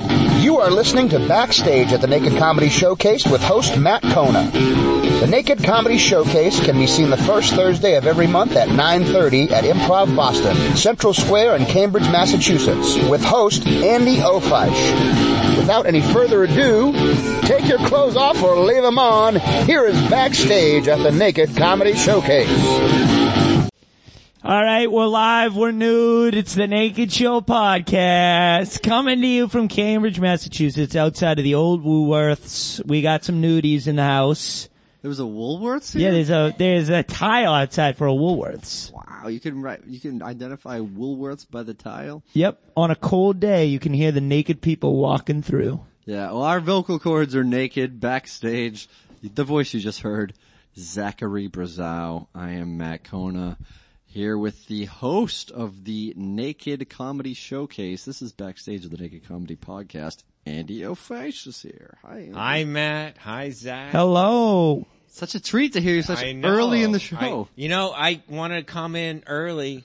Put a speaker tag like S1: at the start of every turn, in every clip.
S1: are listening to Backstage at the Naked Comedy Showcase with host Matt Kona. The Naked Comedy Showcase can be seen the first Thursday of every month at 9.30 at Improv Boston, Central Square in Cambridge, Massachusetts, with host Andy Ofeisch. Without any further ado, take your clothes off or leave them on. Here is Backstage at the Naked Comedy Showcase.
S2: All right, we're live, we're nude. It's the Naked Show podcast coming to you from Cambridge, Massachusetts, outside of the old Woolworths. We got some nudies in the house.
S3: There was a Woolworths.
S2: Yeah, there's a there's a tile outside for a Woolworths.
S3: Wow, you can write, you can identify Woolworths by the tile.
S2: Yep, on a cold day, you can hear the naked people walking through.
S3: Yeah, well, our vocal cords are naked backstage. The voice you just heard, Zachary Brazow. I am Matt Kona here with the host of the Naked Comedy Showcase. This is backstage of the Naked Comedy Podcast. Andy O'Fash is here. Hi. Andy.
S4: Hi, Matt. Hi, Zach.
S2: Hello.
S3: Such a treat to hear you such early in the show.
S4: I, you know, I want to come in early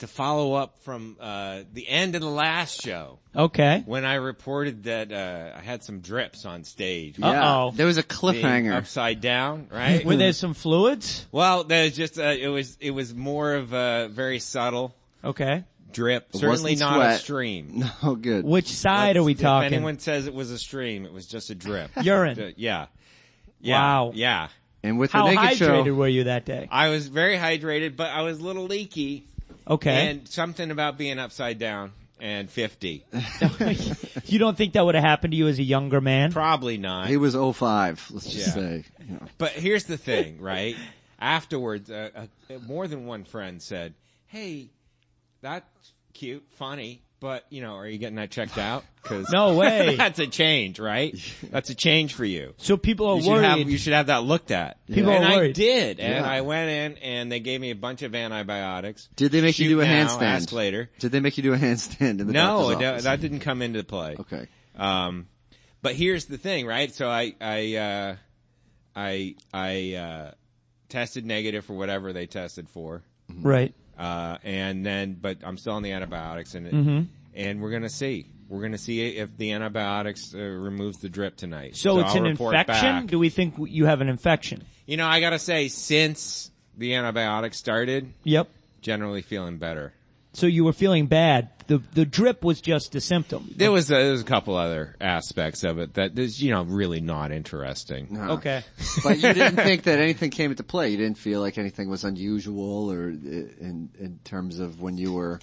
S4: to follow up from uh, the end of the last show.
S2: Okay.
S4: When I reported that uh, I had some drips on stage.
S2: Yeah. oh
S3: There was a cliffhanger.
S4: upside down, right?
S2: Were there some fluids?
S4: Well, there's just uh, it was it was more of a very subtle.
S2: Okay.
S4: Drip.
S3: It
S4: Certainly
S3: wasn't
S4: not a
S3: sweat.
S4: stream.
S3: No good.
S2: Which side
S4: Let's-
S2: are we
S4: if
S2: talking?
S4: anyone says it was a stream, it was just a drip.
S2: Urine.
S4: yeah. Yeah.
S2: Wow.
S4: Yeah.
S3: and with
S2: How
S3: the naked
S2: hydrated
S3: show,
S2: were you that day?
S4: I was very hydrated, but I was a little leaky.
S2: Okay.
S4: And something about being upside down and 50.
S2: you don't think that would have happened to you as a younger man?
S4: Probably not.
S3: he was 05, let's just
S4: Yeah.
S3: say. You know.
S4: But here's the thing, right? Afterwards, uh, uh, more than one friend said, "Hey, that's cute, funny, but you know, are you getting that checked out? Because
S2: No way.
S4: that's a change, right? That's a change for you.
S2: so people are
S4: You should,
S2: worried.
S4: have, you should have that looked at.
S2: People
S4: and
S2: are
S4: I
S2: worried.
S4: did, and
S3: Yeah.
S4: I went in, and they gave me a bunch of antibiotics.
S3: Did they make
S4: Shoot
S3: you do a
S4: now,
S3: handstand?
S4: ask later.
S3: Did they make you do a handstand in the
S4: No,
S3: doctor's
S4: no,
S3: office?
S4: that didn't come into play.
S3: Okay.
S4: Um, but here's the thing, right? So I, I, uh, I, I, uh, tested negative for whatever they tested for.
S2: right.
S4: Uh, and then, but I'm still on the antibiotics and, it,
S2: Mm-hmm.
S4: and we're going to see. We're going to see if the antibiotics uh, removes the drip tonight.
S2: So, it's
S4: I'll
S2: an
S4: report
S2: infection?
S4: back.
S2: Do we think you have an infection?
S4: You know, I got to say, since the antibiotics started,
S2: Yep.
S4: generally feeling better.
S2: So you were feeling bad. The the drip was just a symptom.
S4: There was, a, there was a couple other aspects of it that is, you know, really not interesting.
S3: No.
S2: Okay.
S3: but you didn't think that anything came into play. You didn't feel like anything was unusual or uh, in in terms of when you were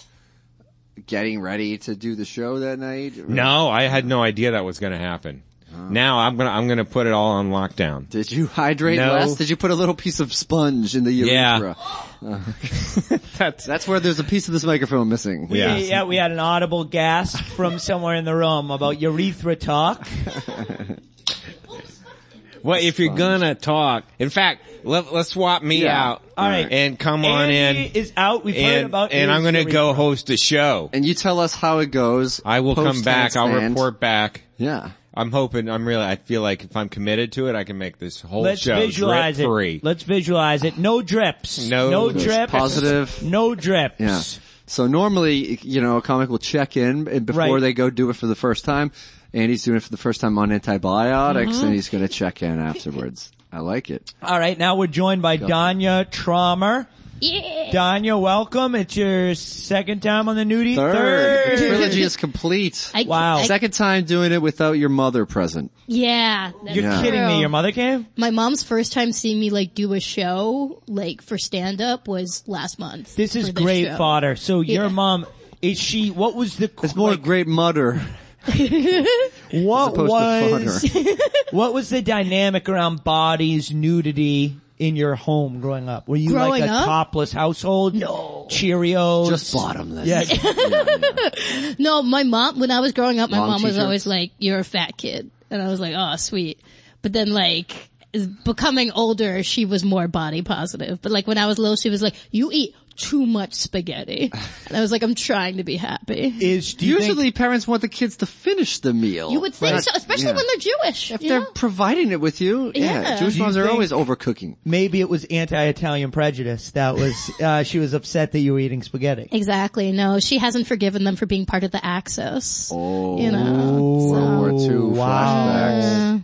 S3: getting ready to do the show that night. or-
S4: No, I had no idea that was going to happen. Now I'm gonna I'm gonna put it all on lockdown.
S3: Oh. Did you hydrate
S4: No.
S3: less? Did you put a little piece of sponge in the
S4: Yeah.
S3: urethra? Uh,
S4: That's
S3: That's where there's a piece of this microphone missing.
S4: Yeah.
S2: We, yeah, we had an audible gasp from somewhere in the room about urethra talk.
S4: well, if you're gonna talk. In fact, let, let's swap me
S3: Yeah.
S4: out.
S2: All right.
S4: and come on
S2: Andy
S4: in.
S2: is out. We've heard
S4: and
S2: about
S4: and
S2: his
S4: I'm gonna
S2: urethra.
S4: go host a show.
S3: And you tell us how it goes.
S4: I will come
S3: post
S4: back. I'll
S3: handstand.
S4: report back.
S3: Yeah.
S4: I'm hoping. I'm really. I feel like if I'm committed to it, I can make this whole
S2: Let's
S4: show
S2: visualize it.
S4: free.
S2: Let's visualize it. No drips.
S4: No drips.
S2: drips.
S3: Positive.
S2: No drips.
S3: Yeah. So normally, you know, a comic will check in and before
S2: Right.
S3: they go do it for the first time. And he's doing it for the first time on antibiotics
S5: Mm-hmm.
S3: and he's going to check in afterwards. I like it.
S2: All right, now we're joined by Danya Traumer.
S5: Yeah.
S2: Danya, welcome. It's your second time on the nudie.
S3: Third. The trilogy is complete.
S5: I,
S2: Wow.
S5: I-
S3: Second time doing it without your mother present.
S5: yeah. that's
S2: You're
S3: Yeah.
S2: kidding me.
S5: true.
S2: Your mother came?
S5: My mom's first time seeing me like do a show, like for stand up was last month.
S2: This is
S5: for
S2: great
S5: show.
S2: fodder. So your
S5: Yeah.
S2: mom, is she, what was the,
S3: It's more great mother
S2: what
S3: opposed
S2: was,
S3: to fodder.
S2: what was the dynamic around bodies, nudity in your home growing up? Were you
S5: Growing
S2: like a
S5: up?
S2: topless household?
S5: No.
S2: Cheerios?
S3: Just bottomless.
S2: Yeah.
S5: No, my mom, when I was growing up, my
S3: Long
S5: mom was
S3: t-shirts?
S5: always like, you're a fat kid. And I was like, oh, sweet. But then like, becoming older, she was more body positive. But like when I was little, she was like, "You eat too much spaghetti," and I was like, "I'm trying to be happy."
S2: Is do you think-
S3: Usually parents want the kids to finish the meal.
S5: You would think
S3: But-
S5: so, especially
S3: yeah.
S5: when they're Jewish.
S3: If
S5: you
S3: they're
S5: know?
S3: providing it with you, yeah.
S5: Yeah.
S3: Jewish
S2: Do you
S3: moms are
S2: think-
S3: always overcooking.
S2: maybe it was anti-Italian prejudice that was uh, she was upset that you were eating spaghetti.
S5: Exactly. No, she hasn't forgiven them for being part of the Axis. Oh, you know.
S3: World War
S2: Oh,
S3: II
S2: wow.
S3: flashbacks.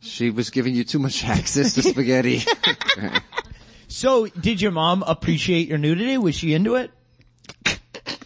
S3: She was giving you too much access to spaghetti.
S2: So, did your mom appreciate your nudity? Was she into it?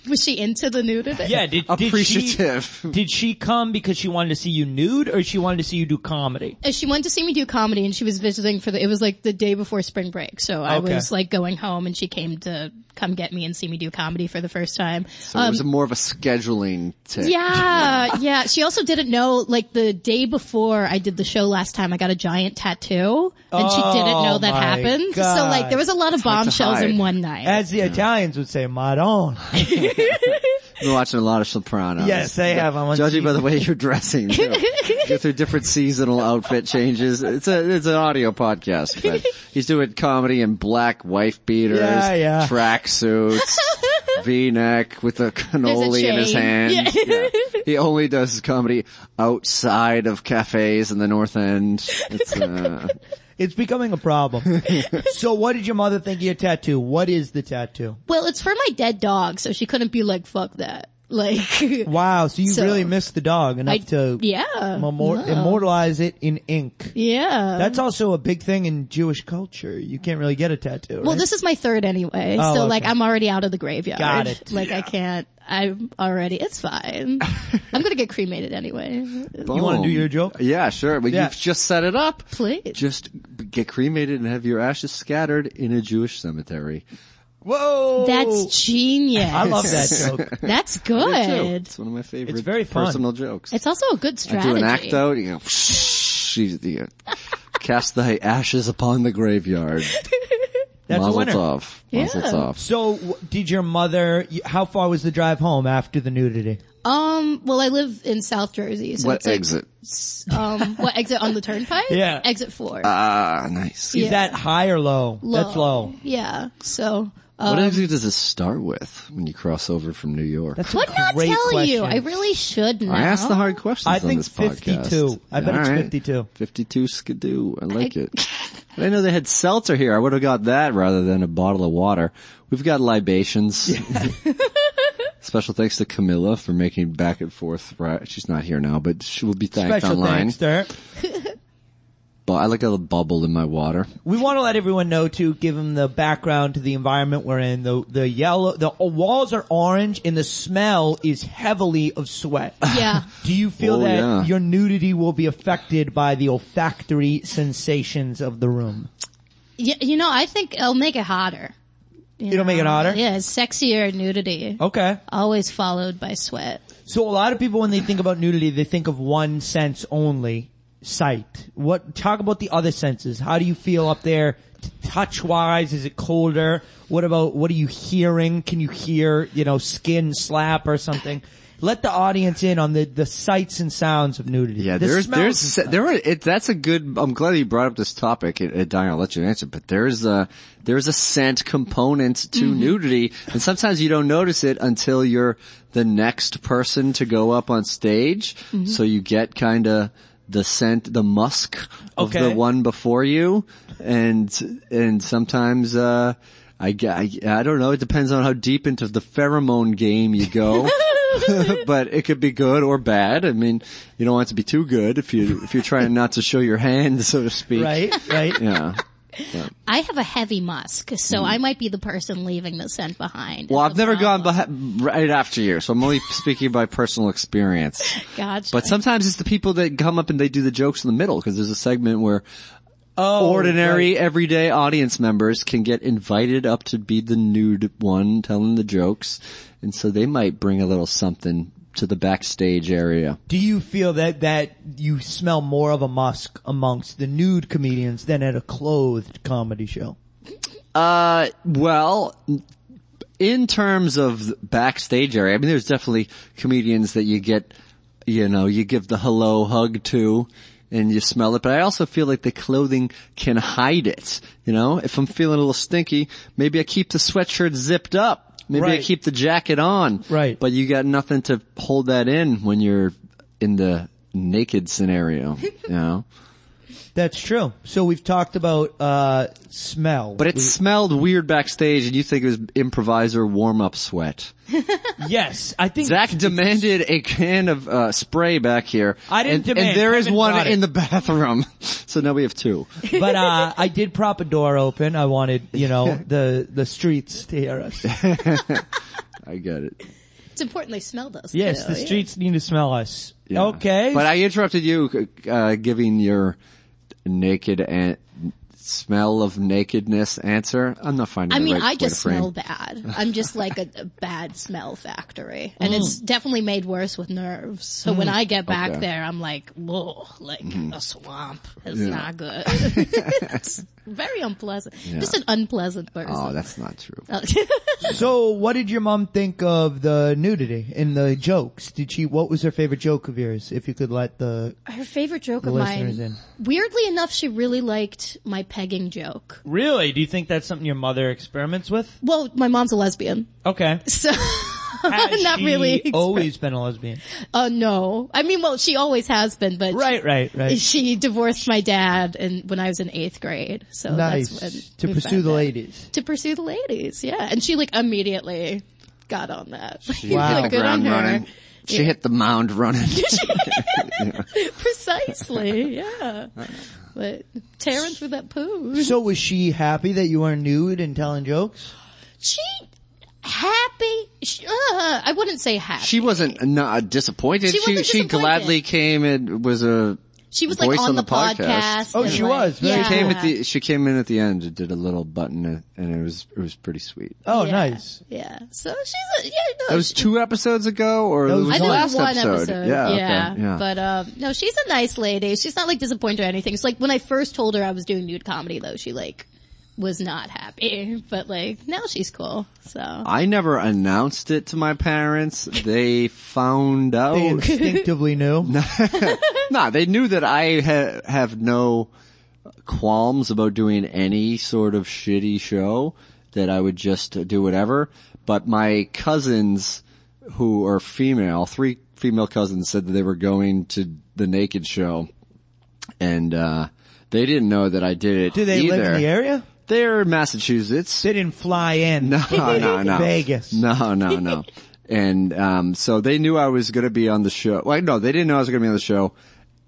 S5: Was she into the nudity?
S2: Yeah. Did,
S3: Appreciative.
S2: Did she, did she come because she wanted to see you nude, or she wanted to see you do comedy?
S5: Uh, She wanted to see me do comedy and she was visiting for the, it was like the day before spring break. So I
S2: Okay.
S5: was like going home and she came to come get me and see me do comedy for the first time. Um,
S3: so it was a more of a scheduling tip.
S5: Yeah, yeah. She also didn't know, like the day before I did the show last time, I got a giant tattoo and she didn't
S2: Oh,
S5: know that
S2: my Eh.
S5: happened. So
S2: God.
S5: like there was a lot of
S3: hard to
S5: bombshells in
S3: hide.
S5: one night.
S2: As the Italians would say, "Madonna."
S3: I've been watching a lot of Sopranos.
S2: Yes, they have. I'm on
S3: Judging by
S2: TV.
S3: the way you're dressing, too. go through different seasonal outfit changes. It's a it's an audio podcast, but he's doing comedy in black wife beaters,
S2: Yeah, yeah.
S3: tracksuits, V-neck with a cannoli in his
S5: chain.
S3: hand.
S5: Yeah.
S3: Yeah. He only does comedy outside of cafes in the North End. It's, uh,
S2: It's becoming a problem. so, what did your mother think of your tattoo? What is the tattoo?
S5: well, it's for my dead dog, so she couldn't be like, fuck that. Like,
S2: Wow. So you
S5: So-
S2: really missed the dog enough
S5: I-
S2: to
S5: yeah.
S2: immor- immortalize it in ink.
S5: Yeah.
S2: That's also a big thing in Jewish culture. You can't really get a tattoo.
S5: well,
S2: right?
S5: this is my third anyway,
S2: Oh,
S5: so like
S2: okay.
S5: I'm already out of the graveyard.
S2: Got it.
S5: Like I can't, I'm already, it's fine. I'm gonna get cremated anyway.
S2: you want to do
S3: boom.
S2: your joke?
S3: Yeah, sure. But
S2: Yeah.
S3: you've just set it up.
S5: Please.
S3: Just get cremated and have your ashes scattered in a Jewish cemetery.
S2: Whoa.
S5: That's genius.
S2: I love that joke.
S5: That's
S3: too.
S5: good.
S3: It's one of my favorite
S2: It's very fun.
S3: personal jokes.
S5: It's also a good
S3: I
S5: strategy.
S3: do an act out, you know, she's the, uh, cast thy ashes upon the graveyard.
S2: That's a
S3: Mazel
S2: winner.
S3: tov. Mazel
S5: Yeah.
S3: tov.
S2: So, w- did your mother? y- How far was the drive home after the nudity?
S5: Um, well, I live in South Jersey, so
S3: What
S5: it's like,
S3: exit?
S5: um, what exit on the turnpike?
S2: Yeah.
S5: Exit four.
S3: Ah, nice.
S2: Is that high or low? That's low.
S5: Yeah. So, um,
S3: What exit does it start with when you cross over from New York?
S2: That's
S5: would
S2: a
S5: not
S2: great
S5: tell
S2: question.
S5: you. I really should know.
S3: I asked the hard questions
S2: I
S3: on
S2: think
S3: this podcast.
S2: 52. I bet it's
S3: All
S2: 52.
S3: 52 skidoo. I like it. I didn't know they had seltzer here. I would have got that rather than a bottle of water. We've got libations. Special thanks to Camilla for making back and forth. Right, she's not here now, but she will be thanked
S2: Special
S3: online.
S2: thanks, sir.
S3: But I like a little bubble in my water.
S2: We want to let everyone know to give them the background to the environment we're in. The the yellow, the oh, walls are orange, and the smell is heavily of sweat.
S5: Yeah.
S2: Do you feel
S3: Oh,
S2: that
S3: yeah.
S2: your nudity will be affected by the olfactory sensations of the room?
S5: Y- you know, I think it'll make it hotter. You
S2: It'll make it hotter?
S5: Yeah, sexier nudity.
S2: Okay.
S5: Always followed by sweat.
S2: So a lot of people, when they think about nudity, they think of one sense only, sight. What, talk about the other senses. How do you feel up there? Touch wise, is it colder? What about, what are you hearing? Can you hear, you know, skin slap or something? Let the audience in on the, the sights and sounds of nudity.
S3: Yeah,
S2: The
S3: there's
S2: smells
S3: there's
S2: and
S3: se- there are it, that's a good. I'm glad you brought up this topic, and, and Diane, I'll let you answer. But there's a there's a scent component to nudity, and sometimes you don't notice it until you're the next person to go up on stage. So you get kind of the scent, the musk of the
S2: Okay.
S3: one before you, and and sometimes. uh I, g- I, I don't know. It depends on how deep into the pheromone game you go. but it could be good or bad. I mean, you don't want it to be too good if you if you're trying not to show your hand, so to speak.
S2: Right, right.
S3: Yeah.
S5: I have a heavy musk, so
S3: Hmm.
S5: I might be the person leaving the scent behind.
S3: Well,
S5: It's
S3: I've
S5: a
S3: never gone
S5: problem.
S3: behi- right after you, so I'm only speaking by personal experience.
S5: Gotcha.
S3: But sometimes it's the people that come up and they do the jokes in the middle because there's a segment where ordinary, everyday audience members can get invited up to be the nude one telling the jokes, and so they might bring a little something to the backstage area.
S2: Do you feel that, that you smell more of a musk amongst the nude comedians than at a clothed comedy show?
S3: Uh, well, in terms of backstage area, I mean, there's definitely comedians that you get, you know, you give the hello hug to and you smell it, but I also feel like the clothing can hide it. You know, if I'm feeling a little stinky, maybe I keep the sweatshirt zipped up. Maybe I
S2: Right.
S3: keep the jacket on.
S2: Right.
S3: But you got nothing to hold that in when you're in the naked scenario, you know?
S2: That's true. So we've talked about uh smell.
S3: But it smelled weird backstage and you think it was improviser warm-up sweat.
S2: yes, I think
S3: Zach demanded a can of uh, spray back here.
S2: I didn't
S3: and,
S2: demand.
S3: And there is
S2: Kevin
S3: one
S2: brought it.
S3: in the bathroom. So now we have two.
S2: but uh, I did prop a door open. I wanted, you know, the the streets to hear us.
S3: I get it.
S5: It's important they smelled us.
S2: Yes,
S5: too,
S2: the
S5: yeah.
S2: streets need to smell us.
S3: Yeah.
S2: Okay.
S3: But I interrupted you uh, giving your naked and smell of nakedness answer. I'm not finding
S5: I
S3: the
S5: mean,
S3: right
S5: I
S3: way
S5: just
S3: to frame.
S5: smell bad. I'm just like a, a bad smell factory.
S2: Hmm.
S5: And it's definitely made worse with nerves. So
S2: Mm.
S5: when I get back
S3: Okay.
S5: there, I'm like, whoa, like
S2: Mm-hmm.
S5: a swamp. It's
S3: Yeah.
S5: not good. it's very unpleasant. Just an unpleasant person.
S3: Oh, that's not true.
S2: so, what did your mom think of the nudity in the jokes? Did she? What was her favorite joke of yours? If you could let the
S5: Her favorite joke of
S2: listeners
S5: mine. Weirdly enough, she really liked my pegging joke.
S2: in. Really? Do you think that's something your mother experiments with?
S5: Well, my mom's a lesbian,
S2: Okay.
S5: so not really.
S2: Always been a lesbian.
S5: Oh no. I mean, well, she always has been, but
S2: Right. Right. Right.
S5: she divorced my dad and when I was in eighth grade. So
S2: nice
S5: that's when
S2: to
S5: we
S2: pursue
S5: found
S2: the
S5: out.
S2: ladies.
S5: To pursue the ladies, yeah. And she like immediately got on that.
S2: Wow.
S5: Like,
S2: hit
S5: good on her.
S3: running. She hit the mound running.
S5: Precisely, yeah. But tearing through that poo.
S2: So, was she happy that you were nude and telling jokes?
S5: She happy? She, uh, I wouldn't say happy.
S3: she wasn't not disappointed.
S5: She wasn't
S3: she
S5: disappointed.
S3: gladly came and was a
S5: She was like
S3: voice
S5: on,
S3: on
S5: the,
S3: the
S5: podcast.
S3: podcast.
S2: Oh,
S5: and,
S2: she
S5: like-
S2: was. Very
S5: Yeah.
S2: cool.
S3: She came at the she came in at the end and did a little button and it was it was pretty sweet.
S2: Oh,
S5: Yeah.
S2: nice.
S5: Yeah. So she's a, yeah, no.
S3: That was
S5: she-
S3: two episodes ago or
S2: That was
S3: it was
S5: I
S2: the
S5: think it
S3: last
S5: was one
S3: episode.
S5: episode.
S3: Yeah, okay,
S5: yeah.
S3: yeah.
S5: But um no, she's a nice lady. She's not like disappointed or anything. It's like when I first told her I was doing nude comedy though, she like was not happy. But like now she's cool. So
S3: I never announced it to my parents. They found out.
S2: They instinctively knew.
S3: nah, they knew that I ha- have no qualms about doing any sort of shitty show, that I would just do whatever. But my cousins who are female, three female cousins said that they were going to the naked show and, uh, they didn't know that I did it
S2: Do they
S3: either.
S2: live in the area?
S3: They're in Massachusetts.
S2: They didn't fly in.
S3: No, no, no.
S2: Vegas.
S3: No, no, no. and um, so they knew I was going to be on the show. Well, no, they didn't know I was going to be on the show.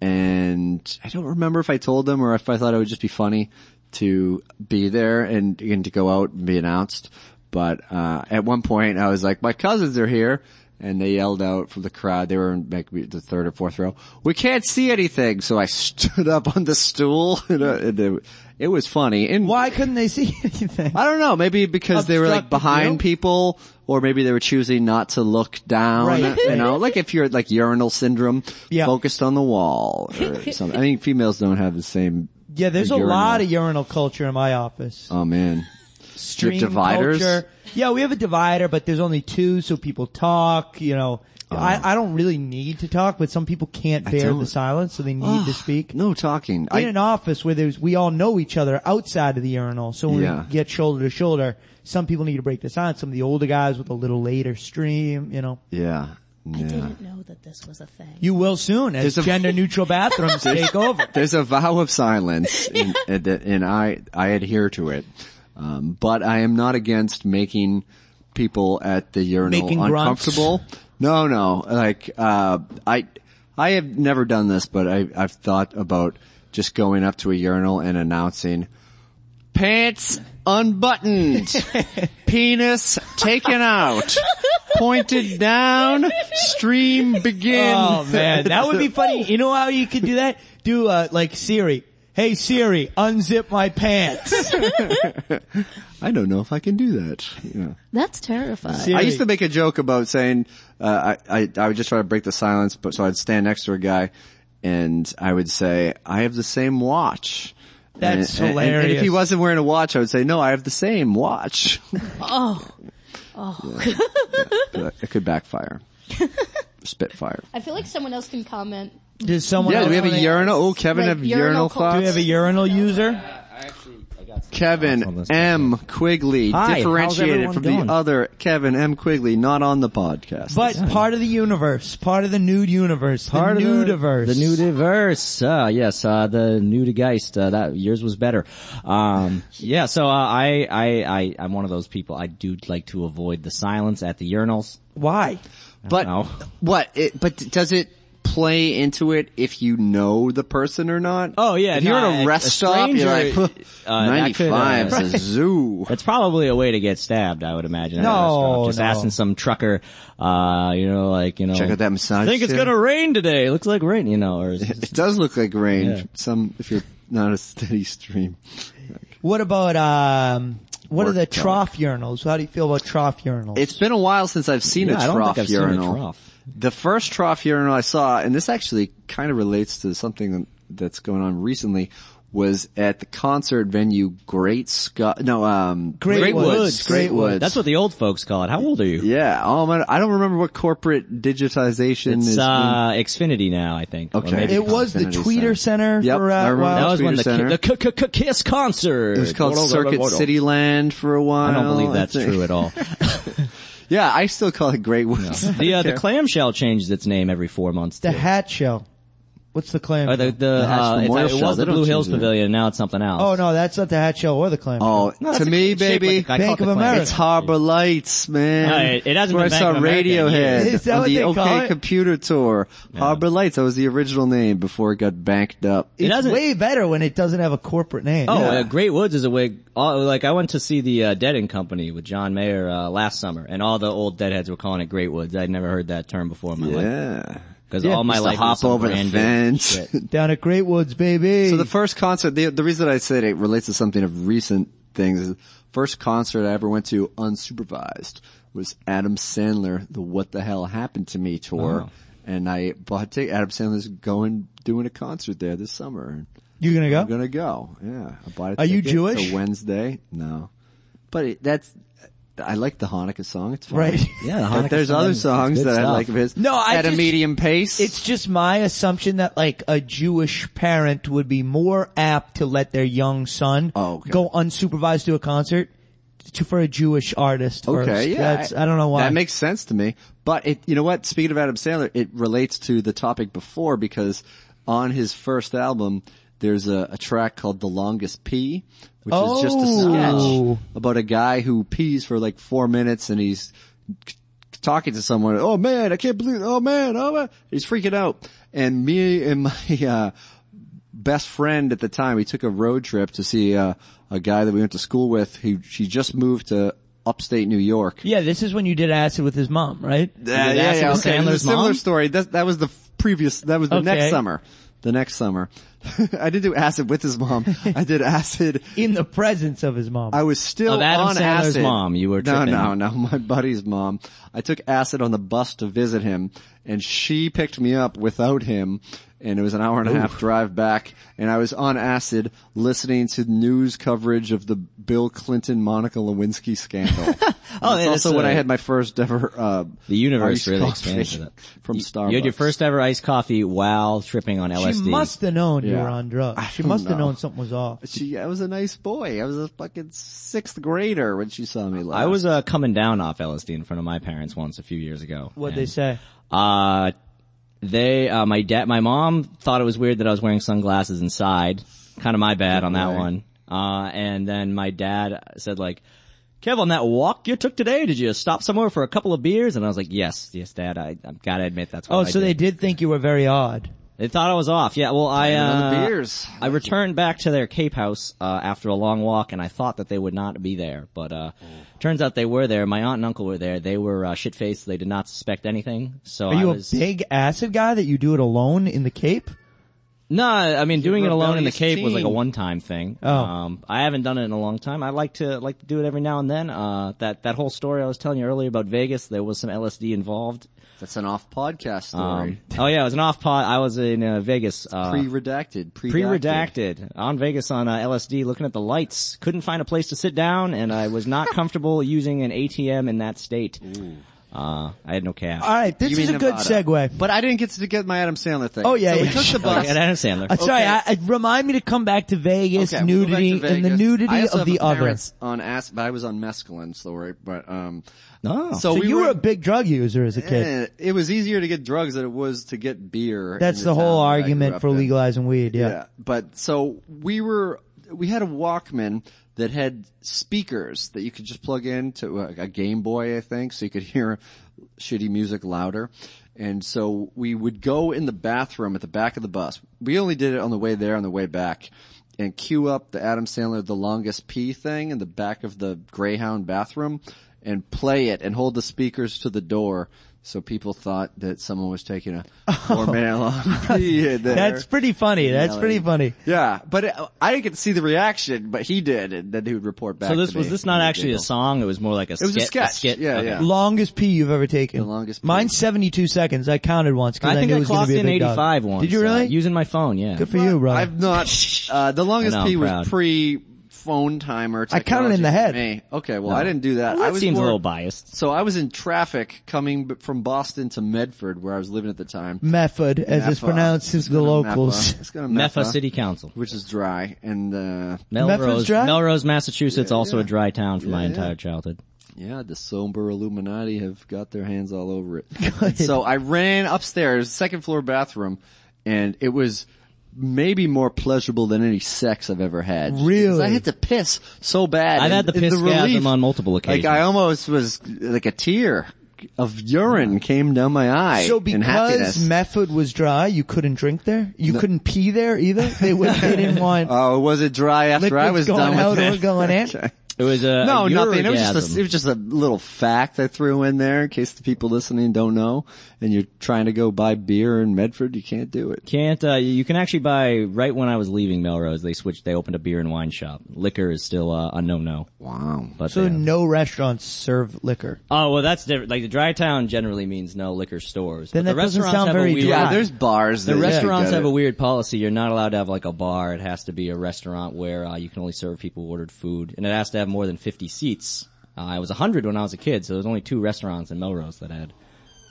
S3: And I don't remember if I told them or if I thought it would just be funny to be there and, and to go out and be announced. But uh, at one point, I was like, "My cousins are here." And they yelled out from the crowd. They were in like, the third or fourth row. We can't see anything. So I stood up on the stool. And, uh, and it, it was funny. And
S2: Why couldn't they see anything?
S3: I don't know. Maybe because they were like
S2: Obstructed
S3: behind
S2: view?
S3: people, or maybe they were choosing not to look down.
S2: Right.
S3: You know, like if you're like urinal syndrome,
S2: Yeah.
S3: focused on the wall or something. I think females don't have the same.
S2: Yeah, there's a
S3: Urinal.
S2: lot of urinal culture in my office.
S3: Oh man,
S2: Stream
S3: dividers?
S2: Culture. Yeah, we have a divider, but there's only two, so people talk. You know, I, I don't really need to talk, but some people can't bear the
S3: Oh. don't.
S2: silence, so they need to speak.
S3: Ah, no talking.
S2: in an office where there's we all know each other outside of the urinal, so when
S3: Yeah.
S2: we get shoulder to shoulder, some people need to break the silence. Some of the older guys with a little later stream, you know.
S3: yeah, yeah.
S5: didn't know that this was a thing.
S2: You will soon as
S3: There's a-
S2: gender neutral bathrooms take over.
S3: There's a vow of silence, and, and, that- and I I adhere to it. Um, but I am not against making people at the urinal
S2: Making grunts.
S3: uncomfortable. No, no. Like uh, I I have never done this, but I I've thought about just going up to a urinal and announcing pants unbuttoned, penis taken out. Pointed down, stream begin.
S2: Oh man, that would be funny. You know how you could do that? Do uh, like Siri. Hey Siri, unzip my pants.
S3: I don't know if I can do that. Yeah.
S5: That's terrifying.
S2: Siri.
S3: I used to make a joke about saying uh, I, I I would just try to break the silence, but so I'd stand next to a guy, and I would say I have the same watch.
S2: That's
S3: and, and- and- and if he
S2: hilarious.
S3: wasn't wearing a watch, I would say no, I have the same watch.
S5: Oh,
S6: Oh,
S3: But it could backfire, spitfire.
S5: I feel like someone else can comment
S2: Does someone?
S3: Yeah,
S2: else
S3: do we have
S2: wanna-
S3: a urinal? Oh, Kevin,
S5: Like
S3: have
S5: urinal
S3: urinal
S5: clogs.
S2: Do
S3: thoughts?
S2: we have a urinal user?
S3: Kevin M. Quigley,
S2: Hi, how's
S3: differentiated
S2: everyone
S3: from
S2: doing?
S3: the other Kevin M. Quigley, not on the podcast.
S2: But part of the universe, part of the nude universe,
S7: part
S2: the
S7: of the,
S2: nudiverse.
S7: The nudiverse. Uh, yes, uh, the nudigeist. Uh, that yours was better. Um, yeah. So uh, I, I, I, I'm one of those people. I do like to avoid the silence at the urinals.
S2: Why?
S3: But
S7: know.
S3: what? It, but does it play into it if you know the person or not?
S7: Oh, yeah,
S3: If you're
S7: no,
S3: in a
S7: a-
S3: rest
S7: a
S3: stop, you're like
S7: stranger, uh, that could, uh,
S3: 95 is a
S7: right.
S3: zoo.
S7: That's probably a way to get stabbed. I would imagine. at a
S2: No,
S7: restaurant. just
S2: no.
S7: asking some trucker. Uh, you know, like you know.
S3: Check out that
S7: I
S3: massage.
S7: think it's
S3: chair.
S7: gonna rain today. Looks like rain. You know, or is it-
S3: It does look like rain. Some if you're not a steady stream.
S2: What about um? What are
S3: Work
S2: the trough urinals? How do you feel about trough urinals?
S3: It's been a while since I've seen
S7: Yeah,
S3: a
S7: I don't
S3: trough
S7: think I've seen a
S3: urinal.
S7: trough.
S3: The first trough urinal I saw, and this actually kind of relates to something that's going on recently, was at the concert venue Great Scott. No, um,
S2: Great Woods.
S3: Great Woods.
S7: That's what the old folks call it. How old are you?
S3: Yeah. Oh my, I don't remember what corporate digitization
S7: It's
S3: is.
S7: uh, Xfinity now, I think. Or
S3: Okay.
S7: maybe
S2: It was the
S3: Infinity
S2: tweeter center,
S3: Yep,
S2: for
S3: I
S2: uh,
S3: remember
S2: while.
S7: That was when
S3: Tweeter
S7: the,
S3: Center.
S7: the K- K- K- Kiss concert.
S3: it was called Circuit City Land for a while.
S7: I don't believe that's
S3: I think.
S7: true at all.
S3: Yeah, I still call it Great Woods.
S7: The uh, the clamshell changes its name every four months.
S2: the
S7: too.
S2: hat show. What's the clam?
S7: Or the, the,
S3: hatch
S7: uh, it's-
S3: memorial
S7: it
S3: shell,
S7: was
S3: they
S7: the
S3: don't
S7: Blue
S3: change
S7: Hills
S3: it.
S7: Pavilion. Now it's something else.
S2: oh no, that's not the hat show or the clam.
S3: Oh,
S7: No,
S3: to
S7: it's a
S3: me,
S7: shape like
S3: baby,
S7: the- I call
S2: Bank
S7: it
S2: of
S7: the clam
S2: America.
S3: it's Harbor Lights, man.
S7: No, it- it hasn't
S3: Where
S7: been
S3: I saw
S7: Bank of America in
S3: Radiohead
S7: years.
S2: Is that
S3: on
S2: what
S3: the
S2: they
S3: OK
S2: call it?
S3: Computer Tour. Harbor Lights. That was the original name before it got banked up.
S7: It
S2: it's
S7: doesn't-
S2: way better when it doesn't have a corporate name.
S7: Oh, uh, Great Woods is a way. All, like I went to see the uh, Dead and Company with John Mayer uh, last summer, and all the old Deadheads were calling it Great Woods. I'd never heard that term before in my life
S3: yeah.
S7: because
S2: Yeah.
S7: all my
S3: Used to
S7: life it was
S3: hop
S7: some
S3: over the
S7: grand dude
S3: fence.
S7: shit.
S2: down at Great Woods, baby.
S3: So the first concert, the, the reason I said it relates to something of recent things is first concert I ever went to unsupervised was Adam Sandler, the What the Hell Happened to Me tour.
S7: Oh.
S3: And I bought ticket. Adam Sandler's going, doing a concert there this summer.
S2: you gonna go?
S3: I'm gonna go. Yeah. I bought a
S2: Are you
S3: ticket.
S2: Jewish?
S3: It's a Wednesday. No. But it, that's, I like the Hanukkah song. It's fine.
S2: right.
S7: Yeah, the
S3: But
S7: Hanukkah
S3: there's
S7: song
S3: other
S7: is
S3: songs
S7: good
S3: that I
S7: stuff.
S3: like of his.
S2: No, I
S3: At a
S2: just-
S3: medium pace.
S2: It's just my assumption that like a Jewish parent would be more apt to let their young son
S3: Oh, okay.
S2: go unsupervised to a concert to, for a Jewish artist.
S3: Okay,
S2: first.
S3: yeah,
S2: That's, I don't know why.
S3: That makes sense to me. But it, you know what? Speaking of Adam Sandler, it relates to the topic before because on his first album, there's a, a track called "The Longest Pee," which is just
S2: Oh.
S3: a sketch about a guy who pees for like four minutes and he's c- talking to someone. Oh man, I can't believe. Oh man, oh man. he's freaking out. And me and my uh, best friend at the time, we took a road trip to see uh, a guy that we went to school with. Who she just moved to upstate New York.
S2: yeah, this is when you did acid with his mom, right?
S3: Uh,
S7: Did acid with
S3: okay. It was
S7: Sandler's
S3: a similar
S7: mom?
S3: story. That that was the f- previous. That was the
S2: Okay.
S3: next summer. The next summer, I didn't do acid with his mom. I did acid.
S2: In the presence of his mom.
S3: I was still
S7: Of Adam
S3: on
S7: Sandler's
S3: acid.
S7: mom, you were
S3: no,
S7: tripping.
S3: no, no. My buddy's mom. I took acid on the bus to visit him, and she picked me up without him. And it was an hour and a half drive back, and I was on acid listening to news coverage of the Bill Clinton Monica Lewinsky scandal.
S7: Oh,
S3: That's
S7: yeah, that's,
S3: also when
S7: uh,
S3: I had my first ever. Uh,
S7: The universe
S3: iced
S7: really
S3: coffee
S7: expanded it.
S3: from
S7: you,
S3: Starbucks.
S7: You had your first ever iced coffee while tripping on
S2: she
S7: LSD.
S2: must have known you
S3: Yeah.
S2: were on drugs.
S3: I
S2: She
S3: don't
S2: must have
S3: know.
S2: known something was off.
S3: She, I was a nice boy. I was a fucking sixth grader when she saw me. Last.
S7: I was uh, coming down off LSD in front of my parents once a few years ago.
S2: What'd
S7: And,
S2: they say?
S7: Uh, they, uh, my dad, my mom thought it was weird that I was wearing sunglasses inside. Kind of my bad on that one. Uh, and then my dad said like, Kev, on that walk you took today, did you stop somewhere for a couple of beers? And I was like, yes, yes, dad, I, I've gotta admit that's what
S2: Oh,
S7: I
S2: so
S7: did.
S2: they did think you were very odd.
S7: They thought I was off. Yeah, well, I
S3: on the
S7: uh,
S3: beers.
S7: I returned back to their Cape House uh, after a long walk, and I thought that they would not be there, but uh,
S3: Mm.
S7: turns out they were there. My aunt and uncle were there. They were uh, shit faced. They did not suspect anything. So
S2: Are you
S7: I
S2: a
S7: was
S2: big acid guy that you do it alone in the Cape?
S7: no. I mean, doing it alone in the
S3: rebellious
S7: Cape was like a
S3: teen.
S7: one time thing.
S2: Oh.
S7: Um, I haven't done it in a long time. I like to like to do it every now and then. Uh, that that whole story I was telling you earlier about Vegas, there was some LSD involved.
S3: That's an off podcast
S7: Um,
S3: story.
S7: oh yeah, it was an off pod. I was in uh, Vegas. Uh,
S3: pre-redacted. Pre-redacted.
S7: Pre-redacted on Vegas on uh, LSD, looking at the lights. Couldn't find a place to sit down, and I was not comfortable using an ATM in that state. Uh, I had no cash.
S2: All right, this
S3: You
S2: is a
S3: mean
S2: good
S3: Nevada.
S2: segue.
S3: But I didn't get to get my Adam Sandler thing.
S2: Oh, yeah,
S3: so we
S2: yeah,
S3: took the
S2: sure.
S3: bus.
S7: Okay, and Adam Sandler.
S2: I'm sorry.
S3: Okay.
S2: I, I, remind me to come back to Vegas
S3: Okay, we'll go back to
S2: nudity and the
S3: Vegas. I
S2: nudity
S3: also
S2: of
S3: have
S2: the
S3: a
S2: other.
S3: parents On ass, but I was on mescaline, so right, but um,
S7: No.
S2: So
S3: we
S2: you were
S3: were-
S2: a big drug user as a kid.
S3: eh, it was easier to get drugs than it was to get beer.
S2: That's
S3: in
S2: the whole
S3: town that I grew
S2: argument
S3: up
S2: for
S3: in.
S2: legalizing weed. Yeah.
S3: Yeah, but so we were, we had a Walkman that had speakers that you could just plug into a, a Game Boy, I think, so you could hear shitty music louder. And so we would go in the bathroom at the back of the bus. We only did it on the way there, on the way back, and queue up the Adam Sandler "The Longest Pee" thing in the back of the Greyhound bathroom, and play it, and hold the speakers to the door. So people thought that someone was taking a four minute long pee in there.
S2: That's pretty funny. That's
S3: Yeah,
S2: pretty
S3: like-
S2: funny.
S3: Yeah, but it, I didn't get to see the reaction, but he did, and then he would report back.
S7: So this
S3: to
S7: was
S3: me.
S7: this not
S3: He
S7: actually a
S3: giggled.
S7: song? It was more like a
S3: It was
S7: skit.
S3: a sketch.
S7: skit.
S3: Yeah,
S7: Okay.
S3: yeah.
S2: Longest pee you've ever taken.
S3: The longest pee.
S2: Mine's 72 seconds. I counted once because
S7: I
S2: I,
S7: think
S2: knew it
S7: I
S2: was going
S7: clocked
S2: to be a
S7: in
S2: big dog.
S7: 85 once.
S2: Did you
S7: uh,
S2: really?
S7: using my phone, yeah.
S2: Good for you, bro.
S3: I've not. Uh, the longest
S7: I know,
S3: P
S7: I'm
S3: was
S7: proud.
S3: pre phone timer.
S2: I counted in
S3: technology
S2: the
S3: for
S2: head.
S3: me. Okay, well I didn't do that.
S7: Well, that
S3: I was
S7: seems
S3: more-
S7: a little biased.
S3: So I was in traffic coming b- from Boston to Medford, where I was living at the time.
S2: Method, as it's
S3: Napa.
S2: pronounced since
S3: Let's
S2: the
S3: go to
S2: locals.
S3: Napa. Let's go to
S7: Meffa
S3: Napa,
S7: City Council.
S3: which is dry, and uh,
S7: Melrose,
S2: dry?
S7: Melrose, Massachusetts, also a dry town for my
S3: Yeah, yeah.
S7: entire childhood.
S3: Yeah, the somber Illuminati have got their hands all over it. And so I ran upstairs, second floor bathroom, and it was maybe more pleasurable than any sex I've ever had. Just because
S2: Really?
S3: I had to piss so bad.
S7: I've
S3: and-
S7: had the
S3: and
S7: piss
S3: relief-
S7: gasm on multiple occasions.
S3: Like I almost was like a tear of urine came down my eye.
S2: So
S3: in happiness.
S2: because Method was dry, you couldn't drink there? You couldn't pee there either? They, would, they didn't want
S3: Oh, was it dry after I
S2: liquids
S3: was
S2: going
S3: done
S2: out
S3: with
S2: or
S3: it?
S2: going in?
S7: it was a
S3: No,
S7: a
S3: nothing. It was,
S7: urgasm.
S3: just a, it was just a little fact I threw in there in case the people listening don't know. And you're trying to go buy beer in Medford, you can't do it.
S7: Can't uh, you can actually buy right when I was leaving Melrose. They switched. They opened a beer and wine shop. Liquor is still uh, a no no.
S3: Wow.
S7: But uh,
S2: So
S7: they-
S2: no restaurants serve liquor.
S7: oh well, that's different. Like the dry town generally means no liquor stores.
S2: Then
S7: but
S2: that
S7: the
S2: doesn't
S7: restaurants
S2: sound
S7: have a
S2: very
S7: weird,
S2: dry.
S3: Yeah, there's bars.
S7: The
S3: that you
S7: restaurants
S3: get
S7: have
S3: it.
S7: a weird policy. You're not allowed to have like a bar. It has to be a restaurant where uh, you can only serve people who ordered food, and it has to have more than 50 seats. Uh, I was 100 when I was a kid, so there was only two restaurants in Melrose that had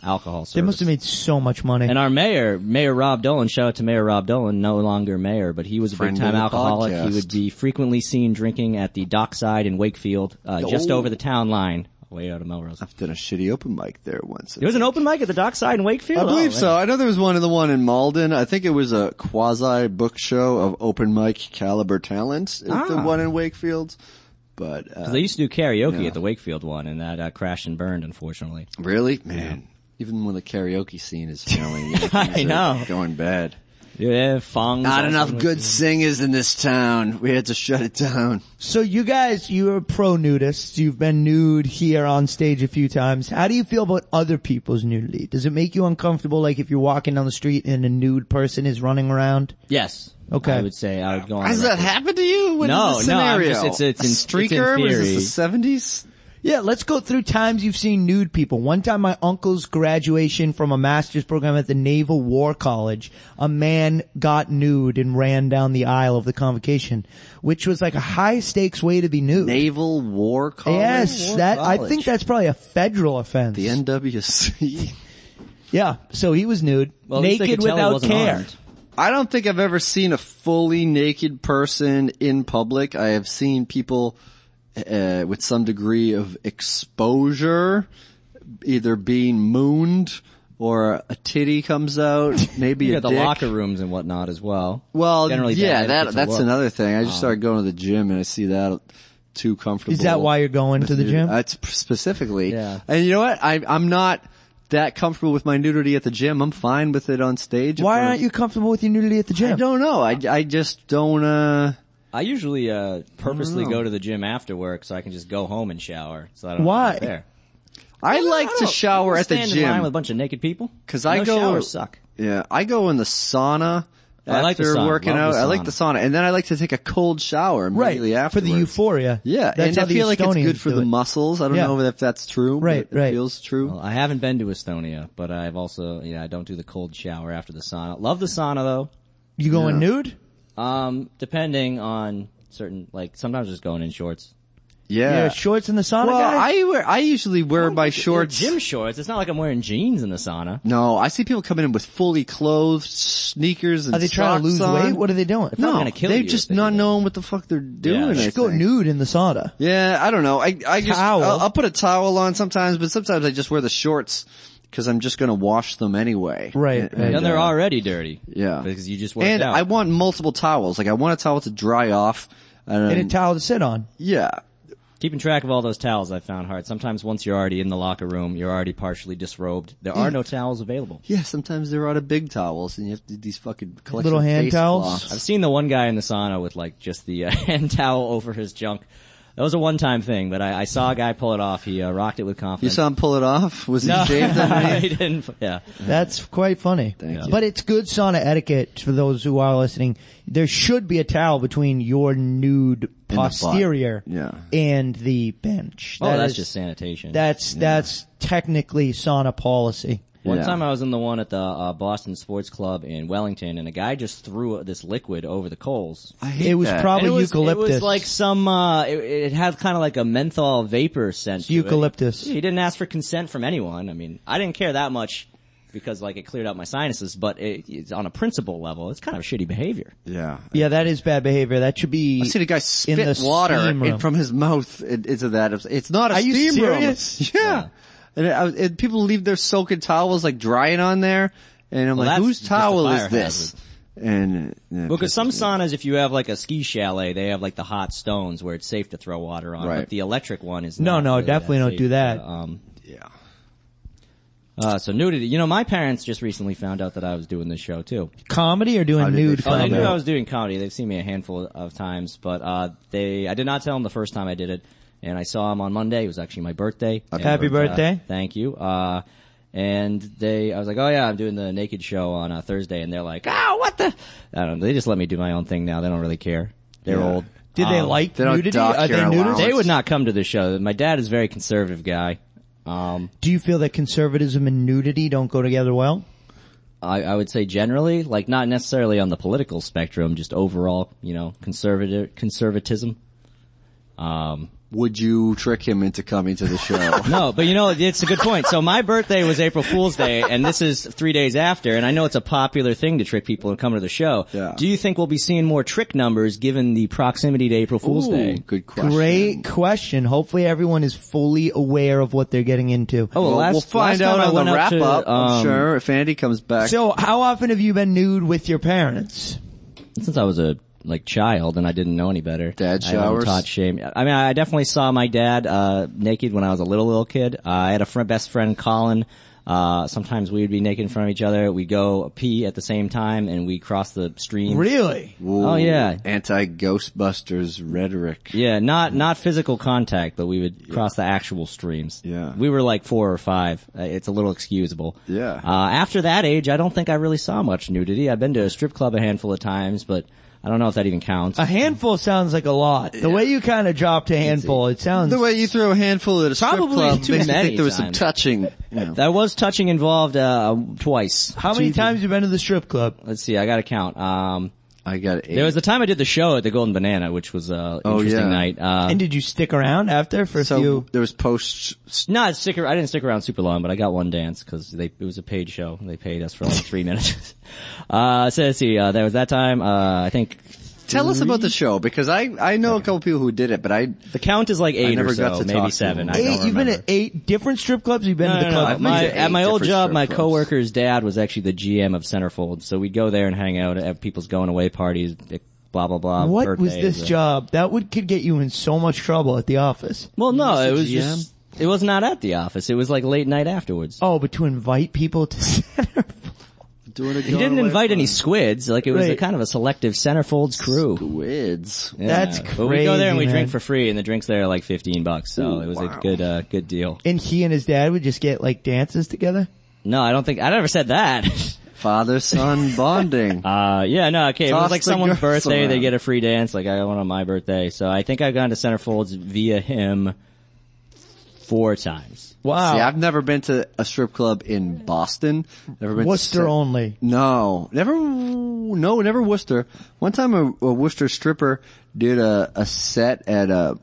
S7: alcohol service.
S2: They must have made so much money.
S7: And our mayor, Mayor Rob Dolan, shout out to Mayor Rob Dolan, no longer mayor, but he was a
S3: Friend
S7: big
S3: of
S7: time
S3: the
S7: alcoholic. He
S3: podcast.
S7: would be frequently seen drinking at the dockside in Wakefield, uh, just over the town line, way out of Melrose.
S3: I've done a shitty open mic there once.
S7: There was an open mic at the dockside in Wakefield?
S3: I believe
S7: Oh,
S3: so. I know there was one in the one in Malden. I think it was a quasi book show of open mic caliber talent. It was The
S7: Ah.
S3: one in Wakefield. But, uh,
S7: They used to do karaoke at the Wakefield one, and that uh, crashed and burned, unfortunately.
S3: really? Man. Even when the karaoke scene is failing, you things are
S7: know.
S3: Going bad.
S7: Yeah, Fong.
S3: Not enough good singers in this town. We had to shut it down.
S2: So you guys, you're pro nudists. You've been nude here on stage a few times. How do you feel about other people's nudity? Does it make you uncomfortable? Like if you're walking down the street and a nude person is running around?
S7: Yes.
S2: Okay.
S7: I would say I would go on.
S3: Has
S7: the
S3: that
S7: record.
S3: happened to you? What is
S7: No,
S3: the
S7: no, I'm
S3: scenario?
S7: just- it's- it's in- it's
S3: a
S7: in
S3: streaker. Was
S7: theory.
S3: this the seventies?
S2: Yeah, let's go through times you've seen nude people. One time my uncle's graduation from a master's program at the Naval War College, a man got nude and ran down the aisle of the convocation, which was like a high stakes way to be nude.
S3: Naval War College.
S2: yes,
S3: War
S2: that, I
S3: College.
S2: think that's probably a federal offense.
S3: the NWC.
S2: Yeah, so he was nude,
S7: Well, at least they
S2: naked
S7: could tell he
S2: without
S7: wasn't
S2: care.
S7: armed.
S3: I don't think I've ever seen a fully naked person in public. I have seen people uh, with some degree of exposure, either being mooned or a titty comes out, maybe
S7: You
S3: a
S7: got the
S3: dick.
S7: locker rooms and whatnot as well.
S3: Well,
S7: Generally
S3: yeah,
S7: bad
S3: that
S7: etiquette to
S3: that's
S7: look.
S3: another thing. I just started going to the gym and I see that too comfortable.
S2: Oh. Is that why you're going to the gym?
S3: That's specifically.
S7: Yeah.
S3: And you know what? I, I'm not that comfortable with my nudity at the gym. I'm fine with it on stage.
S2: Why
S3: If
S2: aren't you comfortable with your nudity at the
S3: I
S2: gym?
S3: don't know. I, I just don't. uh
S7: I usually uh purposely
S3: I don't know.
S7: go to the gym after work so I can just go home and shower. So I don't
S2: Why?
S7: have to be there.
S3: I like
S7: I
S3: to
S7: don't-
S3: shower
S7: I
S3: at the
S7: stand in
S3: gym.
S7: line with a bunch of naked people
S3: 'Cause I
S7: No
S3: go-
S7: showers suck.
S3: Yeah, I go in the sauna.
S7: Oh, I like the
S3: after
S7: sauna.
S3: working
S7: Love
S3: out,
S7: the
S3: I like
S7: sauna.
S3: the sauna, and then I like to take a cold shower
S2: Right,
S3: immediately
S2: for the
S3: afterwards.
S2: euphoria.
S3: Yeah,
S2: That's
S3: and
S2: how
S3: I
S2: the
S3: feel like it's
S2: Estonians
S3: good for
S2: do
S3: the
S2: it.
S3: muscles. I don't
S2: Yeah.
S3: know if that's true. but
S2: Right,
S3: it
S2: right.
S3: feels true.
S7: Well, I haven't been to Estonia, but I've also yeah I don't do the cold shower after the sauna. Love the sauna
S2: You going nude?
S7: though. Um, depending on certain like sometimes just going in shorts.
S3: Yeah.
S2: Your shorts in the sauna
S3: well,
S2: guy?
S3: I wear, I usually wear my shorts.
S7: Gym shorts. It's not like I'm wearing jeans in the sauna.
S3: No, I see people coming in with fully clothed sneakers and
S2: are they trying to
S3: socks
S2: lose
S3: on.
S2: weight? What are they doing?
S3: No,
S7: probably gonna kill
S3: they're
S7: you if
S3: just
S7: they
S3: not
S7: do that.
S3: knowing what the fuck they're doing. I
S2: Just go
S3: think.
S2: nude in the sauna.
S3: Yeah, I don't know. I I just
S2: Towel.
S3: I'll, I'll put a towel on sometimes, but sometimes I just wear the shorts because I'm just gonna wash them anyway.
S2: Right,
S3: And,
S2: right.
S7: And they're
S3: uh,
S7: already dirty.
S3: Yeah.
S7: Because you just worked
S3: And
S7: out.
S3: I want multiple towels. Like I want a towel to dry off. And,
S2: And a towel to sit on.
S3: yeah.
S7: Keeping track of all those towels I found hard. Sometimes once you're already in the locker room, you're already partially disrobed. There are no towels available.
S3: Yeah, sometimes they're out of big towels and you have to do these fucking collection
S2: Little
S3: of
S2: hand
S3: face
S2: towels?
S3: cloths.
S7: I've seen the one guy in the sauna with like just the uh, hand towel over his junk. That was a one-time thing, but I, I saw a guy pull it off. He uh, rocked it with
S3: You
S7: confidence.
S3: saw him pull it off? Was
S7: No.
S3: he shaved underneath?
S7: he didn't. Yeah.
S2: That's quite funny.
S3: Thank you.
S2: But it's good sauna etiquette for those who are listening. There should be a towel between your nude
S3: the butt.
S2: posterior
S3: Yeah.
S2: and the bench.
S7: Oh,
S2: That
S7: that's
S2: is-
S7: just sanitation.
S2: that's that's technically sauna policy.
S7: One
S3: Yeah.
S7: time I was in the one at the uh, Boston Sports Club in Wellington, and a guy just threw this liquid over the coals.
S3: I hate
S2: It was
S3: that.
S2: probably
S7: it was,
S2: eucalyptus.
S7: It was like some. Uh, it, it had kind of like a menthol vapor scent. to it.
S2: Eucalyptus.
S7: He didn't ask for consent from anyone. I mean, I didn't care that much because like it cleared out my sinuses, but it, it's on a principle level, it's kind of shitty behavior.
S3: Yeah.
S2: yeah, that is bad behavior. That should be.
S3: I seen a guy spit
S2: in the
S3: water
S2: steam room.
S3: in, from his mouth in- into that. It's not a
S2: Are you
S3: steam
S2: serious?
S3: room. Yeah. And, I, was- and people leave their soaking towels like drying on there, and I'm
S7: Well,
S3: like,
S7: that's
S3: whose
S7: just a
S3: towel
S7: fire
S3: is this? And uh,
S7: Because some saunas, if you have like a ski chalet, they have like the hot stones where it's safe to throw water on,
S3: Right.
S7: but the electric one is
S2: No,
S7: not
S2: no,
S7: really that
S2: definitely don't
S7: safe
S2: do
S7: to,
S2: that.
S7: um,
S3: yeah,
S7: Uh, so nudity. You know, my parents just recently found out that I was doing this show too.
S2: comedy or doing
S3: did they
S2: nude
S7: Oh, they
S2: comedy.
S7: knew I was doing comedy. They've seen me a handful of times, but uh, they I did not tell them the first time I did it. And I saw him on Monday. It was actually my birthday. And,
S2: Happy
S7: uh,
S2: birthday.
S7: thank you. Uh, and they, I was like, oh yeah, I'm doing the naked show on uh, Thursday, and they're like, oh, what the? I don't know. They just let me do my own thing now. They don't really care. They're
S3: Yeah.
S7: old.
S2: Did they
S7: Um,
S2: like
S3: they don't
S2: nudity?
S3: dock
S2: Are they
S3: your
S2: nudists?
S3: allowance.
S7: They would not come to the show. My dad is a very conservative guy. Um,
S2: Do you feel that conservatism and nudity don't go together well?
S7: I, I would say generally, like not necessarily on the political spectrum, just overall, you know, conservative conservatism. Um,
S3: would you trick him into coming to the show?
S7: No, but you know, it's a good point. So my birthday was April Fool's Day, and this is three days after, and I know it's a popular thing to trick people and come to the show.
S3: Yeah.
S7: Do you think we'll be seeing more trick numbers given the proximity to April Fool's
S3: Ooh,
S7: Day?
S3: good question.
S2: Great question. Hopefully everyone is fully aware of what they're getting into.
S7: Oh,
S3: Well,
S7: last,
S3: we'll
S7: last
S3: find out
S7: time I
S3: on
S7: went
S3: the
S7: up
S3: wrap
S7: to,
S3: up. I'm
S7: um,
S3: sure if Andy comes back.
S2: So how often have you been nude with your parents?
S7: Since I was a like child and I didn't know any better.
S3: Dad
S7: I
S3: showers?
S7: wasn't taught shame. I mean, I definitely saw my dad uh, naked when I was a little little kid. Uh, I had a friend, best friend, Colin. Uh, sometimes we would be naked in front of each other. We go pee at the same time and we cross the stream.
S2: Really?
S3: Ooh,
S7: Oh, yeah.
S3: anti-Ghostbusters rhetoric.
S7: Yeah, not not physical contact, but we would cross the actual streams.
S3: Yeah.
S7: we were like four or five. Uh, It's a little excusable.
S3: Yeah.
S7: Uh, after that age, I don't think I really saw much nudity. I've been to a strip club a handful of times, but I don't know if that even counts.
S2: A handful sounds like a lot. The way you kind of dropped a handful, it sounds.
S3: The way you throw a handful at a strip
S7: Probably
S3: club
S7: too
S3: makes me
S7: many
S3: think there was some
S7: times.
S3: touching. you know.
S7: That was touching involved uh, twice.
S2: how many times you been to the strip club?
S7: Let's see, I got to count. Um,
S3: I got eight.
S7: there was the time I did the show at the Golden Banana, which was a
S3: Oh,
S7: interesting
S3: yeah.
S7: night. Uh,
S2: And did you stick around after for a
S3: so
S2: few?
S3: there was post
S7: No, I stick. ar- I didn't stick around super long, but I got one dance because they it was a paid show. They paid us for like three minutes. Uh, so let's see. Uh, there was that time. Uh, I think
S3: Tell us about the show because I I know a couple people who did it, but I
S7: the count is like eight
S3: never
S7: or so,
S3: got to
S7: maybe
S3: talk to
S7: seven.
S3: them.
S7: I don't
S2: eight, you've been
S7: remember.
S2: at eight different strip clubs. You've been
S7: No,
S2: to
S7: no,
S2: the
S7: no,
S2: club.
S3: I've been
S7: My,
S3: to eight
S7: at my old
S3: different
S7: job,
S3: strip
S7: my
S3: clubs.
S7: coworker's dad was actually the GM of Centerfold, so we'd go there and hang out, have people's going away parties, blah blah blah.
S2: what was
S7: birthdays,
S2: this
S7: uh,
S2: job? That would could get you in so much trouble at the office.
S7: Well, no, it was
S3: GM?
S7: just it was not at the office. It was like late night afterwards.
S2: Oh, but to invite people to center.
S3: doing a
S7: He didn't invite any squids. Like it was a
S2: Right.
S7: kind of a selective Centerfold's crew.
S3: squids.
S2: That's
S7: But we go there and we
S2: crazy, man.
S7: drink for free, and the drinks there are like fifteen bucks. So
S3: Ooh,
S7: it was
S3: wow.
S7: a good uh, good deal.
S2: and he and his dad would just get like dances together.
S7: No, I don't think I never said that.
S3: Father son bonding.
S7: uh, yeah, no, okay. it
S3: Toss
S7: was like
S3: the
S7: someone's
S3: girls
S7: birthday, they
S3: around.
S7: get a free dance. Like I went on my birthday, so I think I've gone to Centerfolds via him four times.
S2: Wow.
S3: See, I've never been to a strip club in Boston. Never been to
S2: Worcester
S3: Cen-
S2: only.
S3: No, never. No, never Worcester. One time, a, a Worcester stripper did a, a set at a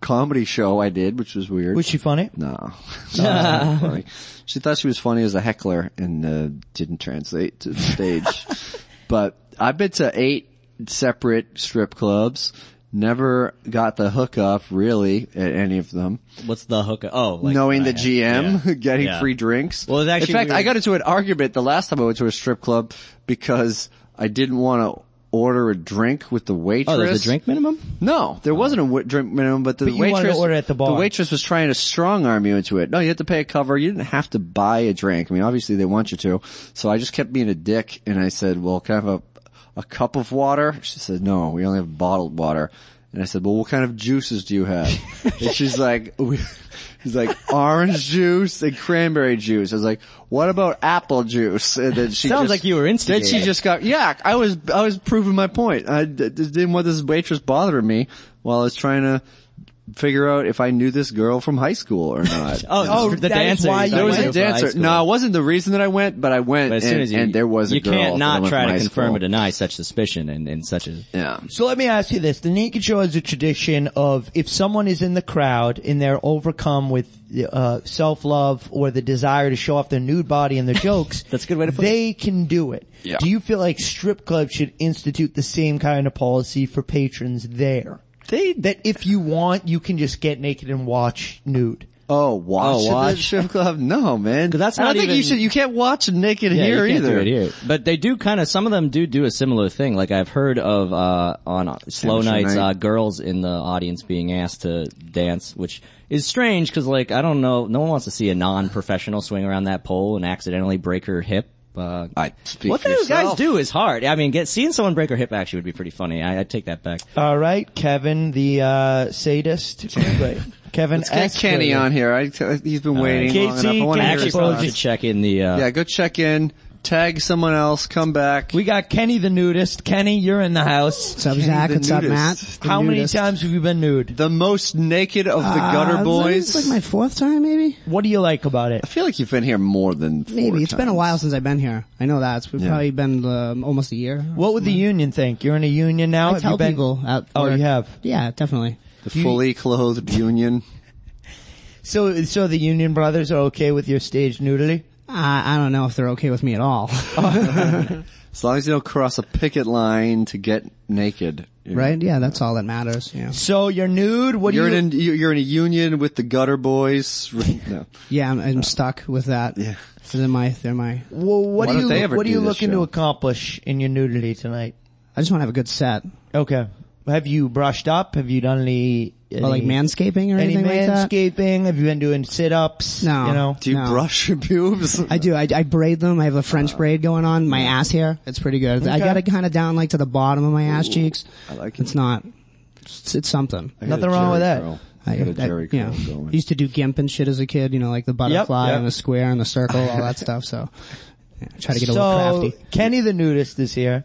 S3: comedy show I did, which was weird.
S2: Was she funny?
S3: No. She wasn't funny. She thought she was funny as a heckler and uh, didn't translate to the stage. but I've been to eight separate strip clubs. Never got the hookup really at any of them.
S7: What's the hook? Oh, like
S3: Knowing the
S7: yeah.
S3: GM,
S7: Yeah.
S3: getting
S7: Yeah.
S3: free drinks.
S7: Well, it's actually
S3: in fact,
S7: weird.
S3: I got into an argument the last time I went to a strip club because I didn't want to order a drink with the waitress.
S7: Oh, there's a drink minimum.
S3: No, there wasn't a w- drink minimum, but the
S2: Oh. But you wanted to
S3: waitress
S2: order at the bar.
S3: The waitress was trying to strong arm you into it. No, you had to pay a cover. You didn't have to buy a drink. I mean, obviously they want you to. So I just kept being a dick, and I said, "Well, can I have a a cup of water?" She said, "No, we only have bottled water." And I said, "Well, what kind of juices do you have?" and she's like, we, "She's like orange juice and cranberry juice." I was like, "What about apple juice?" And then she
S7: Sounds
S3: just-
S7: like you were instigating.
S3: Then she just got yeah. I was I was proving my point. I d- d- didn't want this waitress bothering me while I was trying to figure out if I knew this girl from high school or not.
S7: Oh,
S2: Oh,
S7: the
S2: that is
S7: dancer.
S2: why
S7: you
S2: you
S3: there was
S2: went.
S7: went
S3: a
S7: to high
S3: dancer.
S7: school.
S3: No, it wasn't the reason that I went, but I went,
S7: But as
S3: and,
S7: soon as you,
S3: and there was a
S7: you
S3: girl.
S7: can't not
S3: that I went from
S7: try
S3: high
S7: to confirm
S3: school.
S7: or deny such suspicion and, and such a.
S3: Yeah.
S2: So let me ask you this. The naked show has a tradition of if someone is in the crowd and they're overcome with uh, self-love or the desire to show off their nude body and their jokes,
S7: That's a good way to put it.
S2: they can do it.
S3: Yeah.
S2: Do you feel like strip clubs should institute the same kind of policy for patrons there?
S3: They
S2: That if you want, you can just get naked and watch nude.
S3: oh watch,
S7: Oh,
S3: at
S7: watch.
S3: the strip club? No man,
S7: that's
S3: I don't
S7: not
S3: think you
S7: even-
S3: should. You can't watch naked
S7: Yeah,
S3: here
S7: you can't
S3: either.
S7: do it here. But they do kind of. Some of them do do a similar thing. Like I've heard of uh, on uh, slow
S3: Amateur
S7: nights,
S3: night.
S7: uh, girls in the audience being asked to dance, which is strange because like I don't know, no one wants to see a non-professional swing around that pole and accidentally break her hip. Uh,
S3: I speak
S7: what
S3: for
S7: those guys
S3: yourself.
S7: do is hard. I mean, get seeing someone break her hip actually would be pretty funny. I, I take that back.
S2: All right, Kevin, the uh, sadist. Wait, Kevin,
S3: Let's get
S2: S.
S3: Kenny
S2: Grader.
S3: on here. I, he's been waiting long
S2: KT,
S3: enough. I want to
S7: I
S3: hear
S7: actually
S3: his
S2: Well,
S7: probably
S3: thoughts.
S7: should check in the. Uh,
S3: Yeah, go check in, tag someone else, come back.
S2: We got Kenny the nudist. Kenny, you're in the house.
S8: What's up,
S3: Kenny
S8: Zach?
S3: the
S8: What's up, Matt?
S3: nudist.
S8: The
S2: How many
S8: nudist.
S2: times have you been nude?
S3: the most naked of the gutter
S8: Uh,
S3: boys.
S8: It's like my fourth time, maybe.
S2: What do you like about it?
S3: I feel like you've been here more than four
S8: Maybe it's been a
S3: times.
S8: while since I've been here. I know that. It's probably been um, almost a year.
S2: What would the union think? You're in a union now.
S8: I
S2: Have
S8: tell
S2: you been-
S8: people at
S2: Oh,
S8: work.
S2: you have.
S8: Yeah, definitely.
S3: The fully clothed union.
S2: So, so the union brothers are okay with your stage nudity?
S8: I, I don't know if they're okay with me at all,
S3: As long as you don't cross a picket line to get naked. You're,
S8: right? Yeah, that's all that matters. Yeah,
S2: So you're nude. What
S3: You're
S2: do you?
S3: in, you- you're in a union with the gutter boys. no.
S8: yeah, I'm, I'm stuck with that.
S3: Yeah.
S8: So they're my, they're my.
S2: well, what
S3: Why
S2: do you?
S3: don't they ever
S2: what are
S3: do
S2: you
S3: this
S2: looking to
S3: show?
S2: accomplish in your nudity tonight?
S8: I just want to have a good set,
S2: Okay. Have you brushed up? Have you done any? any
S8: or like manscaping or
S2: Any
S8: anything like that.
S2: manscaping? Have you been doing sit-ups?
S8: No.
S2: You know.
S3: Do you
S8: No.
S3: brush your pubes?
S8: I do. I, I braid them. I have a French braid going on. My ass hair. It's pretty good. I
S2: Okay.
S8: got it kind of down like to the bottom of my ass cheeks.
S3: I like it.
S8: It's not. It's, it's something.
S3: I got a
S2: nothing wrong with
S3: Jerry
S2: that.
S3: curl.
S8: I,
S3: I got a
S8: I-
S3: Jerry
S8: yeah.
S3: curl going.
S8: used to do gimp and shit as a kid, you know, like the butterfly
S2: yep.
S8: and the square and the circle, all that stuff. So yeah, try to get a little
S2: So
S8: crafty.
S2: Kenny the nudist is here.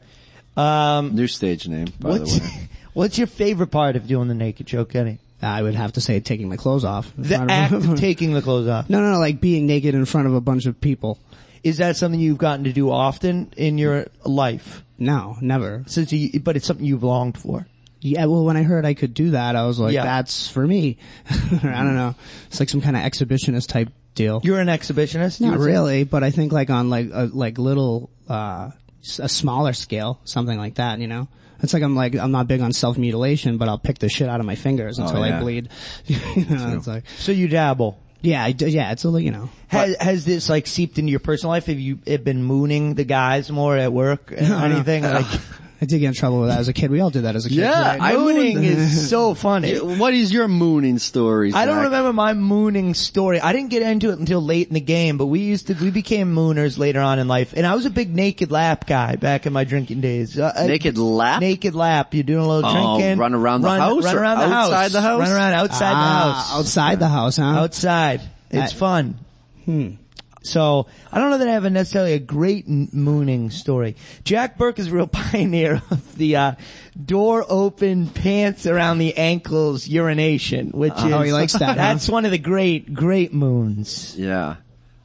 S2: Um,
S3: New stage name, by
S2: what's
S3: the way.
S2: what's your favorite part of doing the naked show, Kenny?
S8: I would have to say taking my clothes off. in
S2: The
S8: front
S2: act of
S8: of-
S2: taking the clothes off.
S8: no, no, no, like being naked in front of a bunch of people.
S2: Is that something you've gotten to do often in your life?
S8: No, never.
S2: Since you, but it's something you've longed for.
S8: Yeah, well, when I heard I could do that, I was like,
S2: Yeah.
S8: that's for me. I don't know. It's like some kind of exhibitionist type deal.
S2: You're an exhibitionist.
S8: Not
S2: You're-
S8: really, but I think like on like a, like little uh s- a smaller scale, something like that, you know. It's like I'm like I'm not big on self mutilation, but I'll pick the shit out of my fingers until
S3: yeah.
S8: I bleed. you know, it's like
S2: So you dabble.
S8: yeah, I do, yeah, it's a li- you know.
S2: Has, has this like seeped into your personal life? Have you have been mooning the guys more at work and anything? Like
S8: I did get in trouble with that as a kid. We all did that as a kid.
S3: Yeah, I
S2: mooning
S3: wouldn't-
S2: is so Oh, funny.
S3: What is your mooning story?
S2: I don't
S3: Zach?
S2: remember my mooning story. I didn't get into it until late in the game, but we used to, we became mooners later on in life. And I was a big naked lap guy back in my drinking days. Uh, uh,
S3: Naked lap?
S2: Naked lap. You're doing a little
S3: Oh,
S2: drinking.
S3: run around the house
S2: Run
S3: or
S2: around the house.
S3: outside the house?
S2: Run around outside the
S8: Ah,
S2: house.
S8: outside the house, huh?
S2: outside. It's
S8: I-
S2: fun. Hmm. So I don't know that I have a necessarily a great n- mooning story. Jack Burke is a real pioneer of the uh, door open, pants around the ankles urination, which is
S8: Oh, he likes that, huh?
S2: That's one of the great great moons.
S3: Yeah.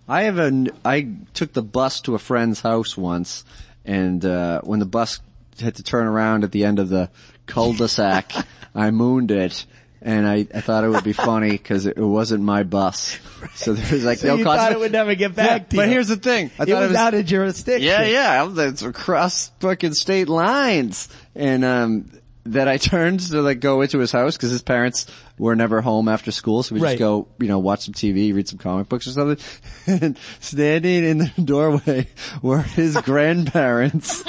S3: I have an, I took the bus to a friend's house once and, uh, when the bus had to turn around at the end of the cul-de-sac, I mooned it and I, I thought it would be funny because it, it wasn't my bus. So there was like
S2: So
S3: no
S2: you
S3: cost.
S2: thought it would never get back to
S3: But
S2: you.
S3: here's the thing: I
S2: it
S3: thought
S2: was out of jurisdiction.
S3: yeah, yeah, I'm- that's across fucking state lines. And um, that I turned to like go into his house because his parents were never home after school, so we
S2: Right.
S3: just go, you know, watch some TV, read some comic books or something. And standing in the doorway were his grandparents.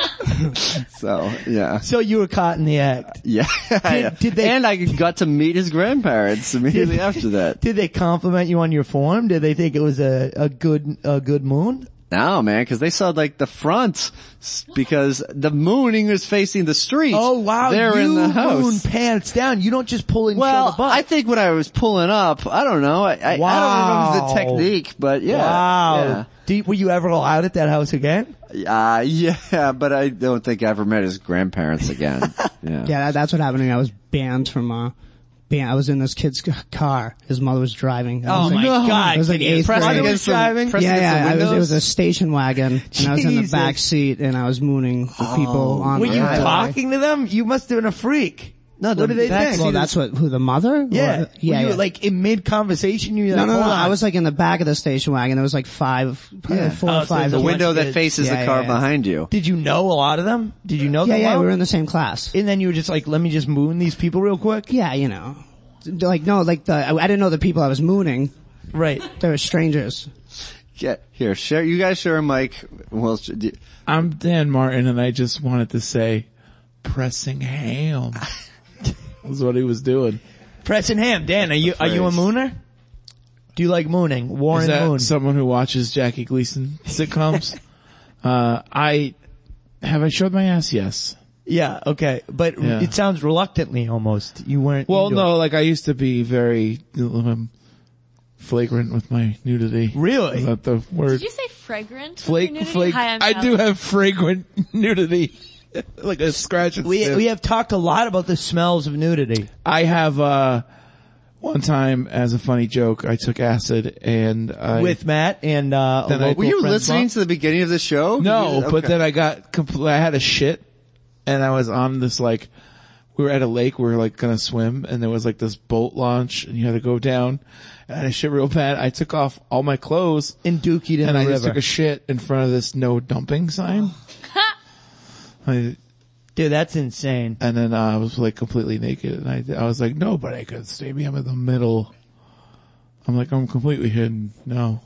S3: so yeah,
S2: So you were caught in the act.
S3: yeah.
S2: did they-
S3: and I got to meet his grandparents immediately after that.
S2: Did they compliment you on your form? Did they think it was a, a good a good moon?
S3: No, man, because they saw like the front s- because the mooning was facing the street.
S2: Oh wow!
S3: they're
S2: you
S3: in the house.
S2: moon pants down. You don't just pull in
S3: well,
S2: the butt.
S3: I think when I was pulling up, I don't know. I, I, I don't
S2: Wow.
S3: remember the technique, but yeah,
S2: wow. Do you- were you ever allowed at that house again?
S3: yeah, uh, yeah. But I don't think I ever met his grandparents again. yeah.
S8: Yeah, that, that's what happened to me. I was banned from, uh, ban- I was in this kid's c- car. His mother was driving. I was like,
S2: Oh God!
S8: It was like
S2: Can you
S8: eighth
S2: press
S8: grade.
S2: against
S8: Mother
S3: was
S2: the-
S3: driving?
S2: press-
S8: yeah,
S3: against the
S8: yeah. I was, it
S3: windows?
S8: was a station wagon, and I was in the
S2: Jesus. Oh.
S8: back seat, and I was mooning the people on
S2: Were
S8: the
S2: you
S8: highway.
S2: talking to them? You must have been a freak.
S3: No, the
S2: what did they
S3: back
S2: think?
S8: Well, that's what who the mother?
S2: yeah.
S8: Or- yeah.
S2: Were you
S8: yeah.
S2: like in mid conversation? You were
S8: no,
S2: like,
S8: no, no,
S2: hold on.
S8: I was like in the back of the station wagon. There was like five, probably
S3: Yeah.
S8: four
S2: Oh,
S8: or
S2: so
S8: five.
S2: the
S3: the
S8: kids.
S3: window that
S2: kids.
S3: faces
S8: Yeah,
S3: the car
S8: yeah, yeah.
S3: behind you.
S2: Did you know a lot of them? Did you know
S8: Yeah,
S2: them?
S8: yeah.
S2: well?
S8: We were in the same class.
S2: and then you would just like, let me just moon these people real quick.
S8: Yeah, you know, like no, like the I I didn't know the people I was mooning.
S2: Right.
S8: They were strangers.
S3: Yeah, here, share. You guys share a mic. Well, sh- d-
S9: I'm Dan Martin and I just wanted to say pressing ham. was what he was doing.
S2: Preston Ham, Dan, are you are you a
S3: phrase.
S2: mooner? Do you like mooning?
S9: Is
S2: Warren
S9: that
S2: Moon.
S9: someone who watches Jackie Gleason sitcoms? uh, I, have I showed my ass? Yes.
S2: yeah, okay, but
S9: Yeah.
S2: it sounds reluctantly almost. You weren't.
S9: Well,
S2: into
S9: no,
S2: it.
S9: like I used to be very um, flagrant with my nudity.
S2: Really?
S9: Is that the word?
S6: Did you say fragrant?
S2: Flake-
S6: with your nudity?
S2: flake-
S6: Hi, I'm
S9: I
S6: Sally.
S9: do have fragrant nudity. like a scratch and
S2: we
S9: sniff.
S2: we have talked a lot about the smells of nudity.
S9: I have, uh, one time as a funny joke, I took acid and I...
S2: with Matt and uh, a
S9: Then I-
S2: local
S9: Were you
S2: friend.
S3: listening to the beginning of the show?
S9: No,
S3: Okay.
S9: but then I got compl- I had a shit and I was on this like, we were at a lake, we were like gonna swim and there was like this boat launch and you had to go down and I had a shit real bad. I took off all my clothes
S2: in Dookie in
S9: and
S2: the
S9: I just
S2: river.
S9: took a shit in front of this no dumping sign. I,
S2: Dude, that's insane.
S9: and then uh, I was like completely naked and I, I was like, no, but I could stay me. I'm in the middle. I'm like, I'm completely hidden. No.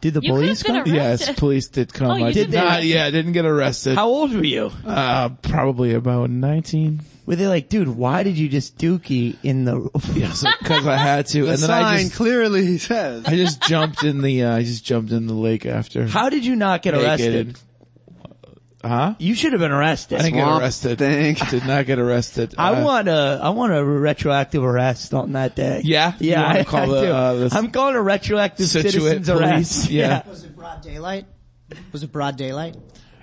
S2: Did the
S6: You could've
S2: police
S6: been
S2: come?
S6: arrested.
S9: Yes, police did come.
S6: Oh, you
S9: I
S6: did
S9: did
S6: get
S9: not,
S6: arrested.
S9: yeah, I didn't get arrested.
S2: How old were you?
S9: Uh, probably about 19.
S2: Were they like, dude, why did you just Dookie in the?
S9: Yes, cause I had to.
S3: the
S9: and then I
S3: sign
S9: just,
S3: clearly says.
S9: I just jumped in the, uh, I just jumped in the lake after.
S2: How did you not get arrested?
S9: Huh?
S2: You should have been arrested.
S9: I didn't get
S3: Swamp
S9: arrested.
S3: thing.
S9: Did not get arrested.
S2: I
S9: Uh,
S2: want a I want a retroactive arrest on that day.
S9: Yeah? You
S2: yeah.
S9: wanna
S2: I,
S9: call
S2: I
S9: the,
S2: do.
S9: uh, the
S2: I'm calling a retroactive
S9: Situate
S2: citizens
S9: police?
S2: arrest.
S9: Yeah.
S8: Was it broad daylight? Was it broad daylight?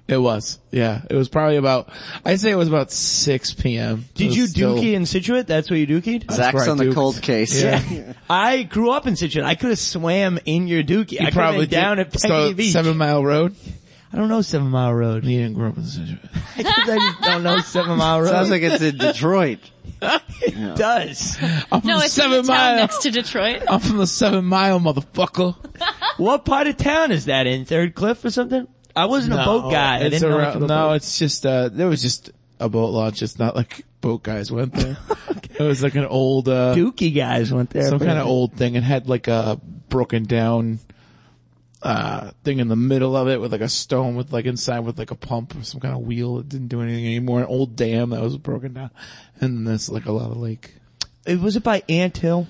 S9: It was. Yeah. It was probably about, I'd say it was about 6 p.m. So
S2: Did you
S9: it's still-
S2: dookie in Situate? That's where you dookied.
S9: That's
S3: Zach's
S9: where I
S3: on the
S9: duked.
S3: cold case.
S9: Yeah.
S2: I grew up in Situate. I could have swam in your dookie. I
S9: You
S2: could
S9: probably
S2: have been down
S9: did.
S2: at Peggy
S9: so,
S2: Beach.
S9: Seven Mile Road.
S2: I don't know Seven Mile Road.
S9: You didn't grow up in Situate.
S2: I just don't know Seven Mile Road.
S3: Sounds like it's in Detroit.
S2: it does.
S9: I'm from
S6: No, it's
S9: Seven
S6: in the town
S9: Mile.
S6: next to Detroit.
S9: I'm from the Seven Mile, motherfucker.
S2: What part of town is that in? Third Cliff or something? I wasn't a boat guy. I
S9: It's
S2: didn't know
S9: around-
S2: much about
S9: no,
S2: boats.
S9: it's just uh, there was just a boat launch. It's not like boat guys went there. It was like an old, uh,
S2: Dookie guys went there.
S9: some
S2: but-
S9: kind of old thing. It had like a broken down, uh, thing in the middle of it with like a stone with like inside with like a pump or some kind of wheel. It didn't do anything anymore. An old dam that was broken down, and there's like a lot of lake.
S2: It- Was it by Ant Hill?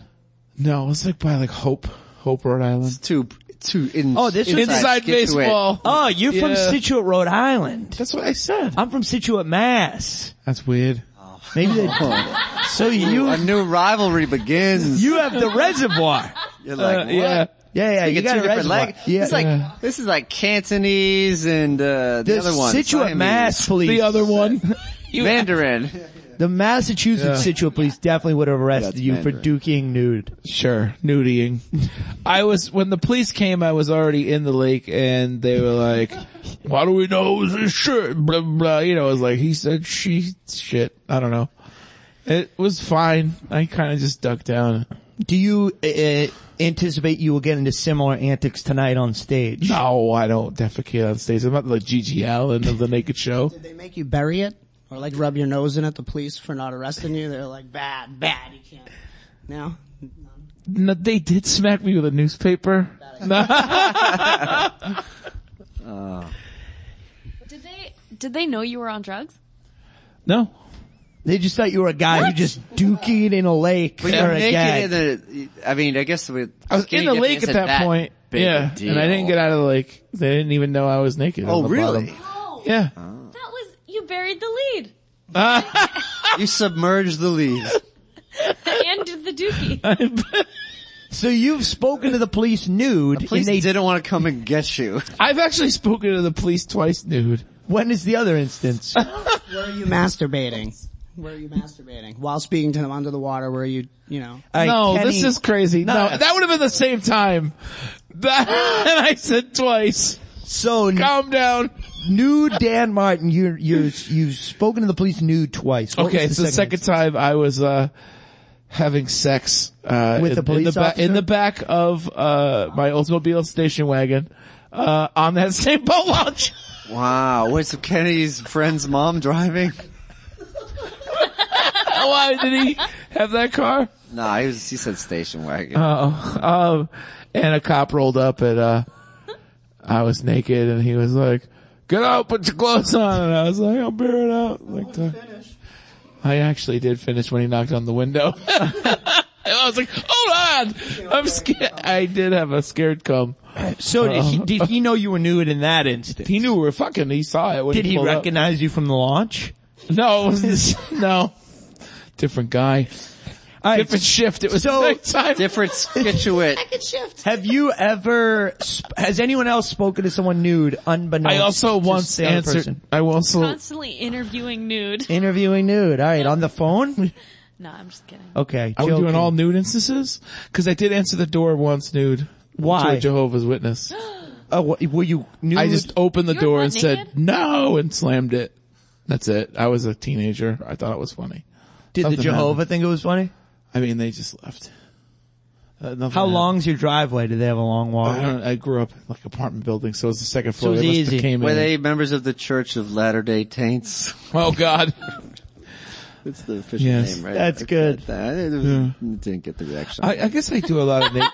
S9: No, it was like by like Hope, Hope, Rhode Island.
S3: Too, too in,
S2: Oh, this was-
S9: Inside
S3: Get to it.
S9: baseball.
S2: Oh, you're from
S9: Yeah.
S2: Situate, Rhode Island.
S9: That's what I said.
S2: I'm from Situate, Mass.
S9: That's weird.
S2: Maybe they. so
S3: Oh. A
S2: you
S3: new rivalry begins.
S2: you have the reservoir. Uh,
S3: You're like, what?
S9: yeah.
S2: Yeah, yeah.
S3: You,
S2: you
S3: get
S2: got
S3: two
S2: a
S3: different
S2: reservoir.
S3: languages.
S2: Yeah.
S3: It's like,
S9: Yeah.
S3: this is like Cantonese and, uh, the,
S2: the
S3: other one.
S2: Situate
S3: Siamese.
S2: Mass Police.
S9: The other one.
S3: Mandarin.
S2: The Massachusetts
S9: Yeah.
S2: Situate Police definitely would have arrested
S3: That's
S2: you for
S3: Mandarin.
S2: dukeying nude.
S9: Sure, nudieing. I was when the police came. I was already in the lake, and they were like, "Why do we know it was his shirt?" Blah blah. You know, it was like he said she shit. I don't know. It was fine. I kind of just ducked down.
S2: Do you uh, anticipate you will get into similar antics tonight on stage?
S9: No, I don't defecate on stage. I'm not like Gigi Allen of the Naked Show.
S8: Did they make you bury it or like rub your nose in at the police for not arresting you? They're like bad, bad. You can't. No.
S9: No, they did smack me with a newspaper.
S3: Oh.
S6: Did they did they know you were on drugs?
S9: No.
S2: They just thought you were a guy who just dookied in a lake
S10: But
S2: or
S10: you're
S2: a
S10: naked
S2: gag.
S10: in the, I mean, I guess we,
S9: I was in the lake at that, point.
S10: big a
S9: Yeah. And I didn't
S10: deal.
S9: get out of the lake. They didn't even know I was naked. on
S10: Oh,
S9: the
S10: really?
S9: bottom.
S6: Oh,
S9: Yeah.
S6: that was you buried the lead
S10: you submerged the leaves.
S6: and the dookie.
S2: So you've spoken to the police nude,
S10: Please,
S2: and they.
S10: didn't want to come and get you.
S9: I've actually spoken to the police twice nude.
S2: When is the other instance?
S8: Where are you masturbating? Where are you masturbating? While speaking to them under the water, where you, you know.
S2: All right,
S9: no,
S2: Kenny-
S9: this is crazy. No, that would have been the same time. That, and I said twice.
S2: so n-
S9: Calm down.
S2: nude. Dan Martin, you you you've spoken to the police nude twice. What
S9: okay,
S2: was
S9: it's the second time I was uh having sex uh
S2: With
S9: in,
S2: the police
S9: in the, ba-
S2: officer?
S9: in the back of uh my Oldsmobile station wagon uh on that same boat launch.
S10: Wow, was Kennydy's friend's mom driving?
S9: Why did he have that car?
S10: Nah, he was. He said station wagon.
S9: Oh, um, and a cop rolled up and uh I was naked and he was like, "Get out, put your clothes on." And I was like, "I'll bear it out." Like the, I actually did finish when he knocked on the window. and I was like, "Hold on, I'm scared." I did have a scared cum. Uh,
S2: second. So did he, did he know you were nude in that instance?
S9: He knew we were fucking. He saw it. When
S2: Did he
S9: pulled up.
S2: recognize you from the launch?
S9: No, it was this, no, different guy,
S2: All right,
S9: different shift. It was
S2: So-
S9: nighttime.
S10: Different skituate.
S2: Have you ever? sp- Has anyone else spoken to someone nude, unbeknownst?
S9: I also
S2: to
S9: once
S2: the other
S9: answered.
S2: person?
S9: I also
S6: Constantly interviewing nude.
S2: interviewing nude. All right, on the phone.
S6: No, I'm just kidding.
S2: Okay,
S9: Are we doing
S2: joking.
S9: all nude instances? Cause I did answer the door once nude. To
S2: Why?
S9: a Jehovah's Witness.
S2: Oh, what- were you nude?
S9: I just opened the
S6: You were
S9: door
S6: not
S9: and said
S6: naked?
S9: no and slammed it. That's it. I was a teenager. I thought it was funny.
S2: did the
S9: something happened.
S2: Jehovah think it was funny?
S9: I mean, they just left. Uh, nothing
S2: How
S9: happened.
S2: long's your driveway? Do they have a long
S9: I,
S2: walk?
S9: don't, I grew up in like apartment buildings, so it was the second floor.
S2: it was
S9: They must have
S2: easy.
S9: came
S10: Were
S9: in.
S10: they members of the Church of Latter Day Taints?
S9: Oh God.
S10: That's the official
S9: Yes.
S10: name, right?
S2: That's
S10: I
S2: good.
S10: forgot That. It was- Didn't get the reaction.
S9: I, I guess I do a lot of na-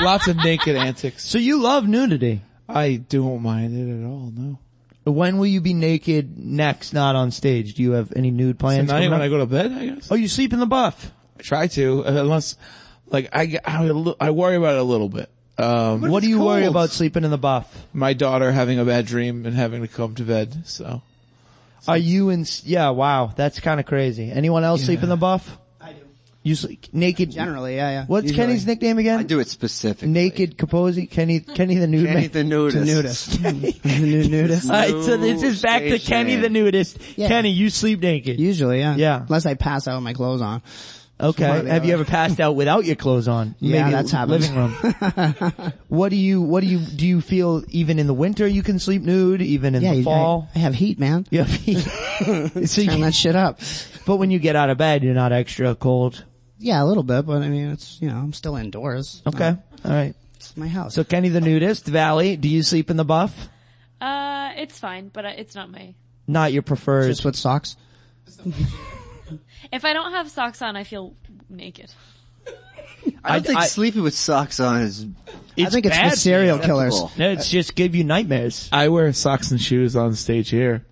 S9: lots of naked antics.
S2: So you love nudity.
S9: I don't mind it at all. No.
S2: When will you be naked next? Not on stage. Do you have any nude plans?
S9: Tonight
S2: coming
S9: when
S2: up?
S9: I go to bed, I guess.
S2: oh, you sleep in the buff.
S9: I try to, unless, like, I, get- I, li- I worry about it a little bit. Um,
S2: What do you worry about sleeping in the buff?
S9: My daughter having a bad dream and having to come to bed, so.
S2: Are you in? s- Yeah, wow, that's kind of crazy. Anyone else sleep in the buff?
S8: I do.
S2: You sleep naked
S8: Generally, yeah, yeah.
S2: What's
S8: Usually.
S2: Kenny's nickname again?
S10: I do it specifically.
S2: Naked Capozzi, Kenny, Kenny the nude
S10: Kenny
S2: man.
S10: the nudist.
S8: Nudist. the new nudist.
S2: All right, so this is back to
S10: Station.
S2: Kenny the nudist.
S8: Yeah.
S2: Kenny, you sleep naked.
S8: Usually, yeah.
S2: Yeah.
S8: Unless I pass out with my clothes on.
S2: okay.
S8: Smartly,
S2: Have you
S8: yeah.
S2: ever passed out without your clothes on?
S8: Yeah,
S2: Maybe
S8: that's happened.
S2: Living room. what do you? What do you? Do you feel even in the winter you can sleep nude? Even in
S8: Yeah,
S2: the
S8: you,
S2: fall?
S8: I, I have heat, man.
S2: Yeah. so
S8: Turn
S2: you,
S8: that shit up.
S2: but when you get out of bed, you're not extra cold.
S8: Yeah, a little bit, but I mean, it's, you know, I'm still indoors.
S2: Okay. All right.
S8: It's my house.
S2: So Kenny the nudist, Valley, do you sleep in the buff?
S6: Uh, it's fine, but uh, it's not my.
S2: Not your preferred.
S8: Just with socks.
S6: If I don't have socks on, I feel naked.
S10: I don't think
S2: I-
S10: sleeping with socks on is.
S8: I think it's with serial killers.
S10: acceptable.
S2: No, it's just give you nightmares
S9: I wear socks and shoes on stage here.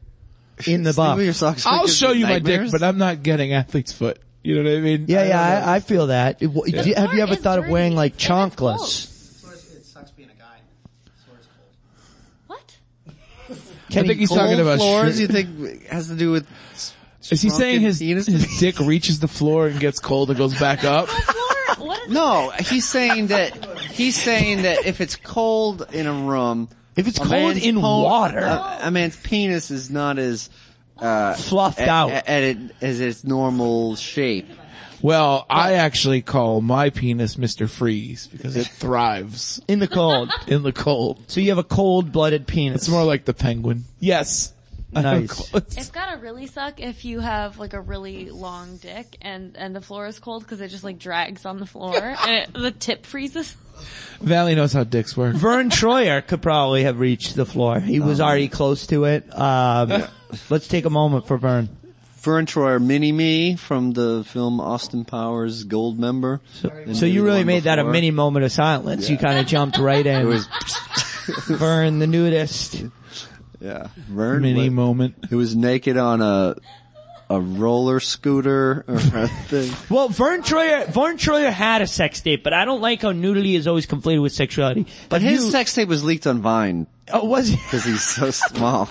S2: in the
S10: Sleeping
S2: buff.
S10: with your socks.
S9: I'll
S10: gives
S9: show you my dick,
S10: nightmares?
S9: but I'm not getting athlete's foot. You know what I mean?
S2: Yeah, yeah, I, I feel that. It- w- do- have you
S6: part
S2: ever
S6: is
S2: thought of wearing
S6: dirty,
S2: like
S6: and it's cold.
S2: chonkless?
S6: What?
S9: I think he's talking about
S10: floors.
S9: shoes.
S10: You think has to do with?
S9: Is he
S10: shrunken
S9: saying his,
S10: penis?
S9: his dick reaches the floor and gets cold and goes back up?
S6: Floor? What is
S10: No, he's saying that he's saying that if it's cold in a room,
S2: If it's
S10: a
S2: cold
S10: man's
S2: in
S10: po-
S2: water,
S10: a, a man's penis is not as uh,
S2: Fluffed
S10: a-
S2: out.
S10: a- at it, as its normal shape.
S9: Well, I actually call my penis Mr. Freeze because it thrives
S2: in the cold.
S9: in the cold.
S2: So you have a cold-blooded penis.
S9: It's more like the penguin.
S2: yes. Nice.
S6: It's gotta really suck if you have like a really long dick and and the floor is cold because it just like drags on the floor and it, the tip freezes.
S9: Valley knows how dicks work.
S2: Vern Troyer could probably have reached the floor. He was already close to it. Um, Let's take a moment for Vern.
S3: Vern Troyer, Mini Me from the film Austin Powers Gold Member. And
S2: So you
S3: the
S2: really
S3: one
S2: made that a
S3: before.
S2: mini moment of silence. You kind of jumped right in. Vern the nudist.
S3: Yeah, Vern.
S9: Mini
S3: went-
S9: moment.
S3: It was naked on a a roller scooter or a thing.
S2: Well, Vern Troyer, Vern Troyer had a sex tape, but I don't like how nudity is always conflated with sexuality.
S3: But his
S2: you-
S3: sex tape was leaked on Vine
S2: oh, was
S3: because he's so small.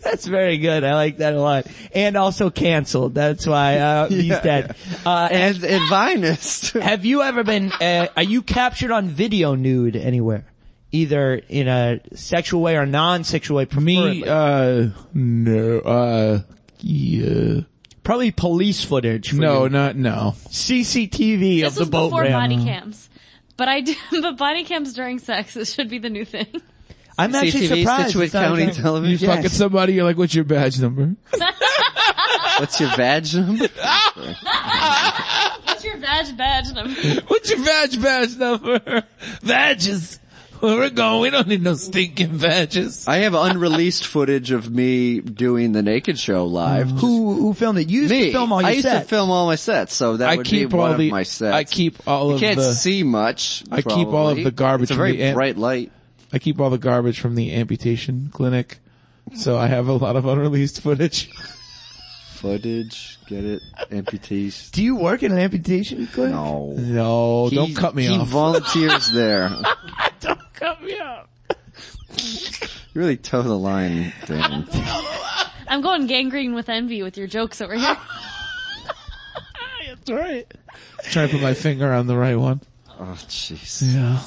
S2: That's very good. I like that a lot. And also canceled. That's why uh, he's dead. Uh,
S3: and and Vinist.
S2: have you ever been? Uh, are you captured on video nude anywhere, either in a sexual way or non-sexual way? Preferably.
S9: Me, uh, no, uh, yeah.
S2: Probably police footage. For
S9: No,
S2: you.
S9: not, no.
S2: CCTV
S6: This
S2: of the
S6: was
S2: boat
S6: before
S2: ramp.
S6: body cams, but I do. But body cams during sex it should be the new thing.
S2: I'm actually
S3: CTV,
S2: surprised.
S3: Situate
S2: it's not
S3: County
S2: a thing.
S9: You
S3: Television.
S9: fucking somebody, you're like, what's your badge number?
S3: What's your badge number?
S6: What's your badge badge number?
S9: What's your badge badge number? Badges. Where we're going, we don't need no stinking badges.
S3: I have unreleased footage of me doing the Naked Show live.
S9: Mm.
S2: Who who filmed it? You used
S3: Me.
S2: to film all your
S3: I used to
S2: sets.
S3: film all my sets, so that
S9: I
S3: would
S9: keep
S3: be one
S9: all
S3: of
S9: the-
S3: my sets.
S9: I keep all
S3: you
S9: of
S3: can't
S9: the-
S3: see much.
S9: I keep all
S3: probably.
S9: of the garbage
S3: It's a
S9: from
S3: very
S9: the ant-
S3: bright light.
S9: I keep all the garbage from the amputation clinic, so I have a lot of unreleased footage.
S3: Footage, get it? Amputees.
S2: Do you work in an amputation clinic?
S3: No.
S9: No,
S3: He-
S9: don't cut me
S3: he
S9: off.
S3: volunteers there.
S2: Don't cut me up.
S3: You really toe the line, Dan.
S6: I'm going gangrene with envy with your jokes over here.
S9: That's right. Trying to put my finger on the right one.
S3: Oh, jeez.
S9: Yeah.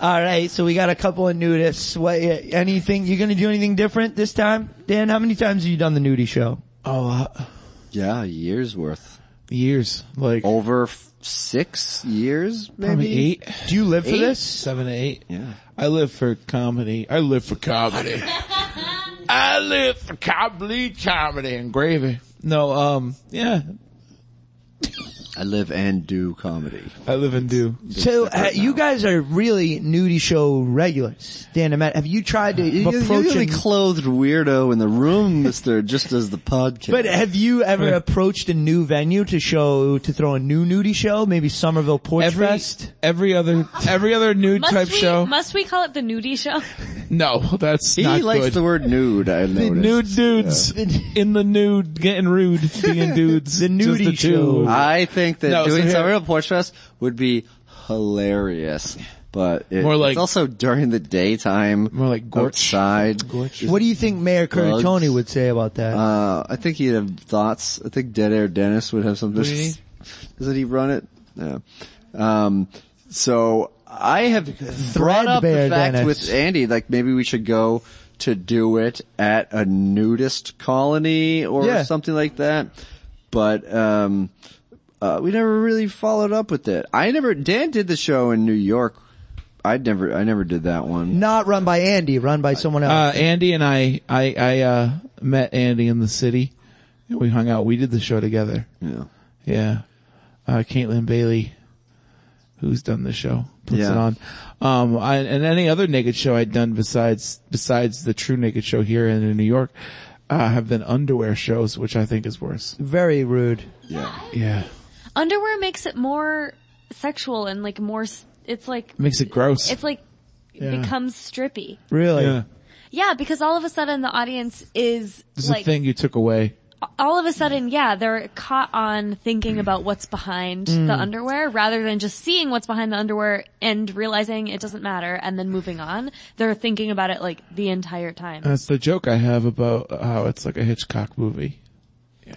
S2: All right, so we got a couple of nudists. What? uh, Anything? You gonna do anything different this time, Dan? How many times have you done the nudie show?
S9: A
S3: Oh,
S9: lot.
S3: Yeah, years worth.
S9: Years. Like,
S3: Over f- six years, maybe?
S9: probably eight.
S2: Do you live for
S9: Eight?
S2: this?
S9: Seven to eight.
S3: Yeah.
S9: I live for comedy. I live for comedy. I live for comedy, comedy, and gravy. No, um, yeah.
S3: I live and do comedy.
S9: I live and do.
S2: So uh, you guys are really nudie show regulars, Dan and Matt. Have you tried to
S3: You're, you're
S2: approach?
S3: the only
S2: a-
S3: clothed weirdo in the room, mister, just as the podcast.
S2: but have you ever approached a new venue to show to throw a new nudie show? Maybe Somerville Porch
S9: Every,
S2: Fest.
S9: every other, every other nude
S6: Must
S9: type
S6: we
S9: show.
S6: must we call it the nudie show?
S9: no, that's
S3: he
S9: not
S3: likes
S9: good.
S3: the word nude, I noticed.
S9: nude dudes in the nude getting rude being dudes the
S2: nudie
S9: the two.
S2: show.
S3: I think that
S9: No, so
S3: doing
S9: here-
S3: some real porch fest would be hilarious, but it,
S9: More like-
S3: it's also during the daytime.
S9: More like gorch.
S3: outside.
S2: What do you think Mayor
S3: Bugs.
S2: Curtatone would say about that?
S3: Uh, I think he'd have thoughts. I think Dead Air Dennis would have something. to
S9: Really?
S3: s- Doesn't he run it? No. Um, so I have brought up the
S2: Threadbare
S3: fact
S2: Dennis.
S3: with Andy, like maybe we should go to do it at a nudist colony or
S2: Yeah.
S3: something like that. But, um, uh, we never really followed up with it. I never, Dan did the show in New York. I never, I never did that one.
S2: Not run by Andy, run by someone else.
S9: uh Andy and I I I uh met Andy in the city and we hung out we did the show together
S3: Yeah.
S9: yeah uh Caitlin Bailey who's done the show puts
S3: Yeah.
S9: it on um I, and any other naked show I'd done besides besides the true naked show here and in New York uh have been underwear shows which I think is worse
S2: Very rude.
S3: Yeah.
S9: yeah
S6: Underwear makes it more sexual and like more. s- It's like
S9: makes it gross
S6: it's like
S9: Yeah.
S6: becomes strippy.
S2: Really?
S9: yeah
S6: Yeah, because all of a sudden the audience is
S9: it's
S6: like
S9: a thing you took away
S6: all of a sudden, yeah, they're caught on thinking about what's behind the
S2: Mm.
S6: underwear rather than just seeing what's behind the underwear and realizing it doesn't matter and then moving on. They're thinking about it like the entire time.
S9: That's the joke I have about how it's like a Hitchcock movie.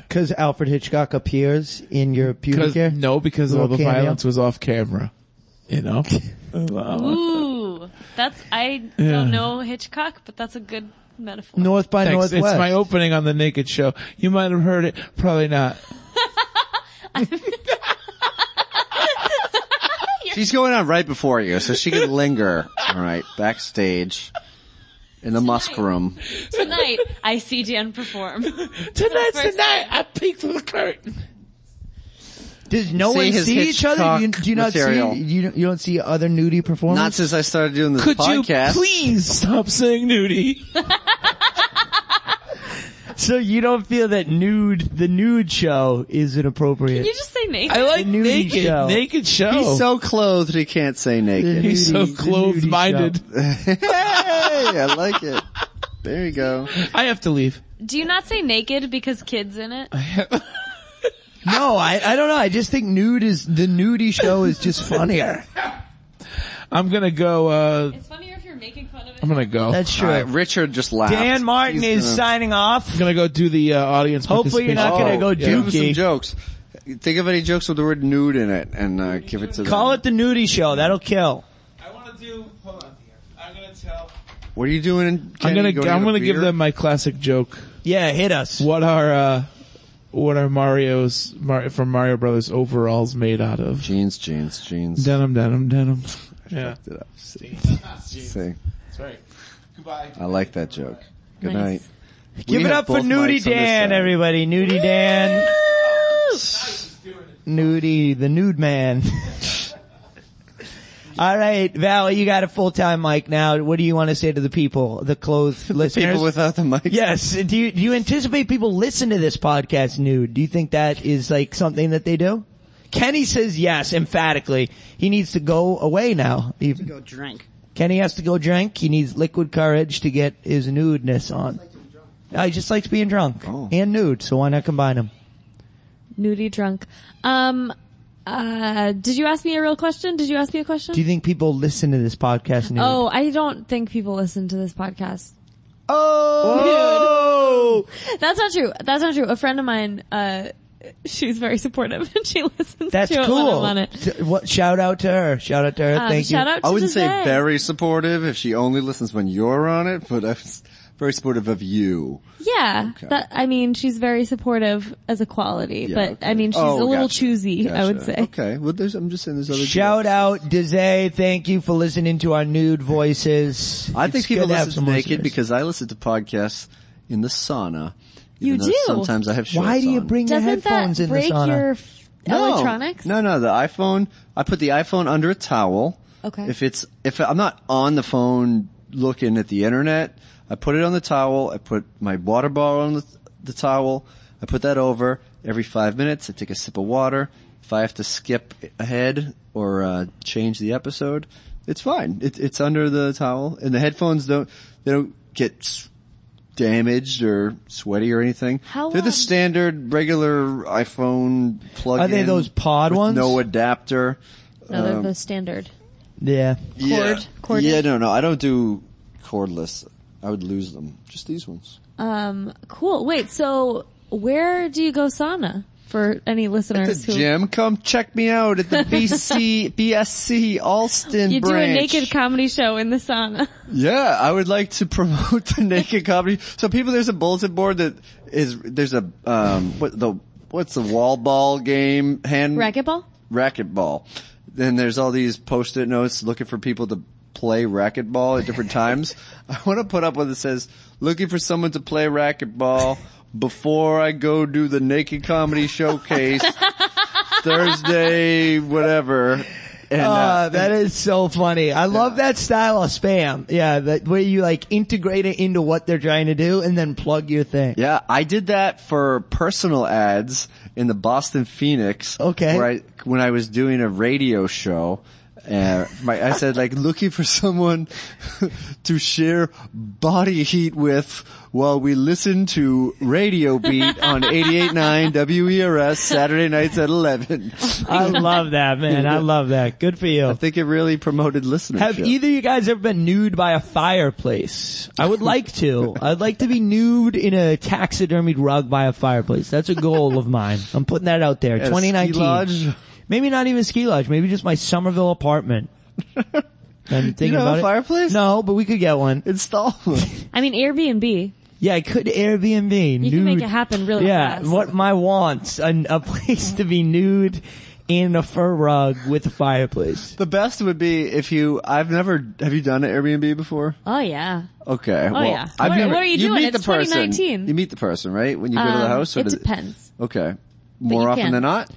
S2: Cause Alfred Hitchcock appears in your pubic hair?
S9: no, because all
S2: Little
S9: the
S2: cameo?
S9: violence was off camera. You know?
S2: Uh,
S6: Ooh, that's I
S9: Yeah.
S6: don't know Hitchcock, but that's a good metaphor.
S2: North by
S9: Thanks. It's
S2: Northwest.
S9: my opening on the Naked Show. You might have heard it. Probably not.
S3: She's going on right before you, so she can linger. All right, backstage.
S11: in the musk room.
S6: Tonight, I see Jan perform.
S2: Tonight's the
S6: First-
S2: night I peek through the curtain. Does no
S3: See
S2: one
S3: his
S2: see each other?
S3: Hitchcock
S12: You, do you not
S3: material.
S12: see you? You don't see other nudie performers.
S3: Not since I started doing this
S9: Could
S3: podcast.
S9: you please stop saying nudie?
S2: So you don't feel that nude, the nude show is inappropriate.
S6: You just say naked.
S9: I like
S2: The nudie
S9: naked,
S2: show.
S9: naked show.
S3: He's so clothed he can't say naked.
S9: He's so
S2: Nudie- the nudie
S9: clothed-minded.
S3: hey, I like it. There you go.
S9: I have to leave.
S6: Do you not say naked because kids in it?
S12: No, I, I don't know. I just think nude is the nudie show is just funnier.
S9: I'm gonna go. uh
S6: It's funnier if you're making fun of it.
S9: I'm gonna go. I'm
S2: That's true.
S3: All right, Oh, Richard just laughed.
S2: Dan Martin
S3: He's
S2: is
S3: gonna-
S2: signing off.
S9: gonna go do the uh, audience.
S2: Hopefully you're not gonna
S9: participation.
S2: go
S9: Oh,
S3: Give him some
S2: Dookie.
S3: jokes. Think of any jokes with the word nude in it and uh, give it to them.
S2: Call it the nudie show. That'll kill.
S9: I want to do. Hold on. I'm gonna tell.
S3: What are you doing? In
S9: I'm
S3: Kenny?
S9: gonna.
S3: Going to
S9: I'm
S3: get a
S9: gonna give
S3: beer?
S9: them my classic joke.
S2: Yeah, hit us.
S9: What are uh what are Mario's Mar- from Mario Brothers overalls made out of?
S3: jeans, jeans, jeans.
S9: Denim, denim, denim. Yeah.
S3: Did I see?
S9: That's
S3: See.
S9: right. Goodbye.
S3: I like that joke.
S6: Nice.
S3: Good night.
S2: Give
S3: We
S2: it
S3: have
S2: up for
S3: both
S2: Nudie
S3: mics on this
S2: Dan,
S3: side.
S2: everybody. Nudie Dan. Nudie, the nude man. All right, Val, you got a full time mic now. What do you want to say to the people, the clothed listeners?
S3: People without the mic.
S2: yes. Do you, do you anticipate people listen to this podcast nude? Do you think that is like something that they do? Kenny says yes, emphatically. He needs to go away now. He-
S8: Go drink.
S2: Kenny has to go drink. He needs liquid courage to get his nudeness on. Uh, he just likes being drunk
S3: Oh.
S2: and nude, so why not combine them?
S6: Nudie drunk. Um, uh, did you ask me a real question? Did you ask me a question?
S2: Do you think people listen to this podcast nude?
S6: oh, I don't think people listen to this podcast.
S2: Oh,
S6: That's not true. That's not true. A friend of mine, uh, she's very supportive and she listens
S2: that's
S6: to it when
S2: cool.
S6: I'm on it.
S2: D- What? Shout out to her. Shout out to her.
S6: Um,
S2: Thank
S6: shout
S2: you.
S6: out to
S3: I wouldn't say
S6: Giselle.
S3: very supportive if she only listens when you're on it, but I'm s- very supportive of you.
S6: Yeah, that, I mean, she's very supportive as a quality,
S3: Yeah,
S6: but
S3: okay.
S6: I mean, she's
S3: Oh,
S6: a little
S3: gotcha.
S6: choosy, I would
S3: Gotcha.
S6: say.
S3: Okay. Well, there's, I'm just saying there's other
S2: Shout out, Dizay. Thank you for listening to our nude voices.
S3: I
S2: It's
S3: think people
S2: good have
S3: listen
S2: some
S3: to naked
S2: listeners.
S3: because I listen to podcasts in the sauna.
S6: You
S3: even though
S6: do?
S3: Sometimes I have shorts
S2: Why do you
S3: on.
S2: bring your
S6: Doesn't
S2: headphones
S6: that
S2: in the
S6: break
S2: sauna?
S6: your f-
S3: no.
S6: electronics?
S3: No, no. The iPhone. I put the iPhone under a towel.
S6: Okay.
S3: If it's if I'm not on the phone looking at the internet, I put it on the towel. I put my water bottle on the, the towel. I put that over every five minutes. I take a sip of water. If I have to skip ahead or uh, change the episode, it's fine. It, it's under the towel, and the headphones don't they don't get s- damaged or sweaty or anything.
S6: How,
S3: They're
S6: um,
S3: the standard regular iPhone plug.
S2: Are they
S3: in
S2: those pod
S3: with
S2: ones?
S3: No adapter.
S6: No,
S3: Um,
S6: they're the standard.
S2: yeah.
S3: Yeah.
S6: Cord- corded?
S3: Yeah, no, no. I don't do cordless. I would lose them. Just these ones.
S6: Um, cool. Wait, so where do you go sauna for any
S3: The
S6: listeners who
S3: gym. Come check me out at the BC BSC Alston
S6: you do a
S3: branch.
S6: naked comedy show in the sauna?
S3: Yeah, I would like to promote the naked comedy. So people, there's a bulletin board that is there's a um what the what's the wall ball game hand
S6: Racquetball?
S3: racquetball. Then there's all these post-it notes looking for people to play racquetball at different times. I want to put up one that says, looking for someone to play racquetball before I go do the naked comedy showcase Thursday, whatever. And,
S2: Uh,
S3: uh,
S2: that is so funny. I love that style of spam. Yeah, that where you like integrate it into what they're trying to do and then plug your thing.
S3: Yeah, I did that for personal ads in the Boston Phoenix.
S2: Okay.
S3: Where I, when I was doing a radio show, uh, my, I said like looking for someone to share body heat with while we listen to Radio Beat on 88.9 WERS E Saturday nights at 11.
S2: I love that, man. I love that. Good for you.
S3: I think it really promoted listenership.
S2: Have either of you guys ever been nude by a fireplace? I would like to. I'd like to be nude in a taxidermied rug by a fireplace. That's a goal of mine. I'm putting that out there.
S3: ski
S2: 2019.
S3: lodge?
S2: Maybe not even ski lodge. Maybe just my Somerville apartment. I'm thinking
S3: don't have
S2: about
S3: a
S2: it.
S3: fireplace?
S2: No, but we could get one.
S3: Install
S6: I mean, Airbnb.
S2: Yeah, I could Airbnb
S6: You
S2: nude.
S6: can make it happen really
S2: yeah,
S6: fast.
S2: what my wants, a, a place to be nude in a fur rug with a fireplace.
S3: The best would be if you. I've never. Have you done an Airbnb before?
S6: Oh yeah.
S3: Okay.
S6: Oh,
S3: well,
S6: yeah.
S3: I've
S6: What-
S3: never-
S6: what are you doing?
S3: meet
S6: It's
S3: the person.
S6: 2019.
S3: You meet the person, right? When you go to the
S6: Um,
S3: house. or
S6: it
S3: does-
S6: depends.
S3: Okay. More
S6: you
S3: often
S6: can.
S3: than not.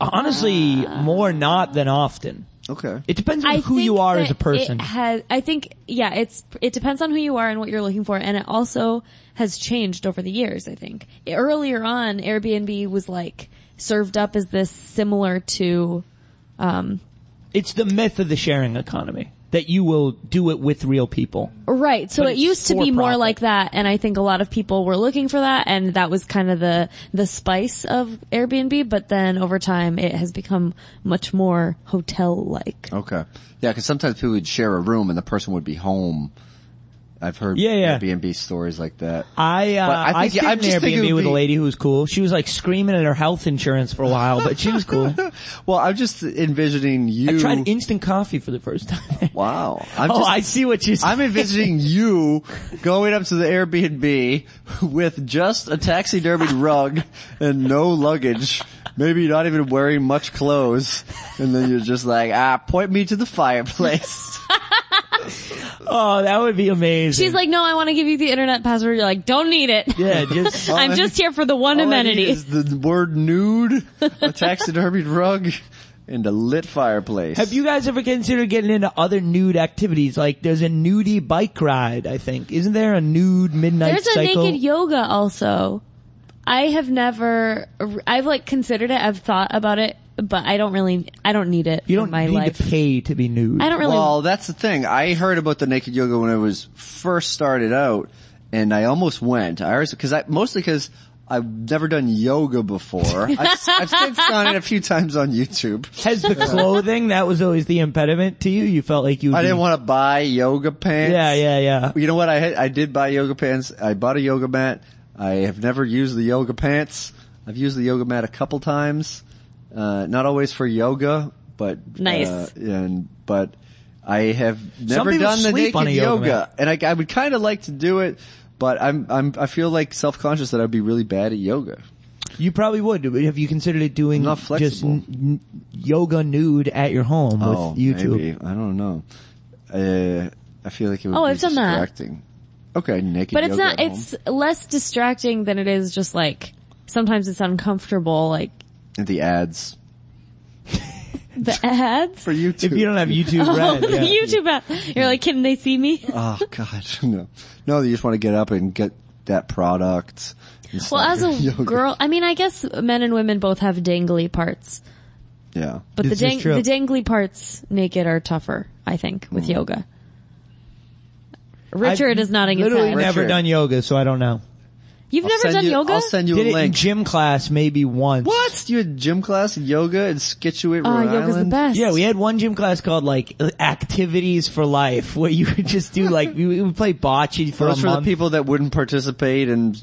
S2: Uh, Honestly, more not than often.
S3: Okay.
S2: It depends on
S6: I
S2: who you
S6: think
S2: are as
S6: that
S2: a person.
S6: It has, I think, yeah, it's, it depends on who you are and what you're looking for. And it also has changed over the years, I think. Earlier on, Airbnb was like served up as this similar to, um,
S2: It's the myth of the sharing economy that you will do it with real people.
S6: Right. So
S2: But
S6: it
S2: it's
S6: used to
S2: for
S6: be more
S2: profit.
S6: like that and I think a lot of people were looking for that and that was kind of the the spice of Airbnb, but then over time it has become much more hotel like.
S3: Okay. Yeah, because sometimes people would share a room and the person would be home. I've heard
S2: Yeah, yeah.
S3: Airbnb stories like that.
S2: I uh,
S3: But I
S2: I,
S3: think-
S2: stayed
S3: I'm
S2: in
S3: just
S2: an
S3: thinking
S2: Airbnb
S3: it would
S2: with a
S3: be-
S2: lady who was cool. She was like screaming at her health insurance for a while, but she was cool.
S3: Well, I'm just envisioning you.
S2: I tried instant coffee for the first time.
S3: wow. I'm
S2: oh,
S3: just-
S2: I see what you're saying.
S3: I'm envisioning you going up to the Airbnb with just a taxidermied rug and no luggage. Maybe not even wearing much clothes. And then you're just like, ah, point me to the fireplace.
S2: oh, that would be amazing.
S6: She's like, "No, I want to give you the internet password." You're like, "Don't need it."
S2: yeah, just
S6: I'm just here for the one
S3: All I need
S6: amenity.
S3: Is the word nude, a taxidermied rug, and a lit fireplace.
S2: Have you guys ever considered getting into other nude activities? Like there's a nudie bike ride, I think. Isn't there a nude midnight
S6: There's a
S2: cycle?
S6: naked yoga also. I have never, I've like considered it, I've thought about it, but I don't really, I don't need it
S2: you don't
S6: in my
S2: need
S6: life.
S2: to pay to be nude.
S6: I don't really
S3: Well, that's the thing. I heard about the naked yoga when I was first started out, and I almost went. I always because I mostly because I've never done yoga before. I've, I've since done it a few times on YouTube.
S2: Has the clothing that was always the impediment to you? You felt like you.
S3: I
S2: would
S3: didn't
S2: be-
S3: want to buy yoga pants.
S2: Mm-hmm. Yeah, yeah, yeah.
S3: You know what? I had, I did buy yoga pants. I bought a yoga mat. I have never used the yoga pants. I've used the yoga mat a couple times, uh, not always for yoga, but
S6: Nice.
S3: Uh, and but I have never
S2: people
S3: done the
S2: sleep
S3: naked
S2: on a yoga
S3: yoga,
S2: mat.
S3: and I, I would kind of like to do it, but I'm I'm I feel like self conscious that I'd be really bad at yoga.
S2: You probably would. but Have you considered it doing
S3: Not
S2: just
S3: flexible.
S2: n- n- yoga nude at your home
S3: oh,
S2: with YouTube?
S3: maybe. I don't know. Uh, I feel like it would
S6: Oh,
S3: be
S6: I've done that.
S3: distracting. Okay, naked.
S6: But it's
S3: yoga
S6: not,
S3: at home.
S6: it's less distracting than it is just like, sometimes it's uncomfortable, like
S3: the ads
S6: the ads.
S3: for YouTube.
S2: If you don't have YouTube
S6: Oh,
S2: Red,
S6: the
S2: yeah.
S6: YouTube ad. You're like, can they see me?
S3: Oh God, no, no! You just want to get up and get that product. It's
S6: Well,
S3: like
S6: as a
S3: yoga.
S6: girl, I mean, I guess men and women both have dangly parts,
S3: yeah,
S6: but
S2: This
S6: the,
S2: is
S6: dang-
S2: true.
S6: the dangly parts naked are tougher, I think,
S3: Hmm.
S6: with yoga. Richard
S2: I've
S6: is nodding his
S2: Literally
S6: head.
S2: never
S3: Richard.
S2: done yoga, so I don't know.
S6: You've
S3: I'll
S6: never
S3: send
S6: done
S3: you,
S6: yoga?
S3: I'll send you
S2: Did
S3: a
S2: it in
S3: link.
S2: gym class maybe once.
S3: what? You had gym class, yoga, and Scituate,
S6: Oh,
S3: Rhode
S6: yoga's the
S3: Island.
S6: best.
S2: Yeah, we had one gym class called like Activities for Life, where you would just do like we would play bocce for
S3: Those
S2: a
S3: for the
S2: month.
S3: people that wouldn't participate in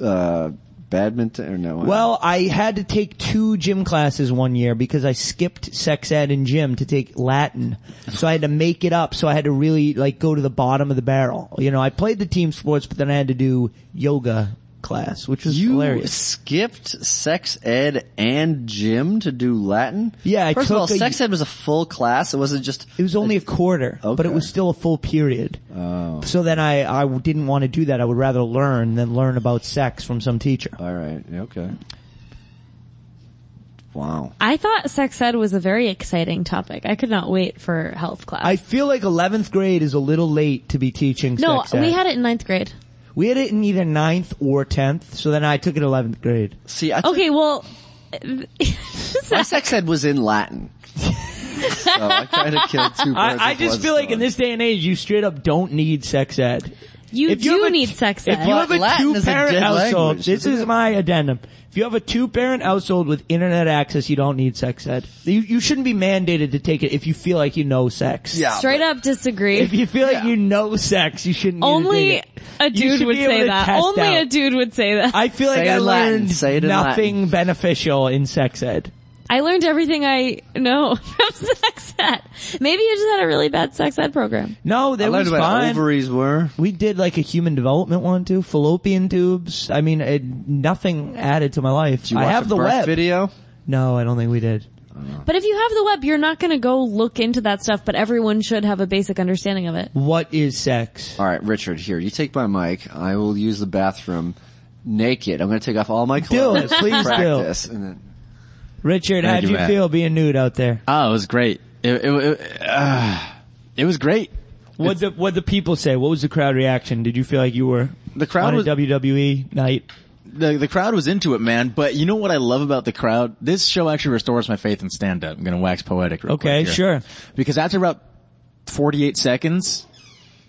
S3: uh, badminton or no.
S2: Well, I had to take two gym classes one year because I skipped sex ed and gym to take Latin. So I had to make it up. So I had to really like go to the bottom of the barrel. You know, I played the team sports, but then I had to do yoga class, which was
S3: you
S2: hilarious.
S3: skipped sex ed and gym to do Latin.
S2: Yeah, I
S3: first of all,
S2: took a-
S3: sex ed was a full class. It wasn't just.
S2: It was only a quarter, but it
S3: Okay.
S2: was still a full period.
S3: Oh,
S2: So then I, I didn't want to do that. I would rather learn than learn about sex from some teacher.
S3: all right, okay. Wow.
S6: I thought sex ed was a very exciting topic. I could not wait for health class.
S2: I feel like 11th grade is a little late to be teaching
S6: no,
S2: sex ed.
S6: we had it in ninth grade.
S2: We had it in either ninth or 10th, so then I took it 11th grade.
S3: See, I
S6: Okay, well,
S3: My sex ed was in Latin. so I kind of killed two birds.
S2: I, I
S3: with
S2: just
S3: one
S2: feel like in
S3: stone.
S2: this day and age, you straight up don't need sex ed.
S6: you
S2: If
S6: do
S2: you have a-
S6: need sex
S2: If
S6: ed.
S2: you have a
S3: Latin is a
S2: two-parent
S3: dead
S2: household,
S3: language,
S2: this
S3: isn't
S2: is my addendum. If you have a two-parent household with internet access, you don't need sex ed. You, you shouldn't be mandated to take it if you feel like you know sex.
S3: Yeah,
S6: Straight up disagree.
S2: If you feel like you know sex, you shouldn't. need to
S6: Only
S2: take it.
S6: a
S2: You
S6: dude
S2: should
S6: would
S2: be able
S6: say
S2: to
S6: that.
S2: test
S6: Only
S2: out.
S6: a dude would say that. I,
S2: I feel like
S3: Say it
S2: I
S3: in Latin.
S2: learned
S3: Say it in
S2: nothing beneficial in sex ed.
S6: learned everything I know from sex ed. Maybe you just had a really bad sex ed program.
S2: No,
S3: I
S2: that
S3: learned
S2: was
S3: what
S2: fine.
S3: ovaries were.
S2: we did like a human development one too, fallopian tubes. I mean, it, nothing added to my life.
S3: Did you
S2: I
S3: watch
S2: have
S3: a
S2: the
S3: birth
S2: web.
S3: video?
S2: No, I don't think we did.
S6: But if you have the web, you're not going to go look into that stuff, but everyone should have a basic understanding of it.
S2: What is sex?
S10: All right, Richard, here, you take my mic. I will use the bathroom naked. I'm going to take off all my clothes.
S2: it, please do.
S10: practice, And then
S2: Richard,
S13: Thank
S2: how'd
S13: you,
S2: you
S13: Matt.
S2: feel being nude out there?
S13: Oh, it was great. It, it, it, uh, it was great.
S2: What the what the people say? What was the crowd reaction? Did you feel like you were
S13: The crowd
S2: on
S13: was-
S2: a WWE night?
S13: The, the crowd was into it, man. But you know what I love about the crowd? This show actually restores my faith in stand up. I'm going to wax poetic real
S2: Okay,
S13: quick here.
S2: sure.
S13: Because after about 48 seconds,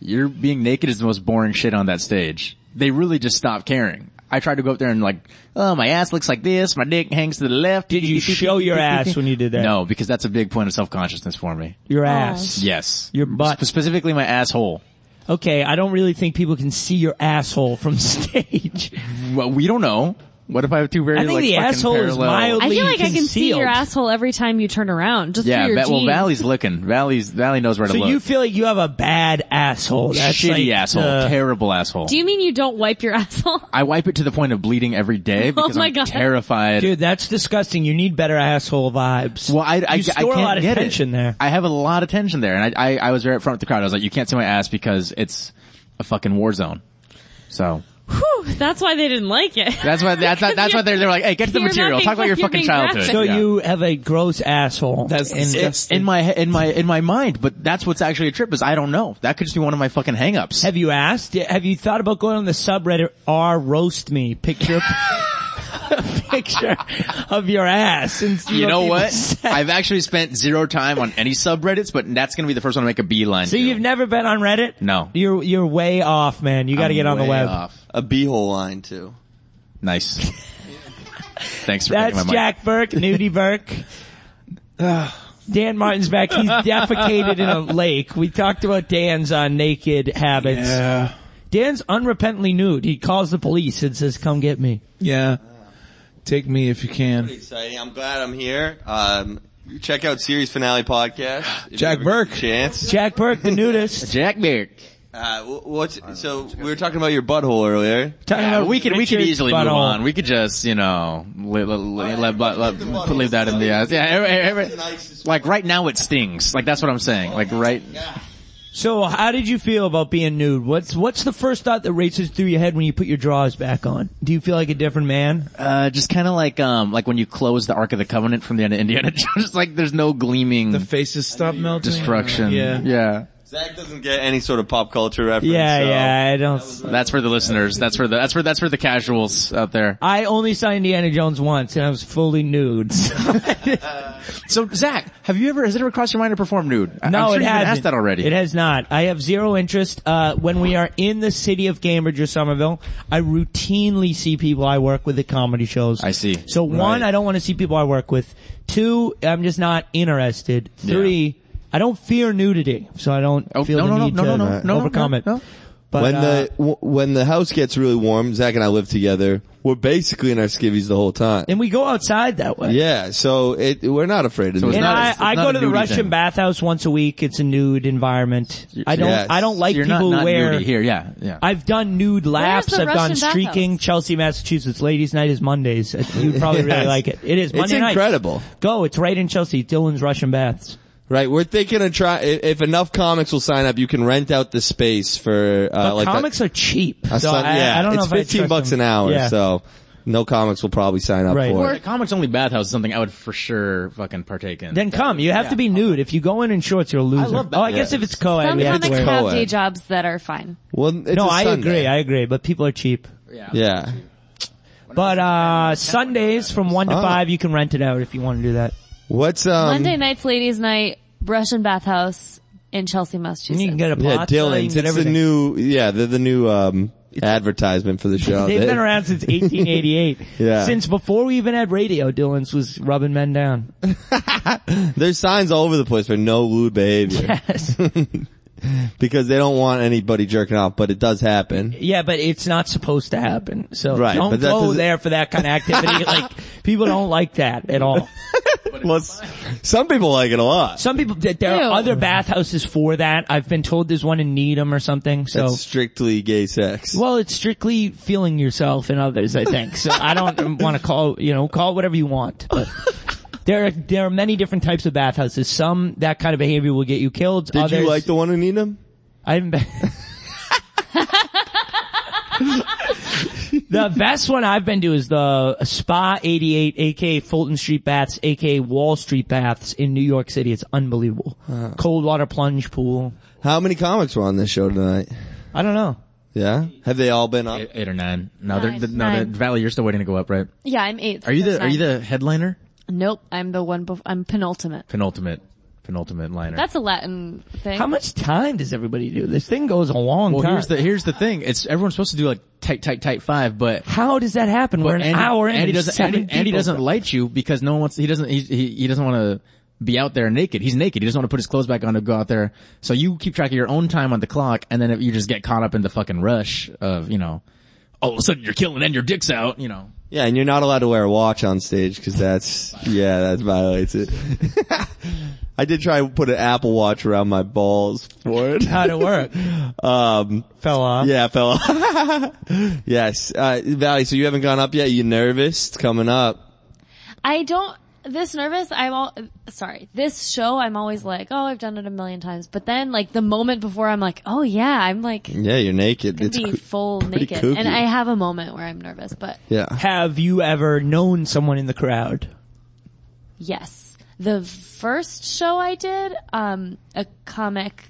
S13: you're being naked is the most boring shit on that stage. They really just stopped caring. I tried to go up there and like, oh, my ass looks like this, my dick hangs to the left.
S2: Did you show your ass when you did that?
S13: No, because that's a big point of self-consciousness for me.
S6: Oh,
S2: Your ass.
S13: Yes.
S2: Your butt.
S13: Specifically my asshole.
S2: Okay, I don't really think people can see your asshole from stage.
S13: Well, we don't know. What if I have two very
S2: I think
S13: like
S2: the
S13: fucking
S2: asshole is
S13: parallel-
S2: mildly
S6: I feel like I can see
S2: concealed.
S6: your asshole every time you turn around, just
S13: Yeah,
S6: through your
S13: Va- well,
S6: jeans.
S13: Valley's looking. Valley's Valley knows where to
S2: So
S13: look.
S2: you feel like you have a bad asshole. That's
S13: Shitty
S2: like uh,
S13: asshole,
S2: the-
S13: terrible asshole.
S6: Do you mean you don't wipe your asshole?
S13: I wipe it to the point of bleeding every day because
S6: Oh my
S13: I'm
S6: God.
S13: terrified.
S2: Dude, that's disgusting. You need better asshole vibes.
S13: Well, I, I,
S2: you
S13: I
S2: store
S13: can't
S2: a lot of
S13: get it.
S2: tension there.
S13: I have a lot of tension there, and I, I, I was right up front with the crowd. I was like, "You can't see my ass because it's a fucking war zone." So
S6: Whew, that's why they didn't like it.
S13: that's why that's that's, that's why they're, they're like, "Hey, get to the
S6: You're
S13: material.
S6: not
S13: Talk about your
S6: being-
S13: fucking
S6: you're being
S13: childhood."
S6: graphic.
S2: So
S13: Yeah.
S2: you have a gross asshole. That's
S13: It's- it's in my he- in my in my mind, but that's what's actually a trip is I don't know. That could just be one of my fucking hangups.
S2: Have you asked? Have you thought about going on the subreddit r roast me picture picture of your ass? And see
S13: You know
S2: people
S13: what?
S2: say?
S13: I've actually spent zero time on any subreddits, but that's gonna be the first one to make a beeline.
S2: So
S13: to.
S2: you've never been on Reddit?
S13: no,
S2: You're you're way off, man. You got to
S13: I'm
S2: get on the
S13: way
S2: web.
S13: off.
S10: a beehole line too.
S13: Nice. Thanks for taking
S2: That's
S13: my
S2: Jack Burke, Nudie Burke. Dan Martin's back. He's defecated in a lake. We talked about Dan's on naked habits.
S9: Yeah.
S2: Dan's unrepentantly nude. He calls the police and says, "Come get me."
S9: Yeah. Take me if you can.
S14: exciting. I'm glad I'm here. Um, check out series finale podcast. if you
S9: Jack
S14: ever get
S9: Burke.
S14: the Chance.
S2: Jack Burke, the nudist.
S13: Jack Beard.
S14: Uh, wh- what's, so we were talking about your butthole earlier.
S2: Talking about
S13: we could we could
S2: Richard's
S13: easily move
S2: butthole.
S13: on. We could just you know let, let, let, let, let, let- put- leave that in the eyes. Yeah, every- every- like right now it stings. Like that's what I'm saying. Like
S14: Oh,
S13: right.
S2: So, how did you feel about being nude? What's What's the first thought that races through your head when you put your drawers back on? Do you feel like a different man?
S13: Uh, just kind of like um like when you close the Ark of the Covenant from the end of Indiana Jones. Like there's no gleaming
S9: The faces stop melting.
S13: destruction.
S9: Yeah.
S13: yeah.
S14: Zach doesn't get any sort of pop culture reference.
S2: Yeah,
S14: so.
S2: yeah. I don't.
S13: That's for the listeners. That's for the that's for that's for the casuals out there.
S2: I only saw Indiana Jones once, and I was fully nude.
S13: So Zach, have you ever has it ever crossed your mind to perform nude? I-
S2: No,
S13: I'm sure
S2: it
S13: you've been
S2: hasn't.
S13: asked that already.
S2: It has not. I have zero interest. Uh, when we are in the city of Cambridge or Somerville, I routinely see people I work with at comedy shows.
S13: I see.
S2: So one,
S13: Right.
S2: I don't want to see people I work with. Two, I'm just not interested. Three, I don't fear nudity, so I don't
S13: Oh,
S2: feel
S13: no,
S2: the
S13: no, no,
S2: need
S13: no,
S2: to
S13: no, no, no,
S2: overcome
S13: no,
S2: it.
S13: no.
S2: But
S14: when
S2: uh,
S14: the w- when the house gets really warm, Zach and I live together. We're basically in our skivvies the whole time.
S2: and we go outside that way.
S14: Yeah, so it, we're not afraid of
S13: it's
S14: that.
S2: And
S13: not a-
S2: I,
S13: it's
S2: I
S13: not
S2: go
S13: a
S2: to the
S13: nudie
S2: Russian
S13: thing.
S2: bathhouse once a week. It's a nude environment. I don't.
S14: yes.
S2: I don't like
S13: You're
S2: people
S13: not,
S2: who
S13: not
S2: wear
S13: nudie here. Yeah, yeah.
S2: I've done nude laps.
S6: the
S2: I've gone
S6: Russian
S2: streaking.
S6: bathhouse?
S2: Chelsea, Massachusetts. Ladies' night is Mondays. You'd probably really
S14: Yes.
S2: like it. It is Monday
S14: it's
S2: night.
S14: incredible.
S2: Go. It's right in Chelsea. Dylan's Russian baths.
S14: Right, we're thinking of try. i- If enough comics will sign up, you can rent out the space for uh,
S2: But
S14: like a-
S2: comics are cheap.
S14: a
S2: so
S14: sun-
S2: I,
S14: yeah,
S2: I don't know
S14: it's
S2: if I'd
S14: fifteen
S2: trust
S14: bucks
S2: them.
S14: an hour,
S2: Yeah.
S14: so no comics will probably sign up
S2: Right.
S14: for
S13: Or
S14: it.
S13: a comics only bathhouse is something I would for sure fucking partake in.
S2: Then come. You have to be nude. If you go in in shorts, you're a loser.
S13: love
S2: oh, I guess
S13: bathhouses.
S2: if it's co-ed,
S6: Some
S2: we have to
S6: comics
S2: wear.
S14: co-
S6: have
S14: co-ed.
S6: day jobs that are fine.
S14: Well, it's
S2: no,
S14: a
S2: I
S14: Sunday.
S2: agree. I agree. But people are cheap.
S14: Yeah,
S2: But uh Sundays from one to
S14: Oh.
S2: five, you can rent it out if you want to do that.
S14: what's um?
S6: Monday nights, ladies' night, Russian bathhouse in Chelsea,
S2: And
S6: Massachusetts.
S2: you can get a
S14: Yeah,
S2: plot, you can
S14: Dylan's.
S2: get
S14: It's the
S2: everything.
S14: new. Yeah, they're the new um advertisement for the show.
S2: They've
S14: They-
S2: been around since 1888.
S14: Yeah.
S2: Since before we even had radio, Dylan's was rubbing men down.
S14: There's signs all over the place for no lewd behavior
S2: Yes.
S14: because they don't want anybody jerking off, but it does happen.
S2: Yeah, but it's not supposed to happen. So
S14: Right,
S2: don't
S14: but that
S2: go
S14: doesn't-
S2: there for that kind of activity. like people don't like that at all.
S14: Well, s- some people like it a lot.
S2: Some people th- there
S6: Ew.
S2: are other bathhouses for that. I've been told there's one in Needham or something. So
S14: That's strictly gay sex.
S2: well, it's strictly feeling yourself and others. I think so. I don't want to call you know call it whatever you want, but There are there are many different types of bathhouses. Some that kind of behavior will get you killed.
S14: Did
S2: Others,
S14: you like the one in Needham?
S2: I haven't been. the best one I've been to is the Spa 88, aka Fulton Street Baths, aka Wall Street Baths in New York City. It's unbelievable.
S14: Uh-huh.
S2: Cold water plunge pool.
S14: How many comics were on this show tonight?
S2: I don't know.
S14: Yeah? Have they all been up?
S13: Eight, or nine. No, they're,
S6: Nine.
S13: the, no, the,
S6: Nine.
S13: Valley, you're still waiting to go up, right?
S6: Yeah, I'm eighth.
S13: Are you the,
S6: That's
S13: are you
S6: nine.
S13: the headliner?
S6: Nope, I'm the one. Bef- I'm penultimate.
S13: Penultimate, penultimate liner.
S6: That's a Latin thing.
S2: How much time does everybody do? This thing goes a long
S13: well,
S2: time.
S13: here's the, here's the thing. It's, everyone's supposed to do like tight, tight, tight five, but.
S2: How does that happen? We're an hour in.
S13: Andy
S2: and
S13: doesn't,
S2: seven
S13: Andy, Andy
S2: people-
S13: doesn't light you because no one wants, he doesn't, he, he, he doesn't want to be out there naked. He's naked. He doesn't want to put his clothes back on to go out there. So you keep track of your own time on the clock and then if you just get caught up in the fucking rush of, you know, all of a sudden you're killing and your dick's out, you know.
S14: Yeah, and you're not allowed to wear a watch on stage because that's, yeah, that violates it. I did try to put an Apple watch around my balls for it.
S2: How'd it work?
S14: um,
S2: fell off.
S14: Yeah, fell off. yes. Uh, Valley, so you haven't gone up yet? You nervous? It's coming up.
S6: I don't. This nervous, I'm all sorry. This show, I'm always like, oh, I've done it a million times. But then, like the moment before, I'm like, oh yeah, I'm like
S14: Yeah, you're naked.
S6: gonna
S14: It's
S6: be
S14: cr-
S6: full
S14: pretty
S6: naked,
S14: kooky.
S6: and I have a moment where I'm nervous. But
S14: Yeah.
S2: Have you ever known someone in the crowd?
S6: Yes. The first show I did, um, a comic,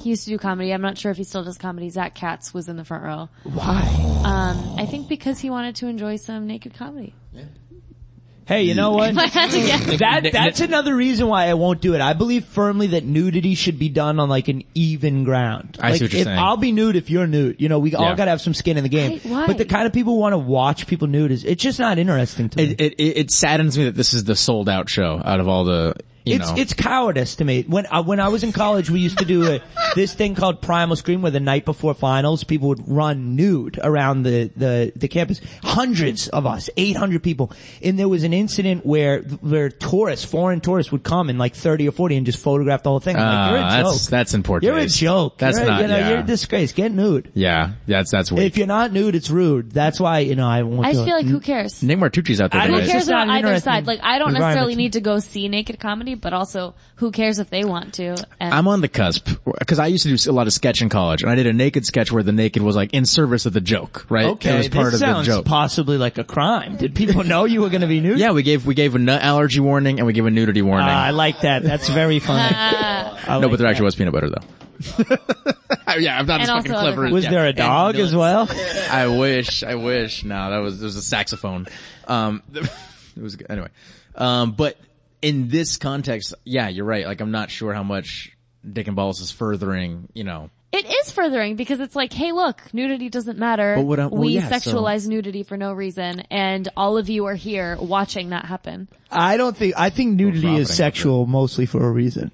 S6: he used to do comedy. I'm not sure if he still does comedy. Zach Katz was in the front row.
S2: Why?
S6: Um, I think because he wanted to enjoy some naked comedy.
S2: Hey, you know what?
S6: If I had to guess.
S2: that that's another reason why I won't do it. I believe firmly that nudity should be done on like an even ground.
S13: I see
S2: like,
S13: what you're
S2: if
S13: saying.
S2: I'll be nude if you're nude. You know, we
S13: Yeah.
S2: all gotta have some skin in the game.
S13: Why- why?
S2: But the kind of people who want to watch people nude is it's just not interesting to me.
S13: It, it, it, it saddens me that this is the sold out show out of all the, you
S2: it's
S13: know.
S2: it's cowardice to me. When I, when I was in college, we used to do a, this thing called Primal Scream, where the night before finals, people would run nude around the the, the campus. Hundreds of us, eight hundred people, and there was an incident where where tourists, foreign tourists, would come in like thirty or forty and just photograph the whole thing. I'm like, you're a
S13: Ah, that's,
S2: joke.
S13: that's important.
S2: You're a joke.
S13: That's
S2: You're a-
S13: not,
S2: you know,
S13: yeah.
S2: you're a disgrace. Get nude.
S13: yeah, that's, that's weird.
S2: If you're not nude, it's rude. That's why you know I won't.
S6: I
S2: do
S6: just
S2: it.
S6: feel like who cares?
S13: Name Martucci's out there.
S2: I
S6: Who
S2: don't
S13: tonight.
S6: cares
S2: uh, not
S6: about
S2: an
S6: either
S2: interesting
S6: side? Like, I don't necessarily
S13: environment.
S6: need to go see naked comedy, but also, who cares if they want to? And
S13: I'm on the cusp because I used to do a lot of sketch in college, and I did a naked sketch where the naked was like in service of the joke, right?
S2: Okay,
S13: it was part
S2: this
S13: of
S2: sounds
S13: the joke.
S2: possibly like a crime. Did people know you were going to be nude?
S13: Yeah, we gave we gave a nut allergy warning and we gave a nudity warning.
S2: Ah, I like that. That's very funny.
S13: no, but there actually was peanut butter though. yeah, I'm not
S2: And
S13: as fucking
S2: also other
S13: clever. as-
S2: Was
S13: yeah,
S2: there a
S13: and
S2: dog as well?
S13: I wish. I wish. No, that was there was a saxophone. Um, it was good. anyway. Um, but in this context, yeah, you're right. Like, I'm not sure how much Dick and Balls is furthering. You know,
S6: it is furthering because it's like, hey, look, nudity doesn't matter.
S13: But what I'm- well,
S6: we
S13: yeah, so-
S6: sexualize nudity for no reason, and all of you are here watching that happen.
S2: I don't think, I think nudity
S14: profiting off
S2: is sexual mostly for a reason.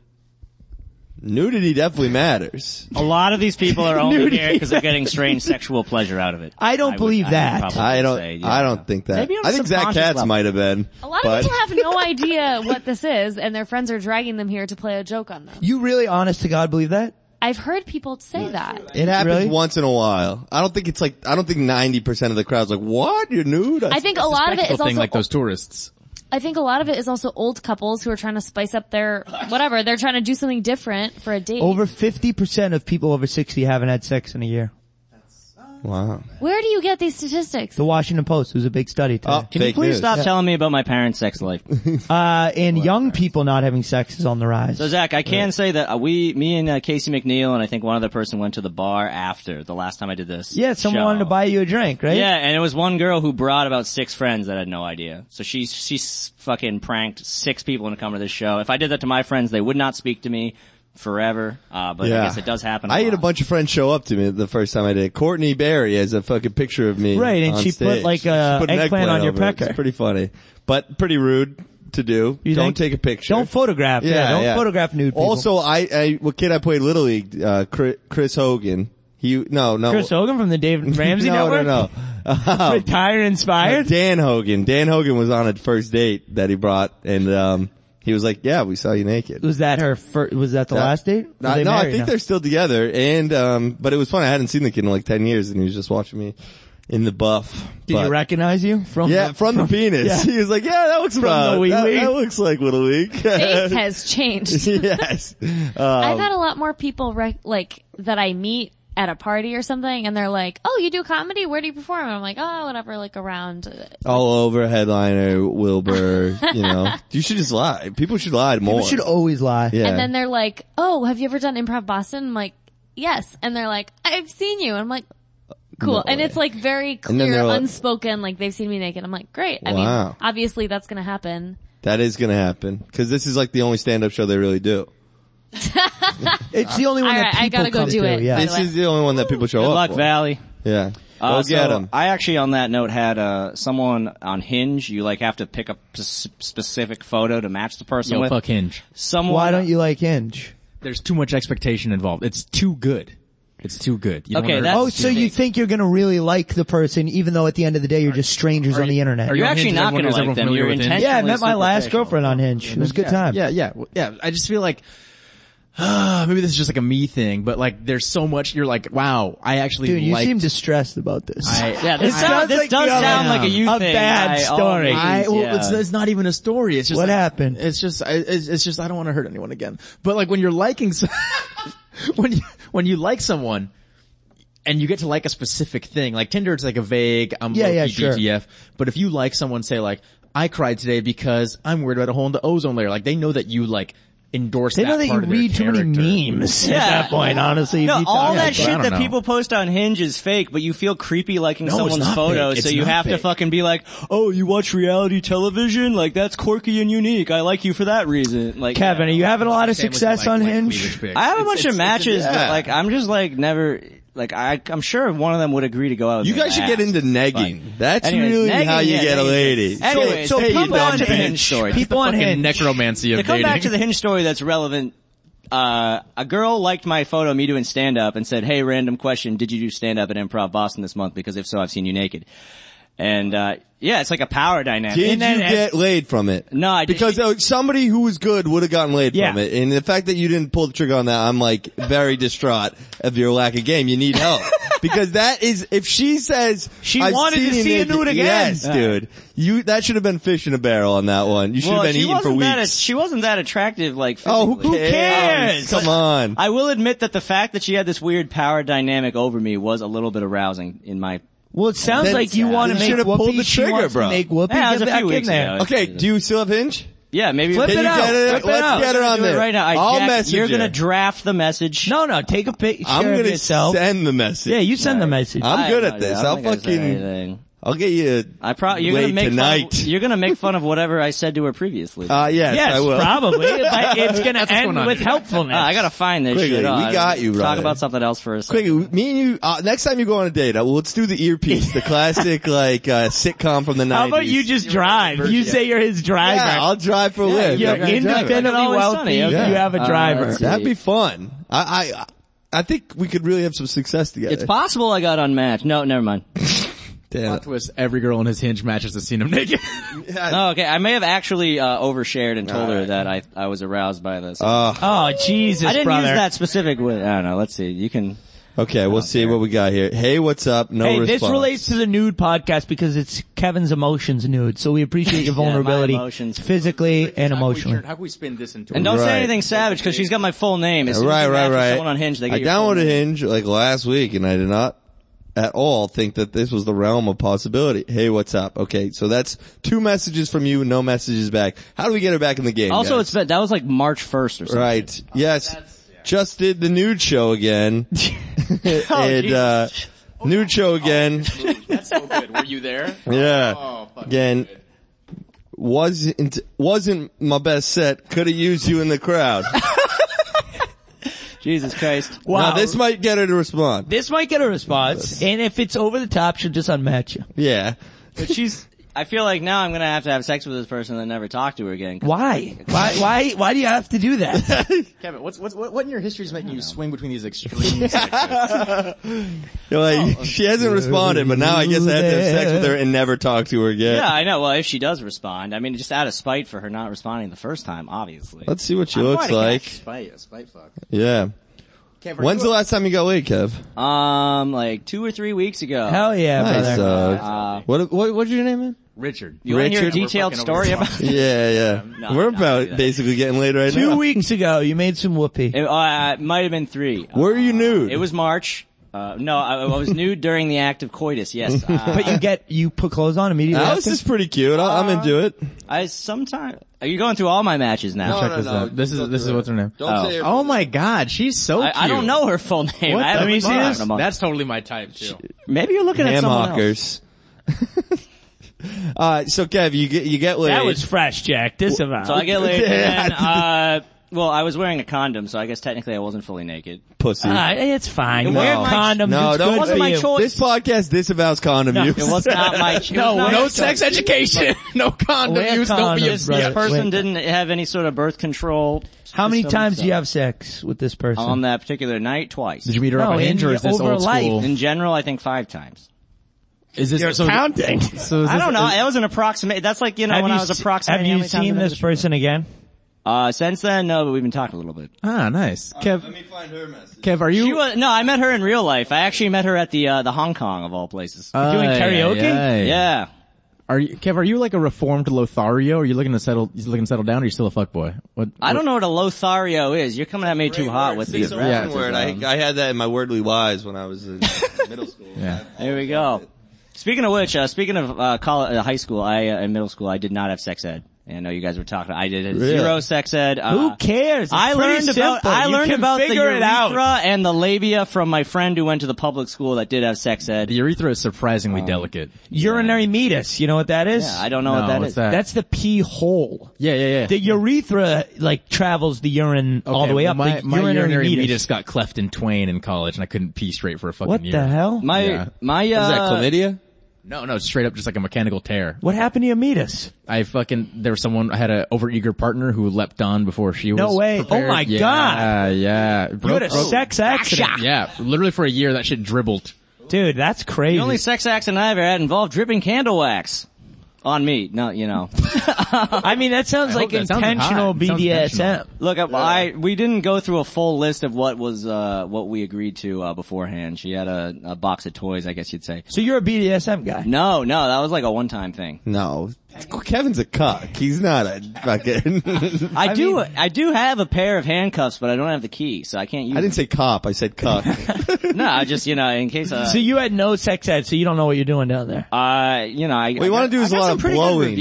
S14: Nudity definitely matters.
S15: A lot of these people are only
S2: Nudity.
S15: here because they're getting strange sexual pleasure out of it.
S2: I don't
S15: would-
S2: believe
S15: I would
S2: that.
S15: probably
S14: I don't,
S15: say, yeah.
S14: I don't think that.
S15: Maybe on a
S14: I think Zach
S15: subconscious
S14: Katz
S15: level.
S14: might have been.
S6: A lot
S14: but
S6: of people have no idea what this is, and their friends are dragging them here to play a joke on them.
S2: You really honest to God believe that?
S6: I've heard people say that.
S14: it happens
S2: Really?
S14: once in a while. I don't think it's like, I don't think 90% of the crowd's like, what? You're nude?
S6: I think a lot of it is also.
S13: those tourists.
S6: I think a lot of it is also old couples who are trying to spice up their whatever. They're trying to do something different for a date.
S2: Over 50% of people over 60 haven't had sex in a year.
S14: Wow.
S6: Where do you get these statistics?
S2: The Washington Post was a big study today.
S14: Oh,
S15: Can you please stop telling me about my parents' sex life?
S2: Uh, and young people not having sex is on the rise.
S15: So Zach, I can say that uh, we, me and uh, Casey McNeil, and I think one other person went to the bar after the last time I did this.
S2: Yeah, someone
S15: show.
S2: wanted to buy you a drink, right?
S15: Yeah, and it was one girl who brought about six friends that had no idea. So she she s- fucking pranked six people into coming to this show. If I did that to my friends, they would not speak to me forever. Uh, but I guess it does happen. a
S14: I had a
S15: lot.
S14: bunch of friends show up to me the first time I did. Courtney Barry has a fucking picture of me.
S2: Right, and
S14: on
S2: she put,
S14: stage.
S2: like, a
S14: She put an
S2: eggplant on your
S14: over it. It's
S2: pecker.
S14: pretty funny, but pretty rude to do.
S2: You
S14: don't
S2: think?
S14: take a picture.
S2: Don't photograph. Yeah, don't photograph nude people.
S14: Also, I, I what kid I played little league, uh, Chris, Chris Hogan. He no no
S2: Chris Hogan from the Dave Ramsey
S14: no,
S2: Network?
S14: No, no, no.
S2: Retire inspired?
S14: Dan Hogan. Dan Hogan was on a first date that he brought and, um, he was like, yeah, we saw you naked.
S2: Was that her first, was that the
S14: That-
S2: last date? Were
S14: Uh,
S2: they
S14: no, I
S2: married
S14: think
S2: now?
S14: they're still together and, um, but it was fun. I hadn't seen the kid in like 10 years and he was just watching me in the buff.
S2: Did
S14: but-
S2: you recognize you from?
S14: yeah, from, the penis.
S2: yeah.
S14: He was like, "Yeah, that looks
S2: From
S14: about-
S2: the wee
S14: that,
S2: wee.
S14: that looks like little week."
S6: Face has changed.
S14: yes. Um,
S6: I've had a lot more people rec- like that I meet at a party or something, and they're like, "Oh, you do comedy? Where do you perform?" And I'm like, "Oh, whatever, like around." uh,
S14: all over headliner Wilbur. you know, you should just lie. People should lie more.
S2: should
S14: always lie. Yeah.
S6: And then they're like, "Oh, have you ever done Improv Boston?" I'm like, "Yes." And they're like, "I've seen you." And I'm like, "Cool."
S14: No
S6: and it's like very
S14: And then
S6: clear,
S14: they're like-
S6: unspoken. Like they've seen me naked. I'm like, "Great." I mean,
S14: Wow.
S6: obviously that's gonna happen.
S14: that is gonna happen because this is like the only stand-up show they really do.
S2: It's the only one
S6: All
S2: that
S6: right, I
S2: people
S6: gotta go
S2: come
S6: do
S2: to,
S6: it,
S2: yeah.
S6: by
S14: This is the only one that people show
S7: Good
S14: up.
S7: luck,
S14: for.
S7: Valley.
S14: Yeah. Go
S7: Uh,
S14: get
S7: so
S14: him.
S7: I actually, on that note, had uh, someone on Hinge. You like have to pick a p- specific photo to match the person
S13: Yo,
S7: with.
S13: fuck Hinge.
S7: Someone.
S13: Why
S2: don't you like Hinge?
S13: There's too much expectation involved. It's too good. It's too good. You don't ever-
S2: oh, so you think you're gonna really like the person, even though at the end of the day you're just strangers on the internet.
S13: Are you You're on actually Hinge? not Everyone- gonna is like everyone them. familiar You're with Hinge? intentionally
S2: Yeah, I met my last
S13: superficial.
S2: girlfriend on Hinge. It was a good
S13: yeah,
S2: time.
S13: Yeah, yeah, w- yeah. I just feel like ah, maybe this is just like a me thing, but like there's so much. You're like, wow, I actually
S2: Dude, you
S13: liked-
S2: seem distressed about this.
S13: I-
S2: It sounds like the other- a bad story.
S13: I, well, it's, it's not even a story. It's just
S2: What
S13: like-
S2: happened?
S13: It's just I, it's, it's just I don't want to hurt anyone again. But like when you're liking so- when you, when you like someone and you get to like a specific thing, like Tinder, it's like a vague I'm
S2: Yeah,
S13: low
S2: yeah,
S13: key
S2: sure.
S13: BTF. But if you like someone, say like I cried today because I'm worried about a hole in the ozone layer. Like they know that you like endorse.
S2: They know that you
S13: part of their
S2: read too many memes at
S13: Yeah.
S2: that point, honestly. if
S7: No,
S2: you talk
S7: all that
S2: like
S7: shit that people post on Hinge is fake, but you feel creepy liking
S2: No, it's
S7: someone's
S2: not
S7: photo,
S2: fake.
S7: so
S2: It's
S7: you
S2: not
S7: have to
S2: fake.
S7: fucking be like, "Oh, you watch reality television? Like that's quirky and unique. I like you for that reason." Like
S2: Kevin, are you having a lot of
S7: Same with,
S2: success
S7: like,
S2: on
S7: like
S2: Hinge?
S7: I have a bunch of matches, but like I'm just like never like I I'm sure one of them would agree to go out. With
S14: You
S7: me
S14: guys should
S7: and
S14: get
S7: ask.
S14: into negging.
S7: But-
S14: That's
S7: Anyways,
S14: really
S7: negging,
S14: how you
S7: yeah,
S14: get a
S7: negging.
S14: lady.
S7: Anyways,
S14: So- so
S7: to come
S14: you
S7: back to
S14: don't
S7: the
S14: date.
S7: Hinge story.
S13: People
S7: People
S13: the
S7: on
S13: fucking
S7: Hinge.
S13: necromancy of
S7: to come
S13: dating.
S7: back to the hinge story that's relevant, uh, a girl liked my photo of me doing stand up and said, hey, random question, did you do stand up at Improv Boston this month? Because if so, I've seen you naked. And, uh, yeah, it's like a power dynamic.
S14: Did
S7: And then-
S14: you get laid from it?
S7: No, I didn't.
S14: because uh, somebody who was good would have gotten laid
S7: Yeah.
S14: from it, and the fact that you didn't pull the trigger on that, I'm like very distraught of your lack of game. You need help because that is if she says
S2: She
S14: "I've
S2: wanted
S14: seen
S2: to see you
S14: naked-"
S2: nude again.
S14: Yes,
S2: Yeah.
S14: dude, you that should have been fish in a barrel on that one. You should
S7: Well,
S14: have been
S7: she
S14: eating for
S7: wasn't that
S14: weeks.
S7: a- she wasn't that attractive, like.
S14: Oh, who
S7: physically.
S14: cares? Come on.
S7: I will admit that the fact that she had this weird power dynamic over me was a little bit arousing in my.
S2: Well, it sounds
S7: Then-
S2: like you
S7: Yeah.
S2: want to
S7: You
S2: make
S7: should've
S2: Whoopi.
S7: pulled the
S2: she
S7: trigger,
S2: wants to
S7: bro.
S2: make Whoopi.
S7: Yeah, it was
S2: get
S7: a
S2: back
S7: few
S2: in
S7: weeks
S2: there.
S7: ago. Okay,
S14: do you still have Hinge?
S7: Yeah, maybe.
S2: Flip
S7: Can
S2: it
S7: you
S2: out.
S7: get it?
S2: Flip it
S7: Let's
S2: out.
S7: get it on
S2: Do it
S7: there.
S2: right now. I-
S7: I'll
S2: Jack,
S7: message
S2: you're gonna
S7: her. draft the message.
S2: No, no, take a picture
S14: I'm
S2: of
S14: gonna
S2: yourself.
S14: send the message.
S2: Yeah, you send the message.
S14: I'm good
S7: I
S14: at
S7: don't know,
S14: this.
S7: dude. I
S14: I'll
S7: don't think I said
S14: fucking. I'll get you.
S7: I probably you're gonna
S14: laid
S7: make
S14: tonight.
S7: Fun of, you're gonna make fun of whatever I said to her previously.
S14: Uh, yes,
S7: yes,
S14: I will.
S16: probably, but it's gonna That's what's end going on with here. helpfulness.
S7: Uh, I gotta find this
S14: Quigley,
S7: shit.
S14: we
S7: Uh,
S14: got you,
S7: Talk
S14: brother.
S7: about something else for a second.
S14: Quick, me and you. Uh, next time you go on a date, uh, let's do the earpiece, the classic like uh, sitcom from the 90s.
S16: How about you just drive? You say you're his driver.
S14: Yeah, I'll drive for a lift.
S16: You're
S14: I gotta drive it.
S16: independently wealthy. You have
S7: Oh,
S16: a driver.
S14: That'd be fun. I, I I think we could really have some success together.
S7: It's possible I got unmatched. No, never mind.
S14: Damn.
S13: twist, every girl on his hinge matches has seen him naked.
S7: Oh, okay. I may have actually uh, overshared and told her that I I was aroused by this.
S14: Uh,
S16: oh Jesus,
S7: I didn't
S16: brother.
S7: use that specific. Word. I don't know. Let's see. You can.
S14: Okay, we'll see what we got here. Hey, what's up? No
S16: hey,
S14: response.
S16: this relates to the nude podcast because it's Kevin's emotions nude, so we appreciate your
S7: Yeah, my
S16: vulnerability,
S7: emotions.
S16: physically and emotionally.
S13: How can we spin this into?
S7: And don't
S14: Right.
S7: say anything savage because she's got my full name. As soon as
S14: right,
S7: you
S14: right,
S7: match with
S14: right.
S7: Someone on Hinge, they get
S14: I
S7: your full
S14: downloaded
S7: name.
S14: Hinge like last week, and I did not at all think that this was the realm of possibility. Hey, what's up? Okay, so that's two messages from you, no messages back. How do we get her back in the game?
S7: Also,
S14: guys?
S7: it's been, that was like March 1st or something. Oh,
S14: Right. yes. Just did the nude show again.
S7: Oh,
S14: and, uh, nude show again.
S13: Oh, That's so good. Were you there? Oh,
S14: yeah.
S7: Oh,
S14: again. Wasn't, wasn't my best set. Could have used you in the crowd.
S7: Jesus Christ.
S14: Now this might get her to respond.
S16: This might get a response, and if it's over the top, she'll just unmatch you.
S14: Yeah.
S7: But she's, I feel like now I'm gonna have to have sex with this person and never talk to her again. 'Cause-
S16: Why? Why? Why? Why do you have to do that?
S13: Kevin, what's, what's, what, what in your history is making you swing between these extremes?
S14: You're
S7: Oh.
S14: like, she hasn't responded, but now I guess I have to have sex with her and never talk to her again.
S7: Yeah, I know. Well, if she does respond, I mean, just out of spite for her not responding the first time, obviously.
S14: Let's see what she looks like.
S7: Spite, spite fuck.
S14: Yeah.
S7: Kev, are
S14: When's
S7: you
S14: the
S7: a-
S14: last time you got laid, Kev?
S7: Um, like two or three weeks ago.
S14: nice, dog. what what what's your name? Man?
S7: Richard. You want to hear a
S14: Richard?
S7: detailed story about?
S14: yeah, yeah. We're about basically getting laid right now.
S2: Two weeks ago, you made some whoopee.
S7: It, uh, it might have been three. Uh,
S14: Were you nude?
S7: It was March. Uh, no, I, I was nude during the act of coitus. Yes, uh,
S2: but you get you put clothes on immediately.
S7: Alice
S2: after?
S7: is
S14: pretty cute. I, I'm into it.
S7: I sometimes. Are you going through all my matches
S13: No,
S7: now?
S13: Check no, this no. out. This is- Don't this do is it. what's her name. Don't say her
S7: oh my God, she's so. I, I don't
S13: cute.
S7: know her full name.
S13: What
S7: I
S13: the fuck?
S7: haven't looked her up in a month.
S13: That's totally my type too.
S7: Maybe you're looking at
S14: Ham
S7: someone
S14: hockers. uh, so Kev, you get you get laid.
S7: That was
S2: fresh, Jack.
S7: So I get laid. and,
S14: Yeah.
S7: uh, well, I was wearing a condom, so I guess technically I wasn't fully naked.
S14: Pussy.
S7: Ah,
S2: it's fine.
S7: You wear condoms,
S14: No,
S7: it's
S14: don't
S7: good for
S14: be-
S7: you.
S14: This podcast disavows condom
S7: No,
S14: use.
S7: it was not my- it No, was not no my sex choice. education.
S13: no
S7: Condom
S2: use, don't be a
S7: This,
S2: brother.
S7: this person
S2: Wait.
S7: didn't have any sort of birth control.
S2: How many
S7: system,
S2: times
S7: so-
S2: do you have sex with this person?
S7: On that particular night, twice.
S2: Did you meet her up No, on in Hinge or is this over old life. school?
S7: In general, I think five times.
S13: Is this
S7: You're
S13: so,
S7: counting.
S13: So is
S7: I
S13: this-
S7: don't know.
S13: is-
S7: That was an approximate. That's like you know
S2: Have
S7: when
S2: you
S7: I was
S2: se- Have
S7: approximating. how
S2: you
S7: many times
S2: seen
S7: I met
S2: this person again?
S7: Uh, since then, no, but we've been talking a little bit.
S13: Ah, nice.
S14: Uh,
S13: Kev, let me find her message. Kev, are you?
S7: She was, no, I met her in real life. I actually met her at the uh, the Hong Kong of all places.
S13: Ay, ay, ay.
S7: Yeah.
S13: Are you, Kev? Are you like a reformed Lothario? Are you looking to settle? You looking to settle down? Or are you still a fuckboy? What?
S7: I don't know what a Lothario is. You're coming at me too hot with these
S14: It's a
S7: references.
S14: word. I, I had that in my wordly wise when I was in middle school.
S13: Yeah.
S7: There we go. Speaking of which, uh, speaking of uh, college, uh, high school, I uh, in middle school, I did not have sex ed. And I know you guys were talking. I did
S2: Really?
S7: zero sex ed. Uh,
S2: Who cares? It's
S7: I
S2: pretty
S7: learned about
S2: simple.
S7: I
S2: You
S7: learned
S2: can
S7: about the
S2: figure it out.
S7: urethra and the labia from my friend who went to the public school that did have sex ed. The
S13: urethra is surprisingly delicate.
S2: Oh. Urinary meatus. You know what that is?
S7: Yeah, I don't know No, what that what's is. that?
S2: That's the pee hole.
S13: Yeah, yeah, yeah.
S2: The urethra like travels the urine all
S13: Okay,
S2: the way
S13: well,
S2: up.
S13: My,
S2: the
S13: my
S2: urinary, meatus.
S13: got cleft in twain in college, and I couldn't pee straight for a fucking
S2: What
S13: year.
S2: the hell? My- my,
S13: Is
S2: uh,
S13: chlamydia? No, no, straight up, just like a mechanical tear.
S2: What happened to your meatus?
S13: I fucking there was someone I had an overeager partner who leapt on before she
S2: No
S13: was.
S2: way. Oh
S13: prepared.
S2: my
S13: yeah,
S2: God.
S13: Yeah,
S2: had a sex accident.
S13: Yeah, literally for a year that shit dribbled.
S2: Dude, that's crazy.
S7: The only sex accident I ever had involved dripping candle wax on me. No, you know.
S2: I mean, that sounds like intentional BDSM.
S7: Look, I, I we didn't go through a full list of what was uh what we agreed to uh beforehand. She had a, a box of toys, I guess you'd say.
S2: So you're a BDSM guy.
S7: No, no, that was like a one-time thing.
S14: No, Kevin's a cuck. He's not a fucking.
S7: I, do I do have a pair of handcuffs, but I don't have the key, so I can't use.
S14: I didn't say cop. I said cuck.
S7: Them. no, I just you know in case. Uh,
S2: so you had no sex ed, so you don't know what you're doing down there.
S7: uh you know I.
S14: What you want to do is a lot of blowing.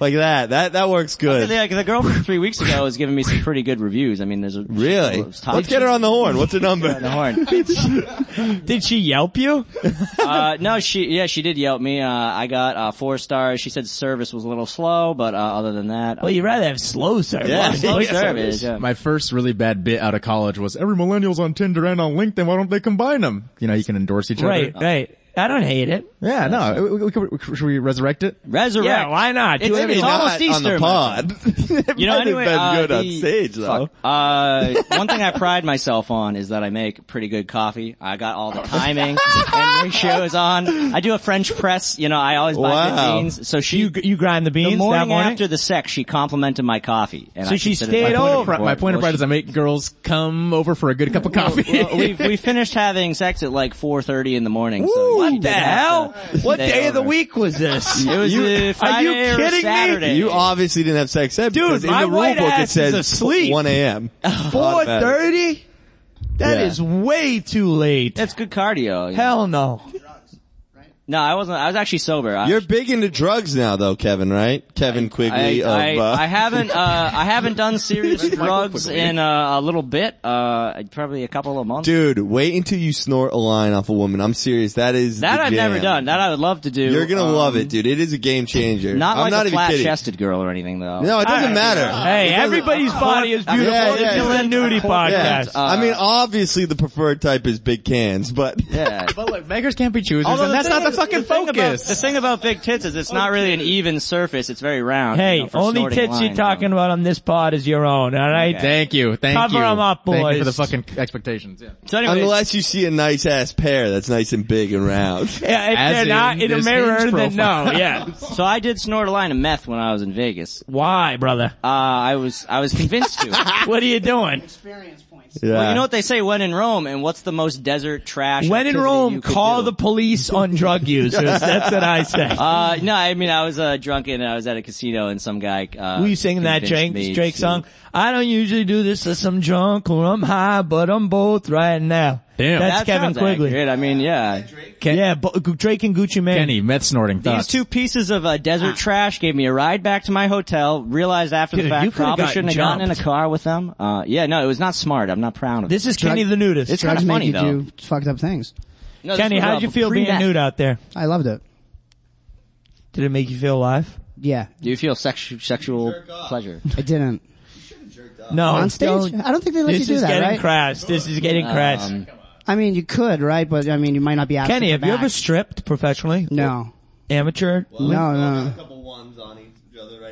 S14: like that. That that works good.
S7: The, the girl from three weeks ago was giving me some pretty good reviews. I mean, there's a
S14: Really? Let's get her on the horn. What's her number?
S7: the horn.
S2: Did she yelp you?
S7: uh, no, she, yeah, she did yelp me. Uh, I got, uh, four stars. She said service was a little slow, but, uh, other than that.
S2: Well, you'd rather have slow service.
S7: Yeah, slow service, yeah.
S13: My first really bad bit out of college was every millennial's on Tinder and on LinkedIn. Why don't they combine them? You know, you can endorse each other.
S2: Right, right. I don't hate it.
S13: Yeah, no. we- we- we- we- should we resurrect it?
S7: Resurrect.
S2: Yeah, why not? Do
S13: It's-
S2: it
S13: it's
S2: anyway.
S13: almost Not on the Easter, pod.
S7: You know,
S14: Might have
S7: anyway,
S14: been
S7: uh,
S14: good on
S7: the-
S14: stage, though.
S7: fuck. Uh, one thing I pride myself on is that I make pretty good coffee. I got all the timing and ratios on. I do a French press. You know, I always buy
S2: Wow.
S7: the beans. So she,
S2: you you grind the beans
S7: the morning,
S2: that morning.
S7: after the sex, she complimented my coffee. And
S2: So
S7: I
S2: she
S7: considered
S2: stayed
S7: that-
S13: Point of
S2: over.
S13: pri- my point of
S7: Well,
S13: pride is I make girls come over for a good cup of coffee.
S7: Well, we we finished having sex at like 4:30 in the morning. so
S2: what
S7: she
S2: the
S7: did have
S2: hell?
S7: to
S2: What
S7: stay
S2: day of the
S7: over.
S2: week was this?
S7: It was, uh, Friday or Saturday.
S14: You obviously didn't have sex ed
S2: Dude,
S14: because in
S2: my
S14: the rule
S2: white
S14: book it
S2: ass is
S14: says
S2: asleep.
S14: 1 a.m.
S7: Oh,
S2: Four thirty. That
S14: Yeah.
S2: is way too late.
S7: That's good cardio. you
S2: Hell no.
S7: No, I wasn't. I was actually sober. I,
S14: You're big into drugs now, though, Kevin. Right? Kevin Quigley
S7: I, I,
S14: of. uh,
S7: I haven't. Uh, I haven't done serious drugs
S14: Quigley.
S7: in uh, a little bit. Uh, probably a couple of months.
S14: Dude, wait until you snort a line off a woman. I'm serious. That is
S7: that
S14: the
S7: I've never
S14: jam.
S7: done. That I would love to do.
S14: You're gonna
S7: Um,
S14: love it, dude. It is a game changer.
S7: Not
S14: I'm
S7: like
S14: not
S7: a
S14: even kidding.
S7: flat-chested girl or anything, though. uh,
S14: No, it doesn't
S7: All right.
S14: matter.
S2: Hey,
S14: It doesn't-
S2: everybody's body is beautiful.
S14: Yeah, yeah.
S2: This is a nudie
S14: Yeah.
S2: podcast.
S14: I
S7: Uh,
S14: mean, obviously the preferred type is big cans, but
S7: yeah.
S13: but look, beggars can't be choosers,
S7: Although
S13: and that's
S7: thing
S13: not the
S7: is-
S13: fucking
S7: thing about-
S13: focus.
S7: the thing about big tits is it's not really an even surface. It's very round.
S2: Hey,
S7: you know, for
S2: only
S7: snorting
S2: tits you're
S7: lines.
S2: talking about on this pod is your own. All right.
S13: um, Thank you. Thank
S2: Cover
S13: you.
S2: 'em up, boys.
S13: Thank you for the fucking expectations. Yeah.
S14: unless you see a nice ass pair that's nice and big and round.
S2: Yeah, if they're not in a mirror, then no. Yeah.
S7: So I did snort a line of meth when I was in Vegas.
S2: Why, brother?
S7: Uh, I was I was convinced to.
S2: what are you doing?
S17: Experience points.
S18: Yes.
S7: Well, you know what they say, when in Rome, and what's the most desert trash?
S2: When in
S7: activity
S2: Rome,
S7: you could
S2: call
S7: do?
S2: the police on drug users. That's what I say.
S7: Uh, no, I mean, I was uh, drunken and I was at a casino and some guy. Uh,
S2: Were you singing that
S7: convinced
S2: Drake,
S7: me
S2: Drake
S7: to-
S2: song? I don't usually do this unless I'm drunk or I'm high, but I'm both right now. That's
S7: That
S2: Kevin
S7: sounds
S2: Quigley.
S7: accurate. I mean, yeah.
S2: yeah, Bo- Drake and Gucci Mane.
S13: Kenny, meth snorting
S7: These
S13: thoughts.
S7: two pieces of uh, desert trash gave me a ride back to my hotel. Realized after
S2: Ah. Dude,
S7: the
S2: you
S7: fact,
S2: could've
S7: probably
S2: gotten
S7: shouldn't have gotten in a
S2: jumped.
S7: car with them. Uh, yeah, no, it was not smart. I'm not proud of
S2: This
S7: it.
S2: is Kenny the nudist.
S7: It's kind of
S8: Drugs
S7: funny
S8: make
S7: though.
S8: you do fucked up things.
S7: No, this Kenny, was, how'd uh, you feel pre- being nude
S2: out there?
S8: I loved it.
S2: Did it make you feel alive?
S8: Yeah,
S7: Do you feel sexu- sexual pleasure?
S8: I didn't.
S2: No,
S8: on stage.
S2: don't-
S8: I don't think they let
S2: this
S8: you do
S2: is
S8: that,
S2: getting
S8: right?
S2: crashed. This is getting
S7: Uh,
S2: crashed.
S8: I mean, you could, right? But I mean, you might not be. asked
S2: Kenny,
S8: to
S2: have
S8: come
S2: you
S8: back.
S2: ever stripped professionally?
S8: No.
S2: Amateur?
S8: no, no.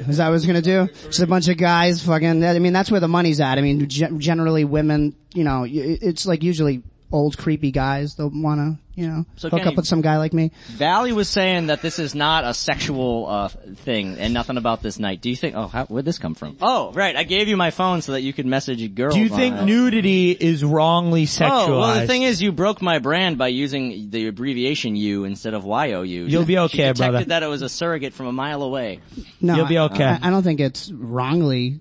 S8: Is that what I was gonna do? Just a bunch of guys, fucking. I mean, that's where the money's at. I mean, ge- generally women, you know, y- it's like usually old creepy guys that wanna, you know,
S7: So
S8: hook
S7: Kenny-
S8: up with some guy like me.
S7: Valley was saying that this is not a sexual uh, thing and nothing about this night. Do you think? Oh, how, where'd this come from? Oh, right. I gave you my phone so that you could message girls.
S2: Do you
S7: on
S2: think
S7: it.
S2: nudity is wrongly sexualized?
S7: Oh, well, the thing is, you broke my brand by using the abbreviation "U" instead of "YOU."
S2: You'll be
S7: she
S2: okay,
S7: detected
S2: brother.
S7: that it was a surrogate from a mile away.
S8: No,
S7: You'll be
S8: I-
S7: okay.
S8: I, I don't think it's wrongly.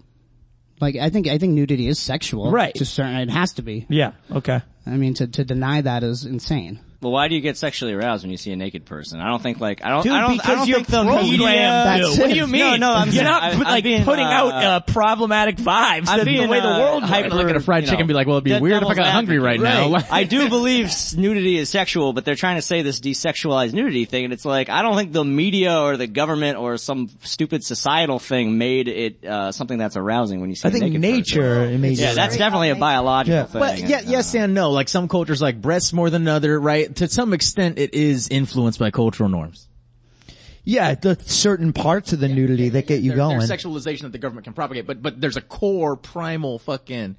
S8: Like, I think I think nudity is sexual,
S7: Right.
S8: To certain, it has to be.
S2: Yeah. Okay.
S8: I mean, to to deny that is insane.
S7: Well, why do you get sexually aroused when you see a naked person? I don't think like I don't.
S8: Dude,
S7: I don't,
S8: because
S7: I don't
S8: you're
S7: think the
S8: programmed
S7: media.
S8: to. That's
S2: What do you mean?
S7: No, no, I'm
S2: You're
S7: saying-
S2: not
S7: I- I'm
S2: like
S7: being,
S2: putting
S7: uh,
S2: out uh, problematic vibes. That's the way the world works.
S13: hyper- look at a fried chicken and be like, well, it'd be
S7: de-
S13: weird if I
S7: devil's
S13: got hungry
S7: advocate.
S13: right now.
S7: I do believe s- nudity is sexual, but they're trying to say this desexualized nudity thing, and it's like I don't think the media or the government or some stupid societal thing made it uh, something that's arousing when you see.
S2: I
S7: a
S2: think
S7: naked
S2: nature made
S7: Yeah,
S2: you-
S7: that's definitely a biological thing.
S13: Well, yeah, yes and no. Like some cultures like breasts more than other, right? To some extent, it is influenced by cultural norms.
S14: Yeah, the certain parts of the nudity that get you going.
S13: There's sexualization that the government can propagate, but but there's a core primal fucking.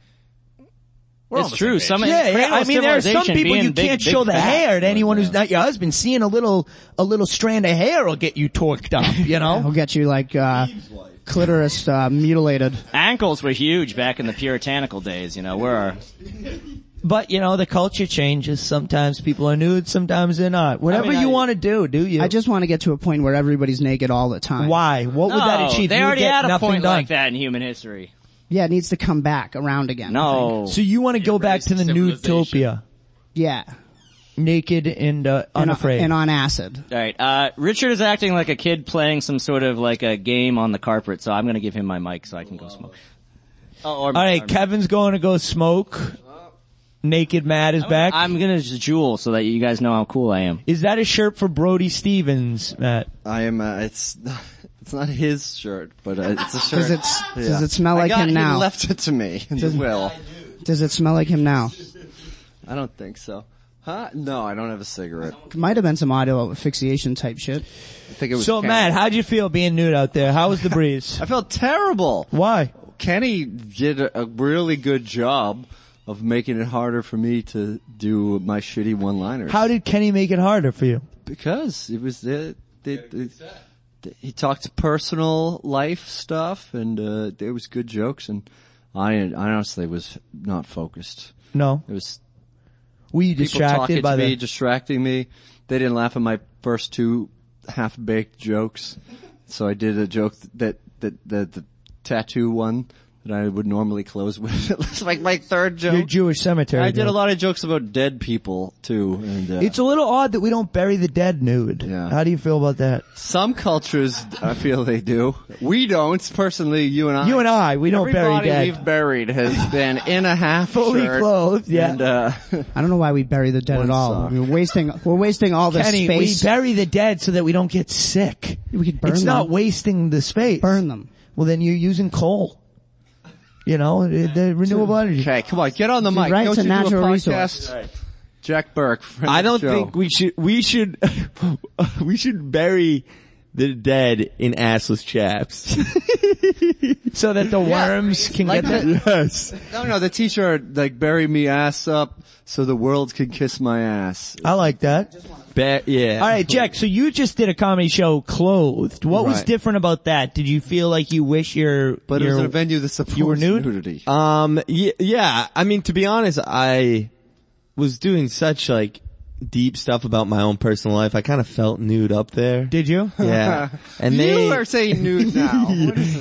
S13: We're on
S7: it's
S13: the
S7: true.
S13: same
S7: Some
S13: page.
S14: yeah, yeah, I
S7: incredible
S14: mean, there are some
S7: civilization
S14: people
S7: being
S14: you
S7: big-
S14: can't
S7: big
S14: show the
S7: fat.
S14: hair to anyone who's not your husband. Seeing a little, a little strand of hair will get you torqued up, you know?
S8: I'll get you like uh, clitoris uh, mutilated.
S7: Ankles were huge back in the puritanical days. You know, where are
S2: But you know, the culture changes. Sometimes people are nude, sometimes they're not. Whatever
S8: mean,
S2: you
S8: I-
S2: want to do, do you?
S8: I just want to get to a point where everybody's naked all the time.
S2: Why? What would
S7: No,
S2: that achieve?
S7: They
S2: You would
S7: already
S2: get
S7: had a
S2: nothing
S7: point
S2: done.
S7: like that in human history.
S8: Yeah, it needs to come back around again.
S7: No.
S2: So you want to go back to the nudetopia,
S8: Yeah.
S2: naked and uh, unafraid.
S8: And on acid.
S7: All right. Uh, Richard is acting like a kid playing some sort of like a game on the carpet, so I'm gonna give him my mic so I can go smoke. Oh,
S2: All right, Kevin's going to go smoke. Naked Matt is back.
S7: I'm gonna just jewel so that you guys know how cool I am.
S2: Is that a shirt for Brody Stevens, Matt?
S3: I am. Uh, it's it's not his shirt, but uh, it's a shirt.
S8: Does it s- does it smell
S3: I
S8: like
S3: got-
S8: him
S3: he
S8: now?
S3: left it to me. and
S8: Does-
S3: will.
S8: Does it smell like him now?
S3: I don't think so. Huh? No, I don't have a cigarette.
S8: Might have been some auto asphyxiation type shit.
S3: I think it was.
S2: So
S3: Kenny.
S2: Matt, how'd you feel being nude out there? How was the breeze?
S3: I felt terrible.
S2: Why?
S3: Kenny did a, a really good job of making it harder for me to do my shitty one-liners.
S2: How did Kenny make it harder for you?
S3: Because it was the, the, the- the- he talked personal life stuff, and uh, there was good jokes, and I, I honestly was not focused.
S2: No.
S3: It was
S2: Were you
S3: people talking
S2: distracted by
S3: to me,
S2: the?
S3: distracting me. They didn't laugh at my first two half-baked jokes, so I did a joke that that that the tattoo one that I would normally close with. it's like my third joke.
S2: Your Jewish cemetery.
S3: I did a
S2: joke.
S3: lot of jokes about dead people too, and uh,
S2: It's a little odd that we don't bury the dead nude. How do you feel about that?
S3: Some cultures, I feel they do. We don't personally. You and I.
S2: You and I, we don't bury
S3: Everybody
S2: dead.
S3: we've buried has been in a half
S2: Fully
S3: shirt
S2: clothed, yeah.
S3: And, uh,
S8: I don't know why we bury the dead at all.
S3: sock.
S8: We're wasting we're wasting all this
S2: Kenny,
S8: space.
S2: we bury the dead so that we don't get sick.
S8: We could burn
S2: It's not
S8: them.
S2: wasting the space. Burn
S8: them.
S2: Well, then you're using coal. You know, the- the renewable energy.
S3: Okay, come on, get on the mic.
S2: Right
S3: Don't
S2: to
S3: you do
S2: natural
S3: a podcast?
S2: resource.
S3: Jack Burke. friend
S14: I
S3: of the
S14: don't
S3: show.
S14: think we should, we should, we should bury They're dead in assless chaps.
S2: so that the worms can
S14: like
S2: get
S14: the-
S2: the,
S14: Yes.
S3: No, no, the t-shirt, like, bury me ass up so the world can kiss my ass.
S2: I like that.
S14: yeah.
S2: All right, Jack. So you just did a comedy show clothed. What was
S3: Right.
S2: different about that? Did you feel like you wish your
S3: But it was
S2: your-
S3: at a venue that supports
S2: you were nude?
S3: nudity.
S14: Um, yeah, yeah. I mean, to be honest, I was doing such like deep stuff about my own personal life. I kind of felt nude up there.
S2: Did you?
S14: Yeah. And they
S3: You are saying nude now.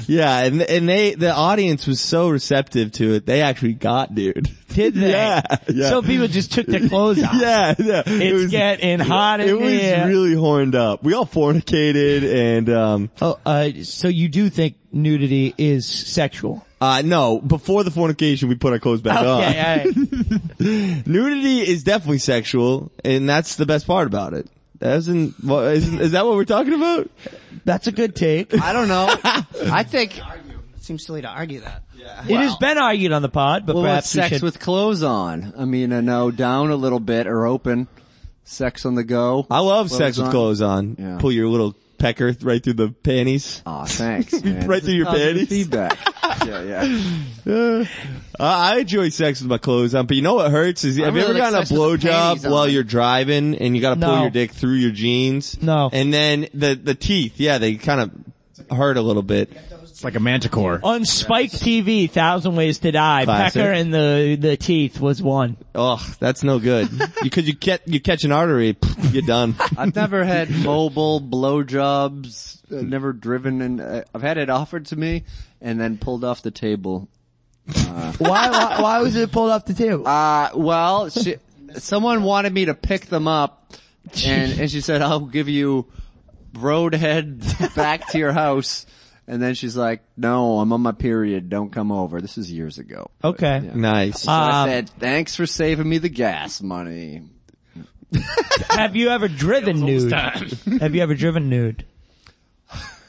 S14: yeah, and and they the audience was so receptive to it. They actually got dude.
S2: Did they?
S14: Yeah, yeah.
S2: So people just took their clothes off.
S14: yeah, yeah.
S2: It's getting hot in
S14: It was
S2: here.
S14: really horned up. We all fornicated and um
S2: Oh, uh, so you do think nudity is sexual?
S14: uh no, before the fornication we put our clothes back on.
S2: Okay, all right.
S14: Nudity is definitely sexual and that's the best part about it. That isn't, what, isn't is that what we're talking about?
S2: That's a good take.
S14: I don't know.
S8: I think seems silly to argue that.
S2: It has been argued on the pod, but
S3: well,
S2: perhaps
S3: it's
S2: we
S3: sex
S2: should-
S3: with clothes on. I mean, I know down a little bit or open. Sex on the go.
S14: I love sex with clothes on.
S3: Yeah.
S14: Pull your little pecker th- right through the panties.
S3: Aw, thanks. man.
S14: right through your
S3: Positive
S14: panties.
S3: Feedback. yeah, yeah.
S14: Uh, I I enjoy sex with my clothes on, but you know what hurts is
S3: I
S14: have you
S3: really
S14: ever
S3: like
S14: gotten a
S3: sex with the panties
S14: blowjob while
S3: on.
S14: you're driving and you got to
S3: No.
S14: pull your dick through your jeans?
S2: No.
S14: And then the the teeth, yeah, they kind of hurt a little bit. It's
S19: like a manticore.
S2: on Spike TV, Thousand Ways to Die,
S14: Classic.
S2: Pecker and the the teeth was one.
S14: Ugh, that's no good. Because you catch you catch an artery, pff, you're done.
S3: I've never had mobile blowjobs. I've never driven, and uh, I've had it offered to me, and then pulled off the table. Uh,
S2: why, why? Why was it pulled off the table?
S3: Uh, well, she, someone wanted me to pick them up, and, and she said, I'll give you roadhead back to your house. And then she's like, no, I'm on my period. Don't come over. This is years ago.
S2: Okay.
S14: Nice.
S3: So I
S2: Um,
S3: said, thanks for saving me the gas money.
S2: Have you ever driven nude? Have you ever driven nude?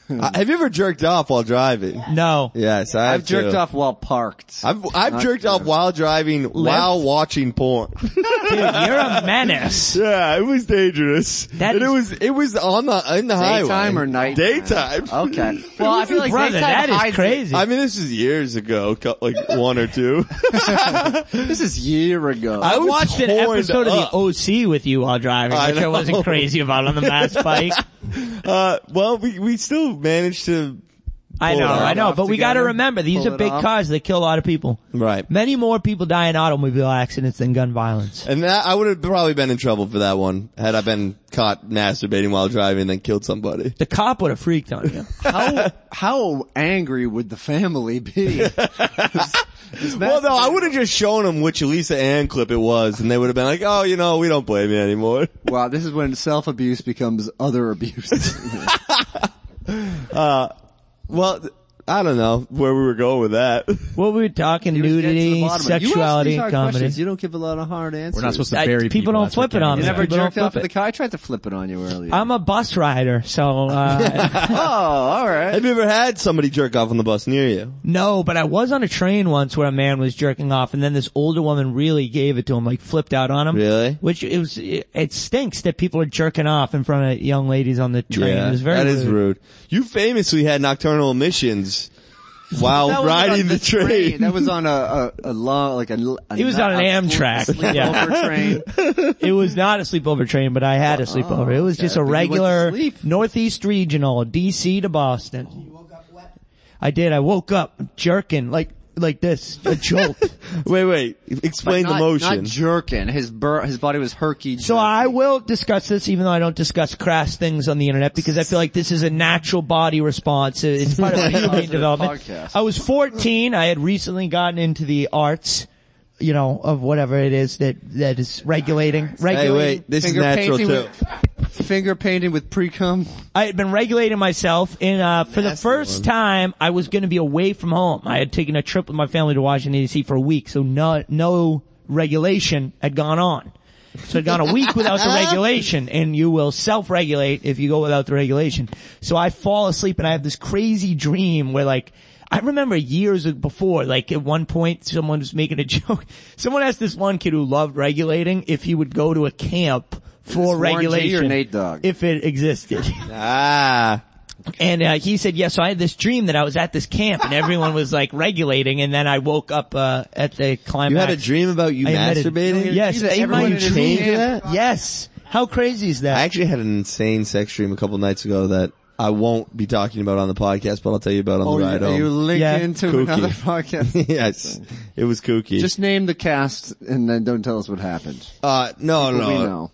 S14: Uh, have you ever jerked off while driving?
S2: No.
S14: Yes, I have
S3: I've jerked
S14: too.
S3: off while parked.
S14: I've I've
S3: Not
S14: jerked off while driving while watching porn.
S2: Dude, you're a menace.
S14: Yeah, it was dangerous.
S2: That
S14: and it
S2: is-
S14: was it was on the in the highway.
S3: Daytime or nighttime?
S14: Daytime.
S3: Okay. Well, I feel like
S2: Brother,
S3: daytime
S2: that is
S3: hides it.
S2: crazy.
S14: I mean, this is years ago, co- like one or two.
S3: this is year ago.
S2: I,
S14: was
S2: watched an
S14: horned
S2: episode
S14: up.
S2: of the OC with you while driving,
S14: Oh. I
S2: which I,
S14: know.
S2: wasn't crazy about on the mass bike.
S14: Uh, well, we we still managed to.
S2: I
S14: pull
S2: know,
S14: it off
S2: I know, but we got to
S14: together.
S2: remember these
S14: Pull
S2: are
S14: it
S2: big
S14: off.
S2: cars that kill a lot of people.
S14: Right.
S2: Many more people die in automobile accidents than gun violence.
S14: And that I would have probably been in trouble for that one had I been caught masturbating while driving and then killed somebody.
S2: The cop would have freaked on you.
S3: how how angry would the family be?
S14: Well, no, I would have just shown them which Elisa Ann clip it was, and they would have been like, "Oh, you know, we don't blame you anymore."
S3: Wow, this is when self abuse becomes other abuse.
S14: Uh, well, th- I don't know where we were going with that.
S2: What were we talking? Nudity, sexuality, and comedy.
S3: You don't give a lot of hard answers.
S2: I- people. Don't flip it on
S3: You
S2: me.
S3: never
S2: People don't
S3: jerked off
S2: flip
S3: at the
S2: it.
S3: car. I tried to flip it on you earlier.
S2: I'm a bus rider, so uh,
S3: oh, all right.
S14: Have you ever had somebody jerk off on the bus near you?
S2: no. But I was on a train once where a man was jerking off, and then this older woman really gave it to him, like flipped out on him.
S14: Really?
S2: Which it was. It, it stinks that people are jerking off in front of young ladies on the train. it was very
S14: that
S2: rude.
S14: is rude. You famously had nocturnal emissions
S3: That
S14: while
S3: was on
S14: riding the train.
S3: That was on a a, a long like a. a
S2: It was on
S3: a
S2: an Amtrak.
S3: sleepover
S2: Yeah.
S3: train.
S2: It was not a sleepover train, but I had a sleepover. It was just a
S3: Oh, okay. But you went to
S2: regular
S3: sleep. Oh,
S2: Northeast Regional, DC to Boston. You woke up wet? I did. I woke up jerking like like this, a jolt.
S14: Wait, wait. Explain
S3: But
S14: the
S3: not-
S14: motion.
S3: Not jerking. His bur- his body was herky.
S2: So I will discuss this, even though I don't discuss crass things on the internet, because I feel like this is a natural body response. It's part of human development.
S3: Podcast.
S2: I was 14. I had recently gotten into the arts, you know, of whatever it is that that is regulating.
S14: hey,
S2: regulating
S14: wait. This is
S3: Finger
S14: natural too.
S3: painting finger painting with pre cum.
S2: I had been regulating myself, and uh, for the first time, I was going to be away from home. I had taken a trip with my family to Washington D.C. for a week, so no no regulation had gone on. So I'd gone a week without the regulation, and you will self-regulate if you go without the regulation. So I fall asleep, and I have this crazy dream where like. I remember years before, like at one point someone was making a joke. Someone asked this one kid who loved regulating if he would go to a camp for
S3: Warren G or
S2: regulation
S3: Nate Dogg?
S2: if it existed.
S14: Ah.
S2: And uh, he said, yeah, so I had this dream that I was at this camp and everyone was like regulating and then I woke up uh, at the climax.
S14: You had a dream about you
S2: I had a-
S14: masturbating?
S2: yes.
S14: Jesus,
S2: ate my
S14: everyone
S2: dream.
S14: changed that?
S2: Yes. How crazy is that?
S14: I actually had an insane sex dream a couple nights ago that I won't be talking about on the podcast, but I'll tell you about on
S3: Oh,
S14: the
S3: you-
S14: ride home.
S3: you linked Yeah. into
S14: Kooky.
S3: another podcast.
S14: yes, it was kooky.
S3: Just name the cast and then don't tell us what happened.
S14: uh, no,
S3: People
S14: no,
S3: we know.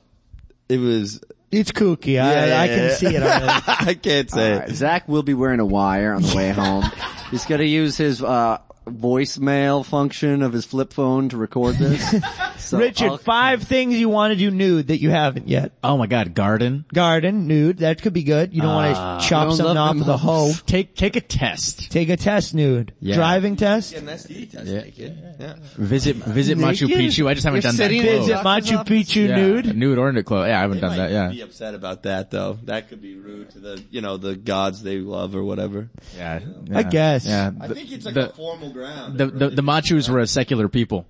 S14: it was.
S2: It's kooky.
S3: I- I can see it already.
S14: I can't say. it.
S3: Zach will be wearing a wire on the way home. He's got to use his uh, voicemail function of his flip phone to record this. So
S2: Richard,
S3: I'll-
S2: five things you want to do nude that you haven't yet.
S13: Oh my God, garden.
S2: Garden nude, that could be good. You don't
S13: Ah.
S2: want to chop
S13: Don't
S2: something
S13: love
S2: off
S13: them
S2: with a hoe.
S13: Take take a test.
S2: Take a test nude.
S13: Yeah.
S2: Driving test.
S14: And that's the test naked. Yeah.
S13: Visit visit Machu
S2: Naked?
S13: Picchu. I just haven't
S2: You're
S13: done that.
S2: sitting
S13: clothes.
S2: in the doctor's Visit Machu office? Picchu
S13: Yeah,
S2: nude?
S13: nude or in a clothes. Yeah, I haven't done that. Yeah.
S14: Be upset about that though. That could be rude to the you know the gods they love or whatever.
S13: Yeah,
S14: I guess.
S13: Yeah,
S14: I think it's like a formal ground.
S13: The the, the Machus were a secular people.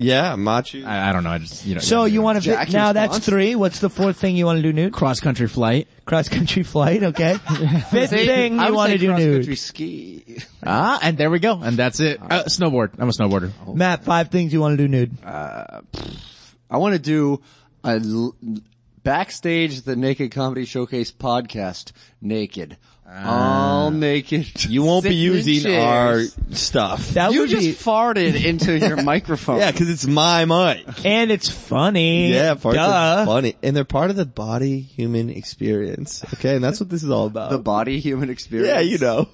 S14: Yeah, Machu.
S13: I, I don't know. I just you know.
S2: So you want to
S13: Jack
S2: now? That's
S13: response?
S2: three. What's the fourth thing you want to do nude?
S13: Cross country flight.
S2: Cross country flight. Okay. Fifth thing you want to do nude.
S3: ski.
S13: Ah, and there we go, and that's it. Uh, snowboard. I'm a snowboarder.
S2: Matt, five things you want to do nude.
S3: Uh, I want to do a l- backstage the Naked Comedy Showcase podcast naked. All naked.
S14: Ah. You won't be
S3: Sitting in
S14: using our
S3: chairs.
S14: stuff.
S3: you just farted into your microphone.
S14: Yeah, because it's my mic.
S2: And it's funny.
S14: Yeah, parts
S2: Duh.
S14: are funny. And they're part of the body human experience. Okay, and that's what this is all about. The
S3: body human experience.
S14: Yeah, you know.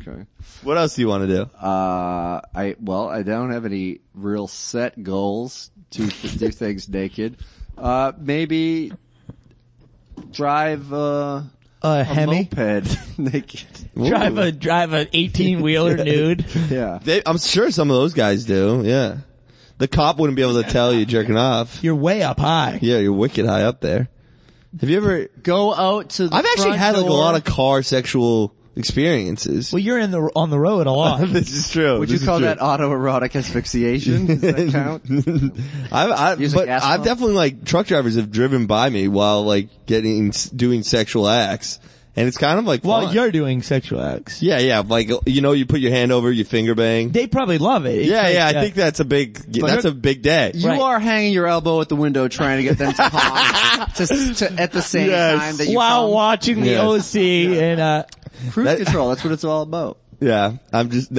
S3: Okay.
S14: What else do you want to do?
S3: Uh, I well, I don't have any real set goals to th- do things naked. Uh, maybe drive uh,
S2: a
S14: Hemi?
S3: moped naked.
S2: Drive a drive a eighteen wheeler nude.
S3: Yeah.
S14: They, I'm sure some of those guys do, yeah. The cop wouldn't be able to tell you jerking off.
S2: You're way up high.
S14: Yeah, you're wicked high up there. Have you ever,
S3: Go out to. the
S14: I've actually
S3: front
S14: had like a
S3: door.
S14: lot of car sexual experiences. Well,
S2: you're in the, on the road a lot.
S14: this is true.
S3: Would you
S14: This is
S3: call
S14: true.
S3: that autoerotic asphyxiation? Does that count?
S14: I've, I,
S3: Use a
S14: but
S3: gas
S14: I've
S3: pump?
S14: definitely like truck drivers have driven by me while like getting doing sexual acts, and it's kind of like
S2: While
S14: fun.
S2: you're doing sexual acts.
S14: Yeah, yeah, like you know, you put your hand over, you finger bang.
S2: They probably love it. It's
S14: yeah,
S2: like,
S14: yeah, I
S2: uh,
S14: think that's a big
S3: But
S14: that's
S3: you're-
S14: a big day.
S3: You are hanging your elbow at the window trying to get them to palm to, to, at the same
S14: Yes.
S3: time that you
S2: while
S3: palm.
S2: watching the
S14: Yes.
S2: OC and uh,
S3: cruise control. That's what it's all about.
S14: Yeah, I'm just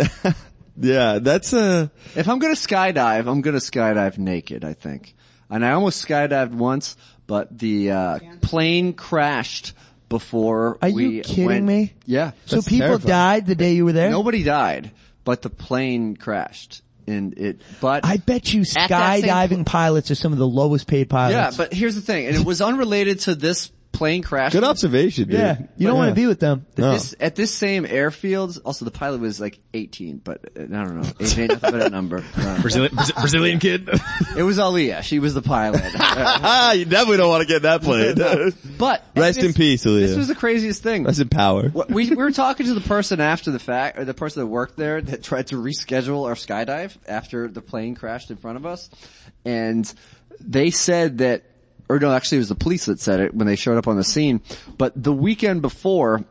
S14: yeah, that's a.
S3: If I'm gonna skydive, I'm gonna skydive naked. I think, and I almost skydived once, but the uh, plane crashed before
S2: Are you
S3: we
S2: kidding
S3: went-
S2: me?
S3: Yeah.
S2: So people died the day you were there.
S3: Nobody died, but the plane crashed, and it. But
S2: I bet you
S3: At that same
S2: skydiving pilots are some of the lowest paid
S3: yeah,
S2: pilots.
S3: but here's the thing, and it was unrelated to this plane crash.
S14: Good observation, dude.
S2: Yeah, you don't want to be with them.
S3: At This, at this same airfield, also the pilot was like 18, but uh, I don't know, 18 ain't nothing but a number.
S13: Brazilian, Brazilian kid.
S3: it was Aliyah. She was the pilot.
S14: you definitely don't want to get that played.
S3: but
S14: rest in
S3: this-
S14: peace, Aaliyah.
S3: This was the craziest thing.
S14: rest in power.
S3: What- we, we were talking to the person after the fact, or the person that worked there that tried to reschedule our skydive after the plane crashed in front of us. And they said that, or no, actually it was the police that said it when they showed up on the scene. But the weekend before,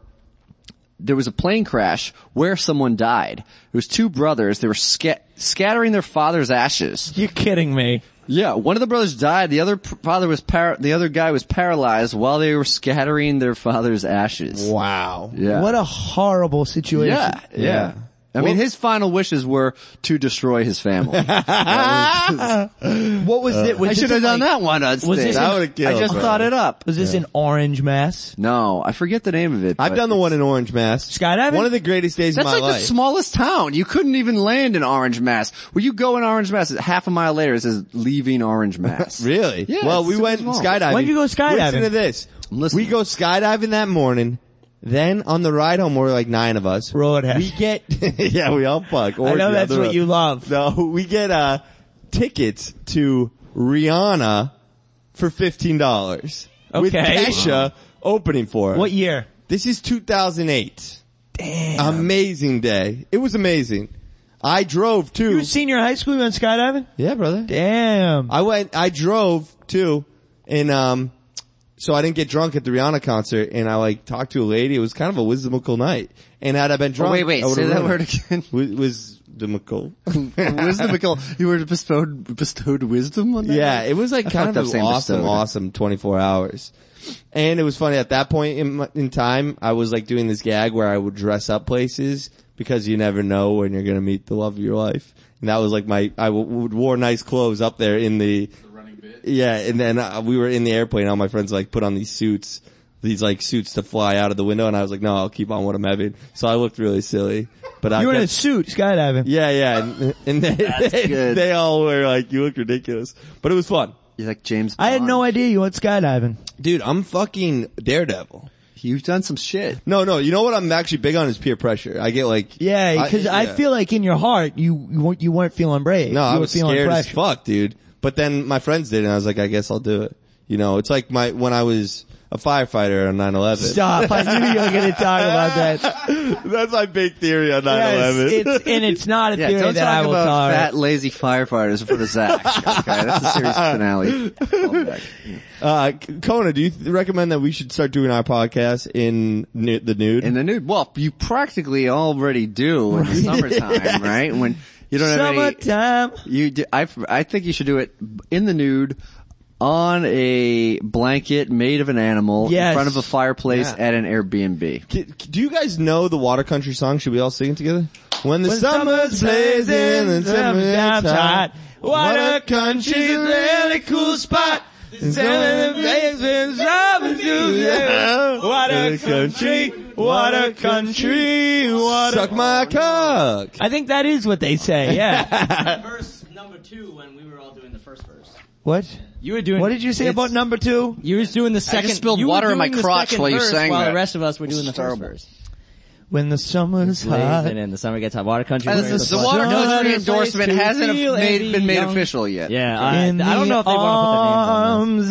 S3: there was a plane crash where someone died. It was two brothers. They were sca- scattering their father's ashes.
S2: You're kidding me.
S3: Yeah, one of the brothers died. The other p- father was par- the other guy was paralyzed while they were scattering their father's ashes.
S14: Wow.
S3: Yeah.
S2: What a horrible situation.
S3: Yeah, yeah. I mean, his final wishes were to destroy his family.
S2: what was it? Was
S3: Uh, I
S2: this
S3: should have
S2: in,
S3: done
S2: like-
S3: that one on
S2: Was
S3: stage.
S2: this
S3: I
S2: in-
S3: would've killed, I just bro. thought it up.
S2: Was this
S3: Yeah.
S2: an orange mass?
S3: No, I forget the name of it.
S14: I've
S3: but
S14: done the
S3: it's-
S14: one in Orange Mass.
S2: Skydiving?
S14: One of the greatest days
S3: That's
S14: of my
S3: like
S14: life.
S3: the smallest town. You couldn't even land in Orange Mass. Well, you go in Orange Mass, half a mile later it says leaving Orange Mass.
S14: Really?
S3: Yeah.
S14: Well,
S3: it's
S14: we
S3: super
S14: went
S3: small.
S14: skydiving. Listen to this. We go skydiving that morning. Then on the ride home, we're like nine of us.
S2: Roadhead.
S14: We get, yeah, we all fuck.
S2: I know that's what you love.
S14: No, we get, uh, tickets to Rihanna for $15. With
S2: Okay.
S14: Kesha opening for her.
S2: What year?
S14: This is 2008. Damn. Amazing day. It was amazing. I drove to.
S2: You were senior high school, you went skydiving?
S14: Yeah, brother.
S2: Damn.
S14: I went, I drove too, and um, So I didn't get drunk at the Rihanna concert, and I like talked to a lady. It was kind of a wisdomical night. And had I been drunk,
S3: Oh,
S14: Oh,
S3: wait, wait,
S14: I would've
S3: say that
S14: ruined
S3: word
S14: it. Wi- Wisdomical.
S3: Wisdomical. You were bestowed bestowed wisdom on that.
S14: Yeah,
S3: night?
S14: it was like
S3: I
S14: kind
S3: fucked
S14: of
S3: up saying
S14: awesome,
S3: bestowed.
S14: awesome 24 hours. And it was funny at that point in, my- in time, I was like doing this gag where I would dress up places because you never know when you're going to meet the love of your life. And that was like my, I w- would wore nice clothes up there in the, yeah, and then uh, we were in the airplane. All my friends like put on these suits, these like suits to fly out of the window, and I was like, no, I'll keep on what I'm having. So I looked really silly, but I
S2: you were in
S14: kept-
S2: a suit skydiving.
S14: yeah, yeah, and, and they, they, they all were like, "You look ridiculous," but it was fun.
S3: He's like James.
S2: I had no idea you went skydiving.
S14: Dude, I'm fucking daredevil.
S3: You've done some shit.
S14: No, no, you know what I'm actually big on is peer pressure. I get like,
S2: Yeah, because I,
S14: yeah.
S2: feel like in your heart you you weren't, you weren't feeling brave.
S14: No,
S2: you
S14: I
S2: were
S14: was
S2: feeling
S14: scared as
S2: pressure.
S14: fuck, dude. But then my friends did, and I was like, I guess I'll do it. You know, it's like my when I was a firefighter on 9/11.
S2: Stop! I knew you were going to talk about that.
S14: That's my big theory on
S3: 9/11
S2: it's, and it's not a
S3: Yeah,
S2: theory
S3: don't
S2: that
S3: talk
S2: I will
S3: about
S2: tolerate.
S3: fat lazy firefighters in front of Zach. Okay, that's a series finale.
S14: Uh, Kona, do you th- recommend that we should start doing our podcast in nu- the nude? In
S3: the nude. Well, you practically already do in the summertime, right? When you don't have
S2: summertime.
S3: any, you do, I, I think you should do it in the nude on a blanket made of an animal
S14: Yes.
S3: in front of a fireplace
S14: Yeah.
S3: at an Airbnb.
S14: Do you guys know the Water Country song? Should we all sing it together? When the
S3: When
S14: summer's
S3: summer's
S14: blazing and summertime's hot,
S2: What
S14: Water
S2: a
S14: country's
S2: country's
S14: a
S2: really cool spot. What a country, what a country, what a
S14: Suck my cock.
S2: I think that is what they say, yeah.
S7: verse number two when we were all doing the first verse.
S2: what?
S7: You were doing.
S2: What did you say about number two?
S7: You were doing the second.
S2: spilled
S7: you were
S2: water in
S7: doing
S2: my
S7: the
S2: crotch
S7: second
S2: while you
S7: verse
S2: sang
S7: While
S2: that.
S7: the rest of us were
S2: This
S7: doing the
S2: is
S7: first
S2: terrible.
S7: verse.
S2: When the summer's hot.
S7: Blazing and the summer gets hot. Water country.
S2: And
S7: is
S2: this- the water
S7: fun.
S2: country
S7: No other
S2: endorsement
S7: place to
S2: hasn't
S7: feel
S2: made-
S7: any
S2: been made
S7: young-
S2: official
S3: yet.
S7: Yeah, I,
S2: In
S7: I don't know if they want
S2: the arms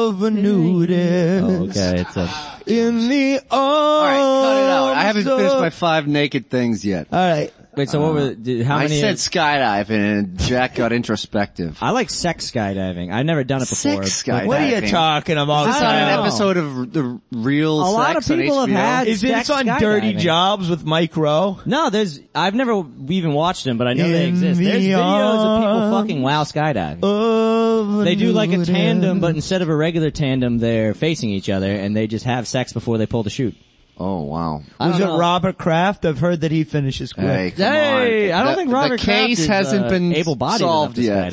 S2: of a
S7: to put
S3: Oh,
S2: nudist.
S7: their names. Okay, it's a.
S2: In the arms
S3: I haven't
S2: of-
S3: finished my five naked things yet.
S2: All right.
S7: Oh, Uh, Wait, so what were? Did, how
S3: I
S7: many?
S3: said skydiving and Jack got introspective.
S7: I like sex skydiving. I've never done it before.
S3: Sex
S7: but-
S3: skydiving. What are you talking
S7: I
S3: Is this
S7: don't
S3: on an
S7: know.
S3: episode of the real
S7: A lot
S3: Sex
S7: of people
S3: on
S7: have
S3: HBO?
S7: had
S2: Is this
S7: sex
S2: on
S7: skydiving.
S2: Dirty Jobs with Mike Rowe?
S7: No, there's. I've never even watched them, but I know they
S2: In
S7: exist. There's
S2: the
S7: videos of people
S2: arms
S7: fucking wow skydiving.
S2: of
S7: They do like a
S2: nudist.
S7: tandem, but instead of a regular tandem, they're facing each other and they just have sex before they pull the chute.
S3: Oh wow!
S2: Was it Robert Kraft? I've heard that he finishes quick.
S7: Hey, come Hey, on. I don't The- think the Robert Kraft case is, hasn't uh, been able-bodied solved enough to yet.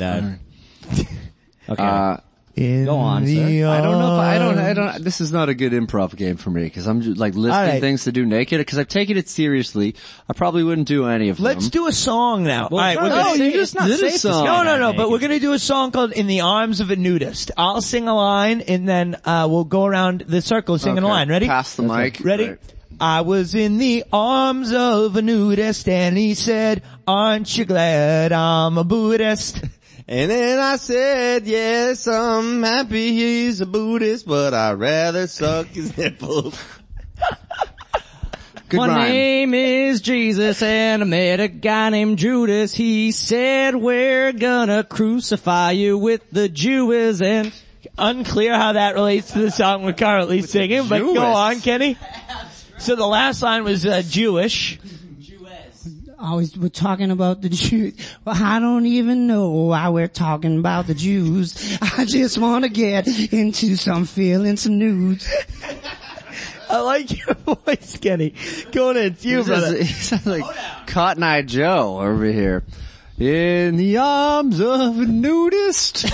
S7: skydive. Okay.
S3: Go
S7: Uh, on, sir. the
S3: Uh, I don't know if I don't. I don't. This is not a good improv game for me because I'm just, like listing
S2: All right.
S3: things to do naked because I've taken it seriously. I probably wouldn't do any of
S2: Let's
S3: them.
S2: do a song now.
S3: Well,
S2: All right,
S3: no,
S2: we're
S3: no,
S2: gonna
S3: you
S2: sing-
S3: just not
S2: This
S3: safe
S2: is
S3: to
S2: song.
S3: song.
S2: No, no, no.
S3: Naked.
S2: But we're gonna do a song called "In the Arms of a Nudist." I'll sing a line, and then uh, we'll go around the circle singing a
S3: Okay.
S2: line. Ready?
S3: Pass the mic.
S2: Ready?
S3: Right.
S2: I was in the arms of a nudist, and he said, "Aren't you glad I'm a Buddhist?"
S14: And then I said, yes, I'm happy he's a Buddhist, but I'd rather suck his nipples. Good
S7: My
S14: rhyme.
S7: name is Jesus and I met a guy named Judas. He said we're gonna crucify you with the Jews and
S2: unclear how that relates to the song we're currently singing, but
S7: Jewish.
S2: go on, Kenny. So the last line was uh, Jewish.
S8: I was we're talking about the Jews. Well, I don't even know why we're talking about the Jews. I just want to get into some feeling, some news.
S2: I like your voice, Kenny. Going into you,
S3: He sounds-
S2: brother.
S3: He sounds like Cotton Eye Joe over here. In the arms of a nudist,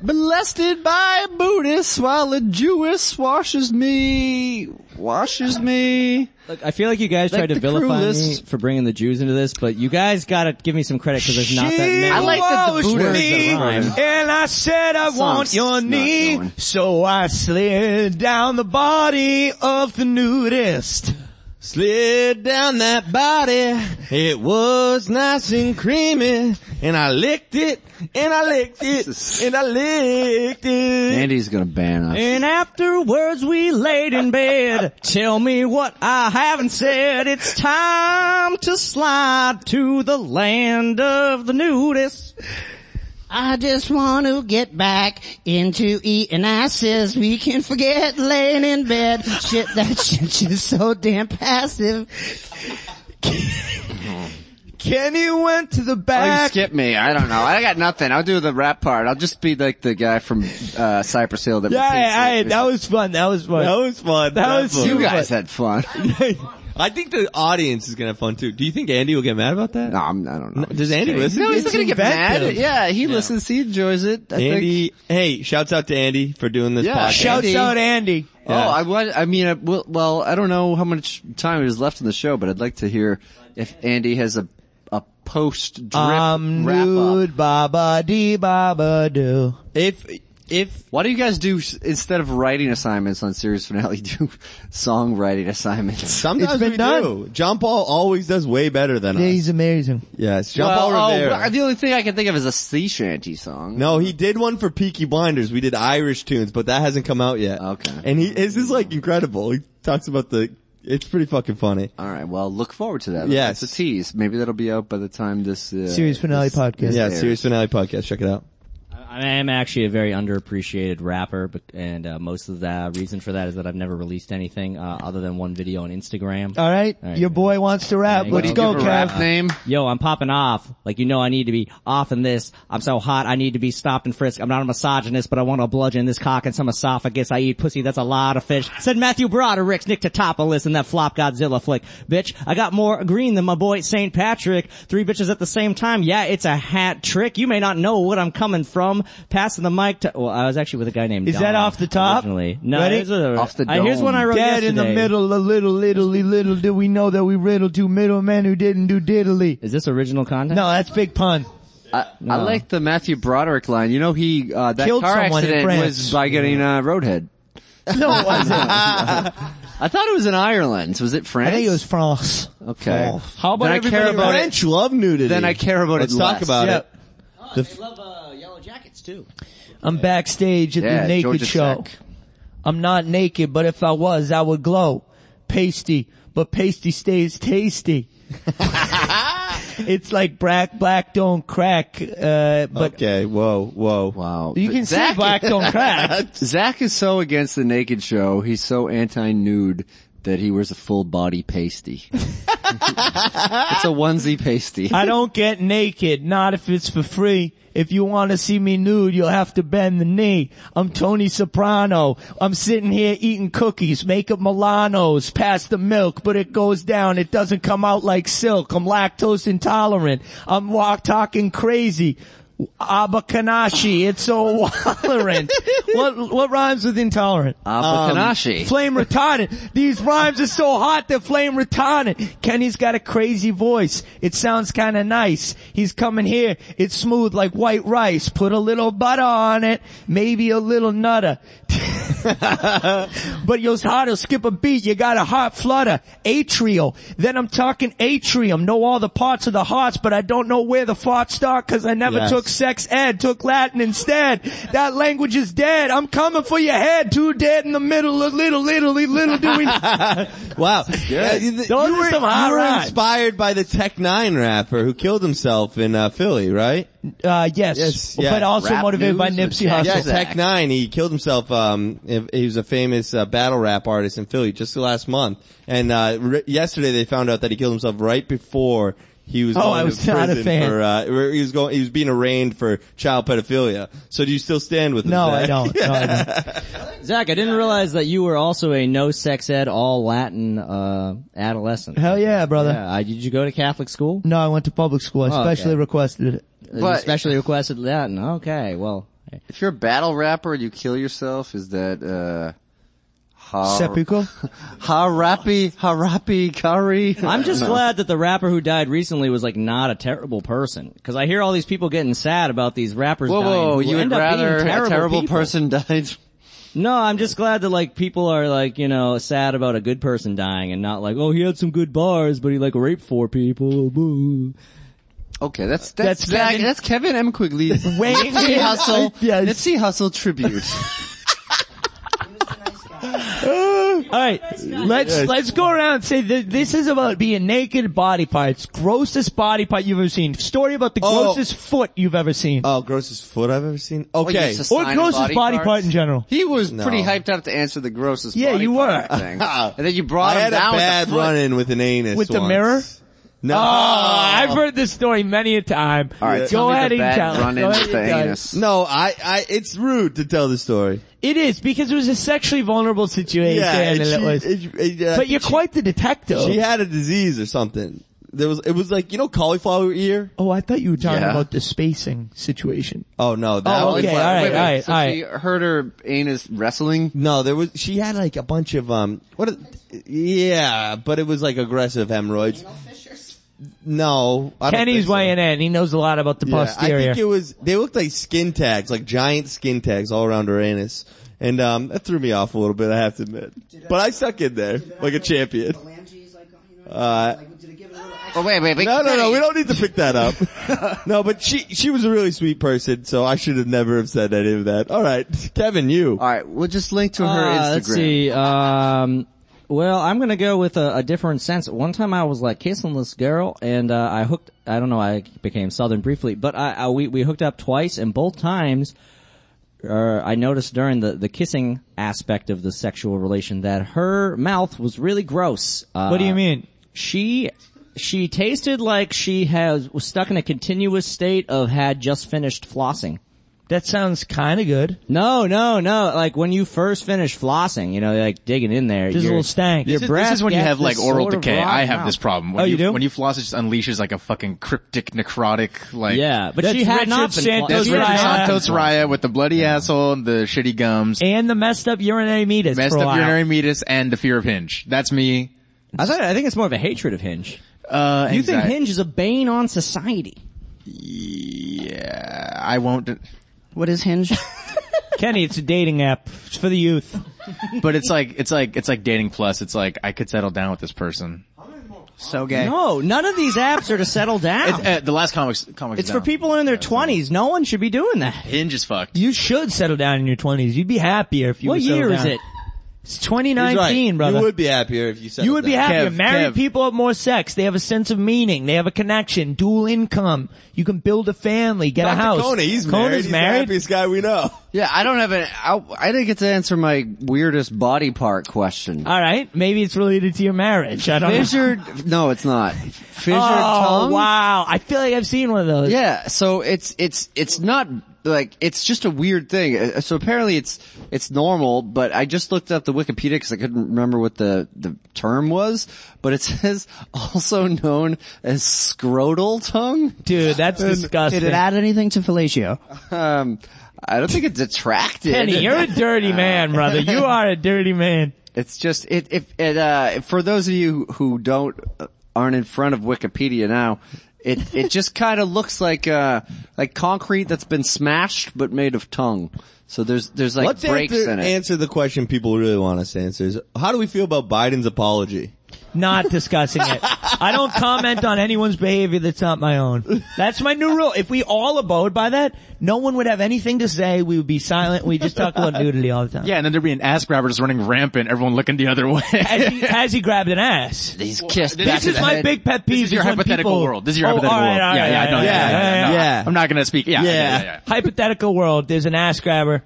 S3: molested by a Buddhist, while a Jewess washes me, washes me.
S7: Look, I feel like you guys tried to
S3: the crew
S7: vilify me
S3: list.
S7: for bringing the Jews into this, but you guys gotta give me some credit because there's not that many.
S2: She washed me,
S7: Words that rhyme.
S2: and I said I
S7: Song's
S2: want your
S7: not
S2: knee,
S7: going.
S2: so I slid down the body of the nudist.
S14: Slid down that body, it was nice and creamy, and I licked it, and I licked it, and I licked it.
S3: Andy's gonna ban us.
S7: And afterwards we laid in bed. Tell me what I haven't said. It's time to slide to the land of the nudists.
S8: I just want to get back into eating asses. We can forget laying in bed. Shit, that shit's just so damn passive.
S9: Kenny went to the back.
S3: Oh, you skip me. I don't know. I got nothing. I'll do the rap part. I'll just be like the guy from uh, Cypress Hill. That
S2: Yeah, I, I, that was fun. That was fun.
S3: That was
S14: fun.
S2: That, was
S3: you
S2: super
S3: guys
S2: fun.
S3: had fun.
S14: I think the audience is gonna have fun too. Do you think Andy will get mad about that? No,
S3: I'm, I don't know.
S14: Does Andy listen?
S3: No,
S14: to
S3: he's
S14: this?
S3: not gonna get mad. Yeah, he
S14: Yeah.
S3: listens. He enjoys it. I
S14: Andy,
S3: Think.
S14: hey, shouts out to Andy for doing this. podcast.
S2: Andy.
S3: Oh,
S14: Yeah.
S3: I was. I mean, I, well, well, I don't know how much time is left in the show, but I'd like to hear if Andy has a a post drip
S2: I'm
S3: wrap
S2: um,
S14: Um,
S2: nude, baba dee baba do.
S14: If if
S3: why do you guys do s- instead of writing assignments on series finale, do songwriting assignments?
S14: Sometimes we do. John Paul always does way better than
S2: Yeah,
S14: us.
S2: he's amazing.
S14: Yes, John
S3: Well,
S14: Paul
S3: oh,
S14: Rivera.
S3: well, the only thing I can think of is a sea shanty song.
S14: No, he did one for Peaky Blinders. We did Irish tunes, but that hasn't come out yet. Okay. And he his is like incredible. He talks about the. It's pretty fucking funny.
S3: All right. Well, look forward to that.
S14: Yes.
S3: it's a tease. Maybe that'll be out by the time this uh,
S14: Series
S2: finale
S3: this-
S2: podcast.
S3: this
S14: Yeah,
S3: airs.
S14: series finale podcast. Check it out.
S7: I am actually a very underappreciated rapper, but, and uh, most of the reason for that is that I've never released anything uh, other than one video on Instagram.
S2: All right, your boy wants to rap.
S7: Hang
S2: Let's
S7: on.
S2: go, Kev.
S7: Yo, I'm popping off. Like you know, I need to be off in this. I'm so hot, I need to be stopped and frisked. I'm not a misogynist, but I want to bludgeon this cock and some esophagus. I eat pussy, that's a lot of fish. Said Matthew Broderick's Nick Totopoulos in that flop Godzilla flick. Bitch, I got more green than my boy St. Patrick. Three bitches at the same time. Yeah, it's a hat trick. You may not know what I'm coming from. Passing the mic to. Well, I was actually with a guy named.
S2: Is that
S7: Dom
S2: off the top?
S7: Originally. No,
S2: Ready?
S7: it's a- I- here's one I wrote
S2: Dead in the
S7: yesterday.
S2: middle, a little, littly, little do we know that we riddled two middlemen who didn't do diddly.
S7: Is this original content?
S2: No, Oh, that's big pun.
S3: I, I like the Matthew Broderick line. You know, he uh, that
S2: Killed
S3: car
S2: someone in
S3: accident
S2: France.
S3: was by getting uh, roadhead.
S2: No, it wasn't.
S3: I thought it was in Ireland. Was it France?
S2: I think it was France. Oh.
S3: Okay.
S2: France.
S3: How about Then I everybody- care about it-
S14: French love nudity?
S3: Then I care about
S14: Let's
S3: it
S14: talk
S3: less.
S14: about
S3: Yeah.
S14: it.
S7: The f- love uh, yellow jackets too.
S2: I'm backstage at
S7: Yeah,
S2: the naked
S7: Georgia
S2: show. I'm not naked, but if I was, I would glow. Pasty, but pasty stays tasty. it's like black, black don't crack, uh, but
S14: okay, whoa, whoa,
S3: wow.
S2: You can say black don't crack.
S3: Zach is so against the naked show. He's so anti-nude that he wears a full body pasty. it's a onesie pasty.
S2: I don't get naked, not if it's for free. If you want to see me nude, you'll have to bend the knee. I'm Tony Soprano. I'm sitting here eating cookies, make up Milanos, pass the milk, but it goes down. It doesn't come out like silk. I'm lactose intolerant. I'm walk talking crazy. Abakanashi, it's so tolerant. what what rhymes with intolerant?
S3: Abakanashi.
S2: Um, flame retardant. These rhymes are so hot they're flame retardant. Kenny's got a crazy voice. It sounds kind of nice. He's coming here. It's smooth like white rice. Put a little butter on it, maybe a little nutter. but your heart will skip a beat. You got a heart flutter. Atrial. Then I'm talking atrium. Know all the parts of the hearts, but I don't know where the farts start because I never
S9: Yes.
S2: took sex ed, took Latin instead. That language is dead. I'm coming for your head. Two dead in the middle. A little, little, little do we. Uh,
S14: wow. Yeah,
S2: Good.
S14: you-
S2: Those
S14: you
S2: are
S14: were,
S2: some hot
S14: you were
S2: rhymes.
S14: inspired by the Tech Nine rapper who killed himself in uh, Philly, right?
S2: Uh, yes.
S14: Yes.
S2: But also Rap motivated by news Nipsey with Tech Hussle.
S14: Yeah,
S2: Zach.
S14: Tech Nine. He killed himself. Um, he he was a famous uh, battle rap artist in Philly just the last month. And uh, r- yesterday they found out that he killed himself right before. He was
S2: Oh,
S14: going
S2: I was
S14: to
S2: not a
S14: prison
S2: fan.
S14: for uh, or he was going. He was being arraigned for child pedophilia. So do you still stand with him?
S7: No,
S14: Zach?
S7: I don't. No, I don't. Zach, I didn't realize that you were also a no sex ed all Latin uh adolescent.
S2: Hell yeah, brother.
S7: Yeah, I, did you go to Catholic school?
S2: No, I went to public school. I
S7: Oh, okay.
S2: specially requested it.
S7: Especially Especially requested Latin. Okay, well.
S3: If you're a battle rapper and you kill yourself, is that uh ha
S7: Seppuku?
S3: Harapi Harapi Kari?
S7: I'm just
S3: No.
S7: glad that the rapper who died recently was like not a terrible person. Cause I hear all these people getting sad about these rappers
S3: Whoa,
S7: dying.
S3: whoa,
S7: who
S3: you would
S7: end up being
S3: rather a
S7: terrible
S3: terrible
S7: people.
S3: person died?
S7: No, I'm just glad that like people are like, you know, sad about a good person dying and not like, oh, he had some good bars, but he like raped four people. Boo.
S3: Okay, that's that's Zach- that's Kevin M. Quigley. Nipsey Hustle. Nipsey Hustle tribute.
S2: Oh, All right, let's
S20: Yes.
S2: let's go around and say th- this is about being naked body parts, grossest body part you've ever seen. Story about the
S14: Oh.
S2: grossest foot you've ever seen.
S14: Oh, grossest foot I've ever seen. Okay,
S2: or grossest body, part in general.
S3: He was
S14: No.
S3: pretty hyped up to answer the grossest.
S2: Yeah,
S3: body
S2: you
S3: part
S2: were.
S3: Thing. and then you brought
S14: I
S3: him
S14: had
S3: down
S14: a bad
S3: with the foot.
S14: run in with an anus
S2: With the
S14: once.
S2: mirror?
S14: No.
S2: Oh, I've heard this story many a time.
S14: All right, tell
S2: go
S14: me the
S2: ahead and
S14: bad
S2: tell. it.
S14: run-in
S2: Go
S14: with
S2: ahead
S14: the
S2: and tell it.
S14: anus. No, I, I, it's rude to tell the story.
S2: It is because it was a sexually vulnerable situation,
S14: Yeah,
S2: and
S14: and
S2: it
S14: she-
S2: was.
S14: it- it, uh,
S2: but you're quite the detective.
S14: She had a disease or something. There was, it was like, you know cauliflower ear?
S2: Oh, I thought you were
S14: talking about
S2: the spacing situation.
S14: Oh no, that
S3: Oh,
S14: was
S3: okay,
S14: like,
S3: all right, Wait, wait, all right, so all right. she
S14: hurt her anus wrestling? No, there was, she had like a bunch of, um, what, are- yeah, but it was like aggressive hemorrhoids. No, I don't
S2: Kenny's
S14: think so.
S2: weighing in. He knows a lot about the
S14: Yeah, I
S2: posterior.
S14: think it was, they looked like skin tags, like giant skin tags all around her anus. And, um, that threw me off a little bit, I have to admit. But I stuck in there, like a champion. Uh,
S3: Oh wait, wait, wait.
S14: no, no, no, we don't need to pick that up. no, but she, she was a really sweet person, so I should have never have said any of that. Alright, Kevin, you.
S3: Alright, we'll just link to
S7: Uh, Let's see. Um, well, I'm gonna go with a, a different sense. One time I was like kissing this girl, and uh, I hooked. I don't know. I became southern briefly, but I, I we we hooked up twice, and both times, uh, I noticed during the the kissing aspect of the sexual relation that her mouth was really gross. Uh,
S2: What do you mean?
S7: She. She tasted like she has was stuck in a continuous state of had just finished flossing.
S2: That sounds kind of good.
S7: No, no, no. Like when you first finish flossing, you know, like digging in there.
S13: There's a
S7: your-
S13: little
S2: stank.
S7: Your
S13: This is,
S7: breath
S13: this is when you
S7: gets
S13: have like
S7: this
S13: oral
S7: sort of
S13: decay.
S7: rotten
S13: I have
S7: mouth.
S13: this problem. When
S7: Oh, you do?
S13: When you floss, it just unleashes like a fucking cryptic, necrotic, like.
S7: Yeah, but That's she had not Richard been flo- Santos
S13: That's Richard
S7: Raya.
S13: Santos Raya with the bloody asshole and the shitty gums.
S2: And the messed up urinary meatus.
S13: Messed
S2: for a
S13: up
S2: while.
S13: urinary meatus and the fear of hinge. That's me.
S7: I, thought, I think it's more of a hatred of hinge.
S13: Uh,
S7: you think
S13: anxiety.
S7: hinge is a bane on society?
S13: Yeah, I won't. d-
S2: What is Hinge? Kenny, it's a dating app. It's for the youth.
S13: but it's like it's like it's like dating plus. It's like I could settle down with this person. So gay.
S7: No, none of these apps are to settle down.
S13: It's, uh, the last comics comics.
S7: It's for people in their twenties. No one should be doing that.
S13: Hinge is fucked.
S2: You should settle down in your 20s. You'd be happier if you
S7: What
S2: would settle
S7: year is
S2: down.
S7: it?
S2: It's 2019,
S14: He's right.
S2: brother.
S14: You would be happier if you said
S2: You would be happier. Married people have more sex. They have a sense of meaning. They have a connection. Dual income. You can build a family. Get a
S14: Dr.
S2: house.
S14: Kona, he's married.
S2: Kona's
S14: He's the
S2: married.
S14: happiest guy we know.
S3: Yeah, I don't have an. I, I didn't get to answer my weirdest body part question.
S2: All right. Maybe it's related to your marriage. I don't know.
S3: Fissured? No, it's not. Fissured
S2: oh,
S3: tongue.
S2: wow. I feel like I've seen one of those.
S3: Yeah, so it's it's it's not like it's just a weird thing. Uh, So apparently it's it's normal, but I just looked up the Wikipedia because I couldn't remember what the the term was. But it says also known as scrotal tongue.
S2: Dude, that's disgusting.
S21: Did it add anything to fellatio?
S3: Um, I don't think it detracted.
S2: Penny, you're a dirty man, brother. You are a dirty man.
S3: It's just it if it uh for those of you who don't uh, aren't in front of Wikipedia now, it it just kind of looks like uh like concrete that's been smashed but made of tongue. So there's there's like
S14: Let's
S3: breaks
S14: answer,
S3: in it.
S14: answer the question people really want us to answer. Is how do we feel about Biden's apology?
S2: Not discussing it. I don't comment on anyone's behavior that's not my own. That's my new rule. If we all abode by that, no one would have anything to say. We would be silent. We just talk about nudity all the time.
S13: Yeah, and then there'd be an ass grabber just running rampant, everyone looking the other way.
S2: As he, as he grabbed an ass.
S3: He's
S13: kissed
S2: This
S13: back
S2: is
S13: to the
S2: my
S13: head.
S2: big pet
S13: This
S2: peeve.
S13: is your
S2: when
S13: hypothetical
S2: people-
S13: world. This is your
S2: Oh,
S13: hypothetical
S2: all right,
S13: world.
S2: all
S13: Yeah,
S2: right,
S13: yeah,
S2: all
S13: no,
S2: right,
S13: yeah,
S2: all
S13: yeah,
S2: right,
S13: no.
S2: all right.
S13: I'm not gonna speak. Yeah, yeah, yeah, yeah.
S2: Hypothetical world. There's an ass grabber.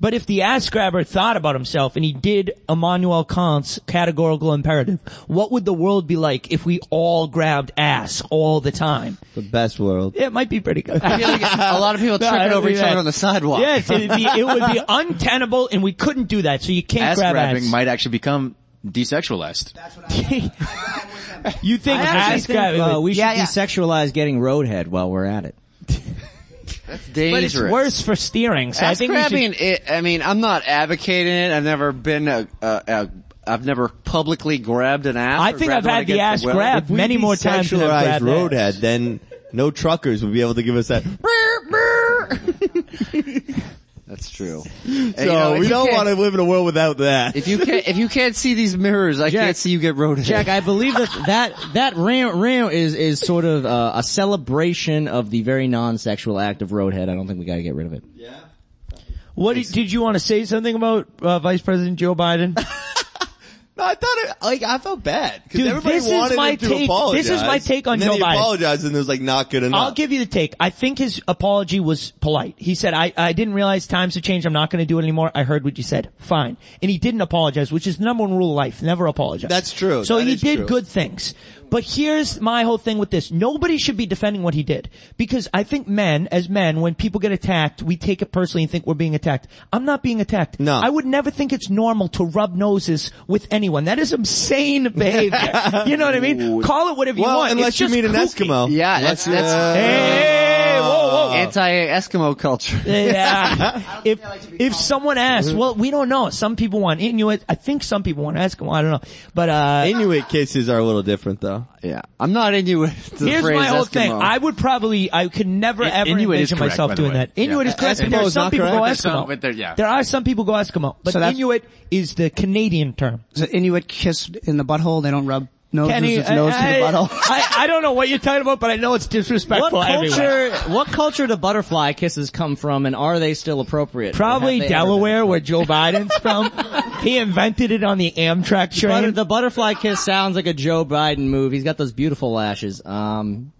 S2: But if the ass grabber thought about himself and he did Immanuel Kant's categorical imperative, what would the world be like if we all grabbed ass all the time?
S14: The best world.
S2: It might be pretty good.
S3: I feel like a lot of people
S2: No,
S3: tripping
S2: it'd
S3: over
S2: be
S3: each other
S2: bad.
S3: on the sidewalk.
S2: Yes, it'd be, it would be untenable, and we couldn't do that. So you can't
S13: ass
S2: grab
S13: grabbing
S2: ass.
S13: might actually become desexualized.
S2: you think
S7: I actually
S2: ass
S7: think,
S2: grabbing?
S7: uh, we should
S2: Yeah, yeah.
S7: desexualize getting roadhead while we're at it.
S3: That's
S2: But it's
S3: dangerous.
S2: worse for steering. So I
S3: Ass
S2: think we
S3: grabbing.
S2: should.
S3: It, I mean, I'm not advocating it. I've never been a. a, a I've never publicly grabbed an ass.
S2: I
S3: or
S2: think
S3: grabbed
S2: I've
S3: one
S2: had the
S3: against
S2: ass
S3: will.
S2: grabbed
S3: If we
S2: many more times than I've
S14: Sexualized
S2: grabbed ass.
S14: roadhead, then no truckers would be able to give us that.
S3: That's true.
S14: So we don't want to live in a world without that.
S3: If you can't, if you can't see these mirrors, I can't see you get roadhead.
S7: Jack, I believe that that that ram ram is is sort of uh, a celebration of the very non-sexual act of roadhead. I don't think we got to get rid of it.
S2: What did, did you want to say something about uh, Vice President Joe Biden?
S14: I thought it, like I felt bad because
S2: Dude,
S14: everybody
S2: this is
S14: wanted
S2: my
S14: him to
S2: take- this
S14: apologize.
S2: is my take on
S14: and then
S2: Joe
S14: he
S2: Biden.
S14: apologized and it was like not good enough.
S2: I'll give you the take. I think his apology was polite. He said, I, I didn't realize times have changed. I'm not going to do it anymore. I heard what you said. Fine. And he didn't apologize, which is the number one rule of life. Never apologize.
S14: That's true.
S2: So
S14: That
S2: he
S14: is
S2: did
S14: true.
S2: good things. But here's my whole thing with this. Nobody should be defending what he did. Because I think men, as men, when people get attacked, we take it personally and think we're being attacked. I'm not being attacked. No. I would never think it's normal to rub noses with anyone. That is insane behavior. you know what I mean? Call it whatever you
S14: Well,
S2: want.
S14: unless
S2: It's
S14: you
S2: just
S14: meet an
S2: kooky.
S14: Eskimo. uh,
S22: Yeah, that's that's
S2: hey, whoa, whoa.
S22: anti-Eskimo culture.
S2: Yeah. if if someone asks, well, we don't know. Some people want Inuit. I think some people want Eskimo. I don't know. But uh,
S14: Inuit kisses are a little different though.
S22: Yeah, I'm not Inuit.
S2: here's my whole thing. I would probably, I could never ever
S14: Inuit is
S2: envision
S14: correct,
S2: myself
S14: by the
S2: doing
S14: way.
S2: that. Inuit
S14: Yeah.
S2: is correct. but
S14: Eskimo
S2: there are
S14: is
S2: some
S14: not
S2: people go
S14: correct.
S2: Eskimo.
S14: There's some, but there- yeah.
S2: There are some people go Eskimo, but
S8: So that's-
S2: Inuit is the Canadian term.
S8: So Inuit kiss in the butthole. They don't rub noses.
S2: Kenny,
S8: it's nose
S2: I,
S8: to the butthole.
S2: I, I don't know what you're talking about, but I know it's disrespectful.
S7: What culture?
S2: everywhere.
S7: What culture do butterfly kisses come from, and are they still appropriate?
S2: Probably
S7: Have they ever
S2: Delaware, where Joe Biden's from. he invented it on the Amtrak
S7: been- Butter-
S2: train.
S7: the butterfly kiss sounds like a Joe Biden move. He's got those beautiful lashes. Um,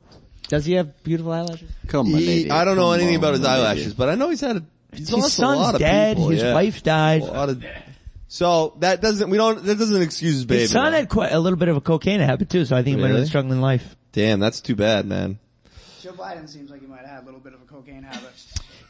S7: does he have beautiful eyelashes?
S22: Come
S14: on, I don't know anything about his eyelashes, but I know he's had a, he's
S7: His
S14: lost
S7: son's
S14: a lot of
S7: dead,
S14: people,
S7: his
S14: yeah.
S2: wife died.
S14: A lot of- so that doesn't we don't that doesn't excuse his baby.
S2: His son had quite a little bit of a cocaine habit too, so I think he might have been
S14: Really?
S2: struggling in life.
S14: Damn, that's too bad, man.
S8: Joe Biden seems like he might have had a little bit of a cocaine habit.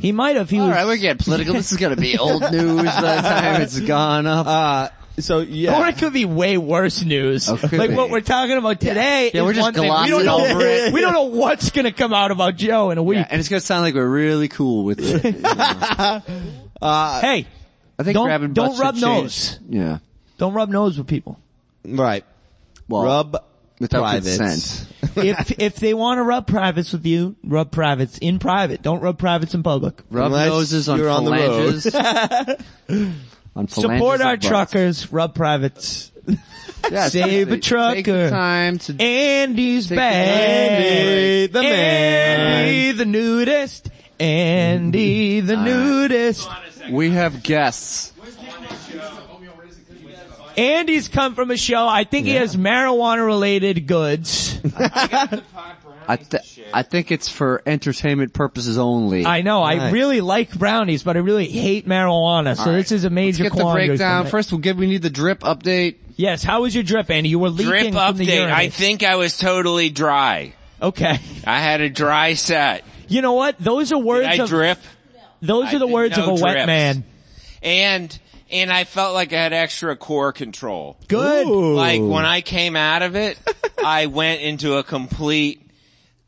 S2: He might have. He
S22: All
S2: was.
S22: right, we're getting political. This is gonna be old news by the time it's gone up.
S14: Uh, so yeah,
S2: Or it could be way worse news.
S22: Oh, could
S2: like
S22: be.
S2: what we're talking about today
S22: Yeah,
S2: is
S22: we're just
S2: one thing. We don't
S22: glossing
S2: know.
S22: over it.
S2: We don't know what's gonna come out about Joe in a week.
S22: and it's gonna sound like we're really cool with it.
S14: uh,
S2: hey,
S22: I think
S2: don't-
S22: grabbing
S2: don't
S22: butts should
S2: rub
S22: change.
S2: nose.
S22: Yeah.
S2: Don't rub nose with people.
S14: Right. rub
S22: without
S14: privates.
S22: consent.
S2: if if they want to rub privates with you, rub privates in private. Don't rub privates in public.
S22: Rub Unless noses on you're on the road. phalanges. On phalanges
S2: Support
S22: of
S2: our
S22: butts.
S2: truckers. Rub privates.
S22: Yeah,
S2: Save
S22: seriously.
S2: a trucker.
S22: Take the time to
S2: Andy's
S22: Take the
S2: back.
S22: Andy, the man.
S2: Andy the nudist. Andy the
S22: All right.
S2: nudist.
S22: We have guests.
S2: Andy's come from a show. I think he has marijuana related goods.
S22: I, th- I think it's for entertainment purposes only.
S2: I know. I
S22: Nice.
S2: really like brownies, but I really hate marijuana. So
S22: All right.
S2: this is a major
S22: Let's get the
S2: quandary for
S22: breakdown.
S2: me.
S22: First, we'll give, we need the drip update.
S2: Yes. How was your drip, Andy? You were leaking
S4: Drip
S2: from the
S4: update.
S2: urine.
S4: I think I was totally dry.
S2: Okay.
S4: I had a dry set.
S2: You know what? Those are words
S4: I
S2: of
S4: drip?
S2: Those
S4: I
S2: are the
S4: did
S2: words
S4: no
S2: of a wet
S4: drips.
S2: man.
S4: And and I felt like I had extra core control.
S2: Good.
S4: Like when I came out of it, I went into a complete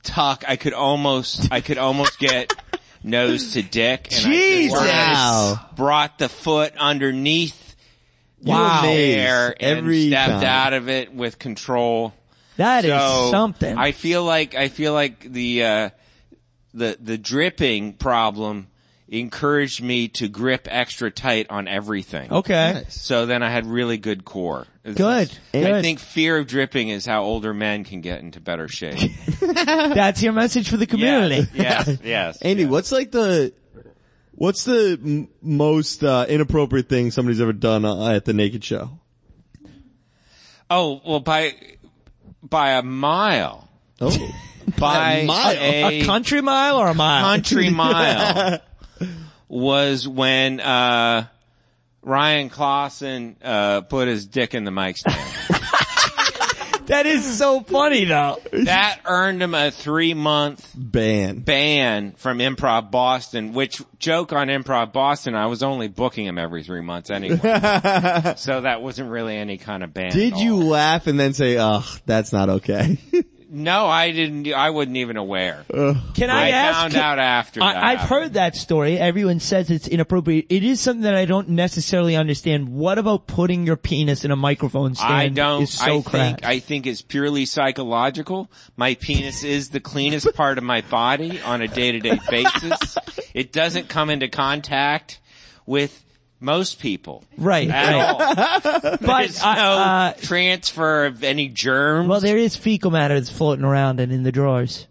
S4: tuck. I could almost I could almost get nose to dick and
S2: Jesus.
S4: I
S2: Wow.
S4: just brought the foot underneath
S2: Wow.
S4: there and
S2: Every
S4: stepped
S2: time.
S4: out of it with control.
S2: That is
S4: So,
S2: something.
S4: I feel like I feel like the uh, the the dripping problem encouraged me to grip extra tight on everything.
S2: Okay. Nice.
S4: So then I had really good core. It's-
S2: Good,
S4: I
S2: good.
S4: think fear of dripping is how older men can get into better shape.
S2: That's your message for the community.
S4: yes, yes.
S14: Andy, what's like the what's the m- most uh, inappropriate thing somebody's ever done uh, at the naked show?
S4: Oh well, by by a mile.
S14: Oh,
S4: by
S2: A mile?
S4: a,
S2: A country mile or a mile?
S4: Country mile was when uh, Ryan Clausen uh, put his dick in the mic stand.
S2: that is so funny though.
S4: That earned him a three month
S14: ban
S4: ban from Improv Boston. Which joke on Improv Boston? I was only booking him every three months anyway, so that wasn't really any kind of ban. at
S14: Did
S4: all.
S14: you laugh and then say, "Ugh, that's not okay"?
S4: No, I didn't. I wasn't even aware.
S2: Can I, ask?
S4: found out after
S2: I,
S4: that.
S2: I've heard that story. Everyone says it's inappropriate. It is something that I don't necessarily understand. What about putting your penis in a microphone stand?
S4: I don't.
S2: Is so
S4: I
S2: crap.
S4: think I think it's purely psychological. My penis is the cleanest part of my body on a day to day basis. It doesn't come into contact with most people,
S2: Right,
S4: At
S2: right.
S4: all. There's
S2: I-
S4: no
S2: uh,
S4: transfer of any germs.
S2: Well, there is fecal matter that's floating around and in the drawers.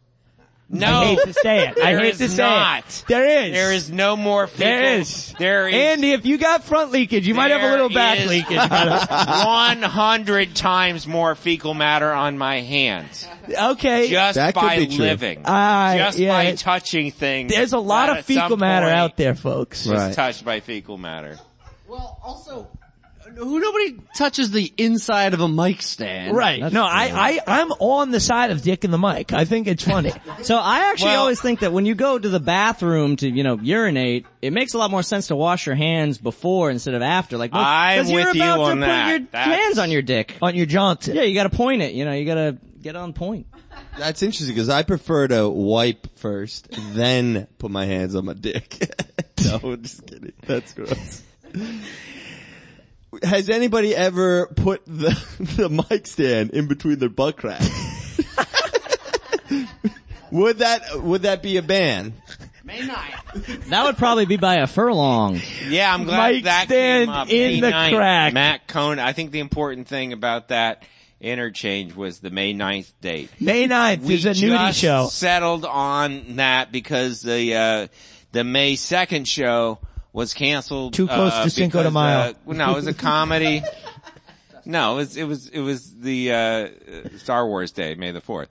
S4: No.
S2: I hate to say it. I
S4: There
S2: hate
S4: is
S2: to say
S4: not.
S2: it. There is.
S4: There is no more fecal.
S2: There is.
S4: There is.
S2: Andy, if you got front leakage, you might have a little back
S4: There is
S2: leakage. but-
S4: 100 times more fecal matter on my hands.
S2: okay.
S4: Just
S2: That could
S4: by
S2: be true.
S4: living.
S2: Ah,
S4: just
S2: yeah.
S4: by touching things.
S2: There's a lot
S4: that
S2: of
S4: at some
S2: fecal matter
S4: point
S2: out there, folks.
S4: Was touched by fecal matter.
S22: Who nobody touches the inside of a mic stand.
S2: Right. no, I, I, I'm on the side of Dick and the mic. I think it's funny.
S7: So I actually
S2: Well-
S7: always think that when you go to the bathroom to, you know, urinate, it makes a lot more sense to wash your hands before instead of after. Like,
S4: I'm
S7: because you're
S4: with you
S7: about
S4: on
S7: to
S4: that.
S7: put your
S4: That's-
S7: hands on your dick.
S2: On your Johnson.
S7: Yeah, you gotta point it, you know, you gotta get on point.
S14: That's interesting because I prefer to wipe first, then put my hands on my dick. no, I'm just kidding. That's gross. Has anybody ever put the, the mic stand in between their butt crack? would that would that be a ban?
S7: That would probably be by a furlong.
S4: Yeah, I'm glad
S7: Mike
S4: that
S7: stand
S4: came up. May
S7: in the
S4: 9th,
S7: crack.
S4: Matt Cohn. I think the important thing about that interchange was the May 9th date.
S2: May 9th
S4: we
S2: is a nudie
S4: just
S2: show.
S4: settled on that because the uh, the May 2nd show was canceled.
S2: Too close
S4: uh,
S2: to Cinco de Mayo.
S4: because, uh, no, it was a comedy. No, it was it was it was the uh, uh, Star Wars Day, May the Fourth.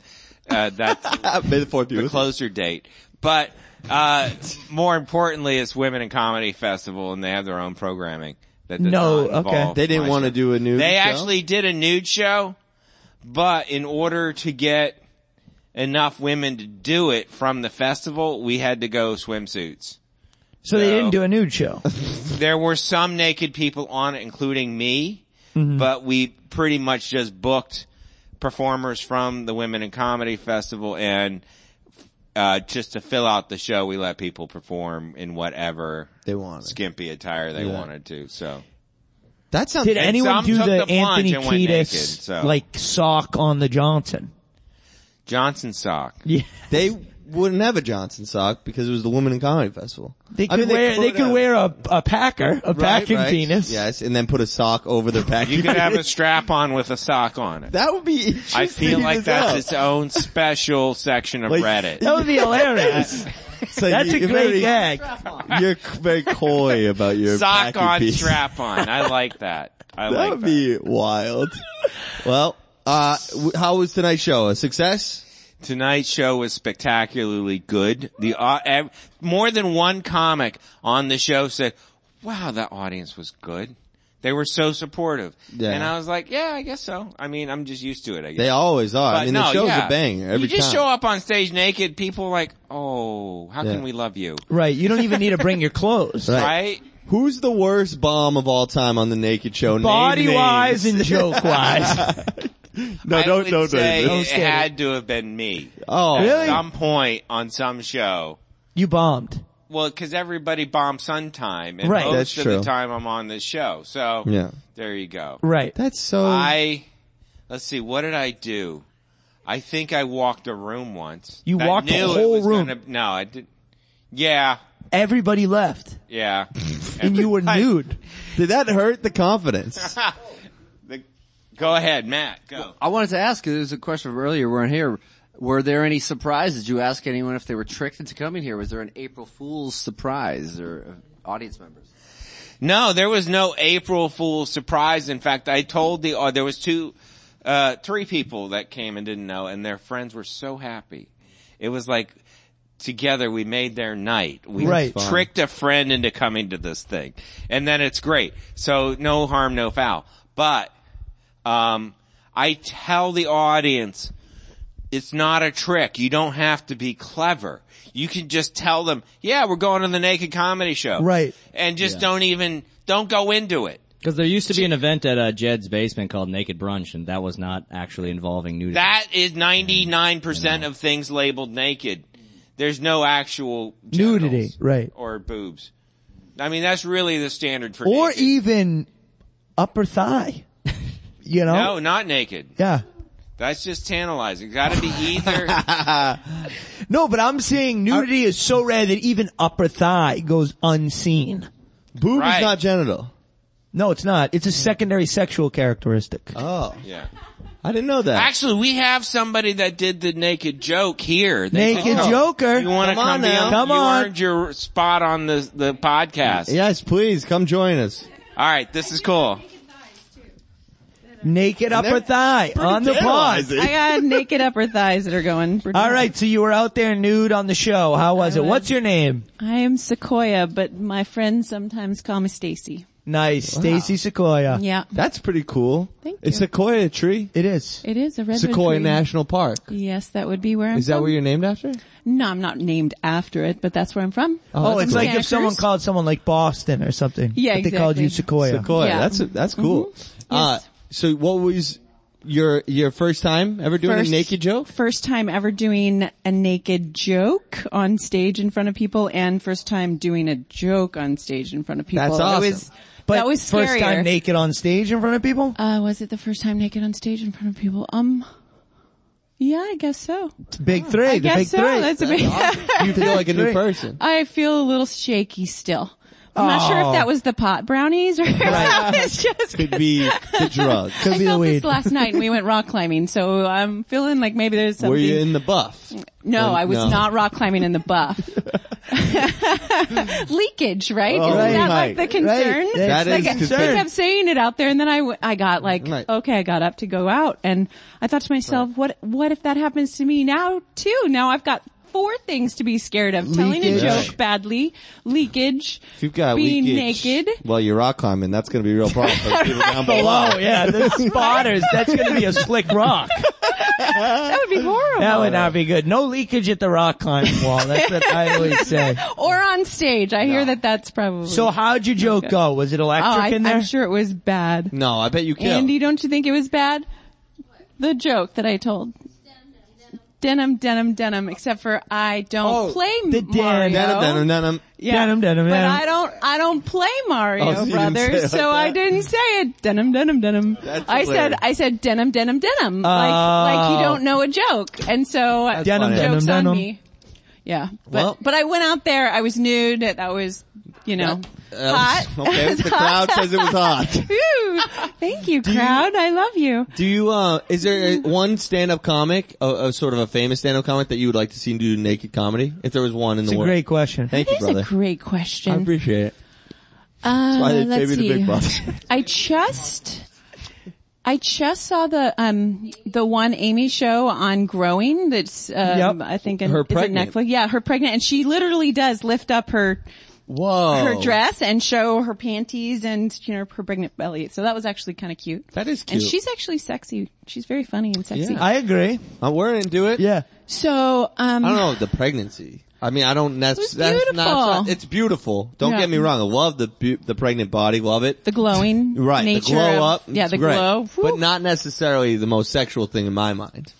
S4: Uh, that's
S14: May the Fourth,
S4: the closer date. But uh, more importantly, it's Women in Comedy Festival, and they have their own programming that does
S14: No,
S4: not involve
S14: They didn't
S4: my
S14: want to do a new.
S4: they
S14: show?
S4: actually did a nude show, but in order to get enough women to do it from the festival, we had to go swimsuits.
S2: So they didn't do a nude show.
S4: There were some naked people on it, including me,
S14: Mm-hmm.
S2: Mhm.
S4: but we pretty much just booked performers from the Women in Comedy Festival and uh, just to fill out the show, we let people perform in whatever
S14: they wanted.
S4: skimpy attire they
S2: Yeah.
S4: wanted to. So
S14: That
S4: sounds-
S2: Did
S4: And
S2: anyone
S4: some
S2: do
S4: took
S2: the,
S4: the plunge
S2: Anthony
S4: and went naked,
S2: Kiedis
S4: so.
S2: like sock on the Johnson?
S4: Johnson sock.
S2: Yeah.
S14: They wouldn't have a Johnson sock because it was the Women in Comedy Festival.
S2: They could
S14: I mean,
S2: wear they, could
S14: have.
S2: wear a a packer a packing penis.
S14: Yes, and then put a sock over their packing.
S4: You could have a
S14: penis.
S4: strap on with a sock on it.
S14: That would be.
S4: I feel
S14: interesting
S4: like
S14: as
S4: that's
S14: hell.
S4: its own special section of Reddit.
S2: That would be hilarious.
S14: So
S2: That's
S14: you-
S2: a
S14: you're
S2: great
S14: very-
S2: gag.
S14: You're c- very coy about your
S4: sock
S14: packing
S4: on,
S14: penis.
S4: strap on. I like that. I
S14: that
S4: like
S14: would
S4: that.
S14: be wild. well, uh, w- how was tonight's show? A success?
S4: Tonight's show was spectacularly good. The au- ev- more than one comic on the show said, "Wow, that audience was good. They were so supportive."
S14: Yeah.
S4: And I was like, "Yeah, I guess so. I mean, I'm just used to it. I guess."
S14: They always are.
S4: But
S14: I mean,
S4: no,
S14: the show's
S4: yeah.
S14: a banger
S4: you
S14: every
S4: just
S14: time.
S4: show up on stage naked, people are like, "Oh, how
S14: Yeah.
S4: can we love you?"
S2: Right. You don't even need to bring your clothes.
S4: Right?
S14: Who's the worst bomb of all time on the Naked Show? Name
S2: Body
S14: names.
S2: wise and joke wise.
S14: no,
S4: I
S14: don't,
S4: would
S14: don't, do
S4: say
S14: this.
S4: it had to have been me.
S14: Oh.
S4: at
S14: Really?
S4: some point on some show.
S2: you bombed.
S4: Well, because everybody bombs sometime, and
S2: Right.
S4: most
S2: That's
S4: of
S2: true.
S4: the time I'm on this show. So
S14: Yeah.
S4: there you go.
S2: Right.
S14: That's so.
S4: I let's see, what did I do? I think I walked a room once.
S2: You
S4: I
S2: walked a
S4: knew it
S2: whole
S4: was
S2: room.
S4: gonna- no, I did. Yeah,
S2: Everybody left,
S4: yeah.
S2: and you were nude.
S14: Did that hurt the confidence?
S4: The- go ahead, Matt. Go.
S22: I wanted to ask, there was a question from earlier, we weren't here. Were there any surprises? Did you ask anyone if they were tricked into coming here? Was there an April Fool's surprise or uh, audience members?
S4: No, there was no April Fool's surprise. In fact, I told the, uh, there was two, uh, three people that came and didn't know and their friends were so happy. It was like, together we made their night. We
S2: Right. Fun.
S4: tricked a friend into coming to this thing. And then it's great. So no harm, no foul. But, um, I tell the audience, it's not a trick. You don't have to be clever. You can just tell them, yeah, we're going to the naked comedy show.
S2: Right.
S4: And just don't even, don't go into it.
S7: Cause there used to be an event at, uh, Jed's basement called Naked Brunch and that was not actually involving nudity.
S4: That is 99% of things labeled naked. There's no actual
S2: Nudity. Right.
S4: or boobs. I mean, that's really the standard for
S2: Or e,
S4: naked.
S2: even upper thigh. You know?
S4: No, not naked.
S2: Yeah.
S4: That's just tantalizing. Gotta be either.
S2: No, but I'm saying nudity is so rare that even upper thigh goes unseen.
S14: Boob
S4: Right.
S14: is not genital.
S2: No, it's not. It's a secondary sexual characteristic.
S14: Oh.
S4: Yeah.
S14: I didn't know that.
S4: Actually, we have somebody that did the naked joke here. They
S2: Naked
S4: could come.
S2: Joker.
S4: You want to
S2: Come on
S4: come,
S2: now.
S4: down?
S2: Come
S4: you
S2: on.
S4: earned your spot on the the podcast.
S14: Yes, please come join us.
S4: All right, this is cool.
S2: Naked upper thigh on the
S23: pause.
S2: pause.
S23: I got naked upper thighs that are going. For
S2: All right, so you were out there nude on the show. How was it? What's your name?
S23: I am Sequoia, but my friends sometimes call me Stacy.
S2: Nice, Stacy Sequoia.
S23: Yeah.
S14: That's pretty cool.
S23: Thank
S14: It's Sequoia tree.
S2: It is.
S23: It is a redwood
S14: Sequoia
S23: tree.
S14: National Park.
S23: Yes, that would be where I'm
S14: Is that
S23: from.
S14: where you're named after?
S23: No, I'm not named after it, but that's where I'm from.
S2: Oh, it's like if
S23: Santa
S2: someone
S23: Cruz.
S2: called someone like Boston or something.
S23: Yeah,
S2: but They called you
S23: exactly.
S2: Sequoia.
S14: Sequoia.
S23: Yeah.
S14: That's that's
S23: Mm-hmm.
S14: cool. Uh, so what was your your first time ever doing
S23: First-
S14: a naked joke?
S23: First time ever doing a naked joke on stage in front of people and first time doing a joke on stage in front of people.
S2: That's
S23: It
S2: awesome.
S23: was,
S2: But
S23: that was scarier.
S2: first time naked on stage in front of people?
S23: Uh, was it the first time naked on stage in front of people? Um, yeah, I guess so.
S2: Big three.
S23: Hmm, I
S2: the
S23: guess
S2: big
S23: so.
S2: three.
S23: That's a big-
S14: You feel like a new
S2: Three.
S14: person.
S23: I feel a little shaky still. I'm not sure
S14: Oh.
S23: if that was the pot brownies or
S14: Right.
S23: it's just
S14: Could be the drugs.
S23: I felt this last night and we went rock climbing, so I'm feeling like maybe there's something.
S14: Were you in the buff?
S23: no,
S14: Or-
S23: I was
S14: no.
S23: not rock climbing in the buff. Leakage, right?
S14: Oh,
S23: Isn't that
S14: right.
S23: like the concern?
S14: Right. That
S23: like,
S14: is
S23: I-
S14: concern.
S23: They kept saying it out there and then I, w- I got like,
S14: Right.
S23: okay, I got up to go out and I thought to myself, what, what if that happens to me now too? Now I've got four things to be scared of. Telling a
S14: Leakage.
S23: joke
S14: Right.
S23: badly, leakage,
S14: If you've got
S23: being
S14: leakage-
S23: naked.
S14: Well, you're rock climbing. That's going to be a real problem for the people down below.
S2: Below, yeah, the spotters. That's going to be a slick rock.
S23: that would be horrible.
S2: That would not be good. No leakage at the rock climbing wall. That's what I always say.
S23: or on stage. I hear that that's probably.
S2: So how'd your joke go? Was it electric
S23: oh, I,
S2: in there?
S23: I'm sure it was bad.
S14: No, I bet you
S23: Andy, don't you think it was bad? The joke that I told. Denim, denim, denim, except for I don't play
S14: Oh, the
S23: Mario.
S14: Denim, denim, denim.
S23: Yeah. But I don't, I don't play Mario
S14: Oh, so you didn't say
S23: Brothers,
S14: it like
S23: so I
S14: that?
S23: didn't say it. Denim, denim, denim.
S14: That's
S23: I said,
S14: hilarious.
S23: I said denim, denim, denim. like, like
S2: Oh.
S23: you don't know a joke. And so, uh,
S2: Denim, funny.
S23: jokes
S2: denim,
S23: on
S2: denim.
S23: me. Yeah. But,
S2: Well-
S23: but I went out there, I was nude, that was, you know, hot. It
S14: Okay,
S23: was
S14: the crowd
S23: hot.
S14: says it was hot.
S23: Ooh, thank you, crowd. I love you.
S14: Do you, uh, is there a,
S23: Mm-hmm.
S14: one stand-up comic, a, a sort of a famous stand-up comic that you would like to see do naked comedy? If there was one in
S2: It's
S14: the
S2: a
S14: world.
S2: great question.
S14: Thank you,
S23: That is
S14: brother.
S23: a great question.
S14: I appreciate it.
S23: Uh,
S14: why they
S23: let's
S14: gave me
S23: see.
S14: the big bucks.
S23: I just, I just saw the um the one Amy show on Growing. That's um,
S14: Yep.
S23: I think in,
S14: Her
S23: is it
S14: pregnant.
S23: Netflix. Yeah, her pregnant, and she literally does lift up her
S14: Whoa.
S23: her dress and show her panties and you know her pregnant belly. So that was actually kind of cute.
S14: That is
S23: And
S14: cute.
S23: she's actually sexy. She's very funny and sexy.
S14: Yeah. I
S2: agree.
S14: Uh, we're into it.
S2: Yeah.
S23: so um
S14: I don't know the pregnancy. I mean, I don't. That's,
S23: It was
S14: that's not.
S23: beautiful.
S14: It's beautiful. Don't
S23: Yeah.
S14: get me wrong. I love the bu- the pregnant body. Love it.
S23: the glowing
S14: right.
S23: nature
S14: the glow
S23: of-
S14: up.
S23: Yeah,
S14: it's
S23: the
S14: great.
S23: glow.
S14: but not necessarily the most sexual thing in my mind.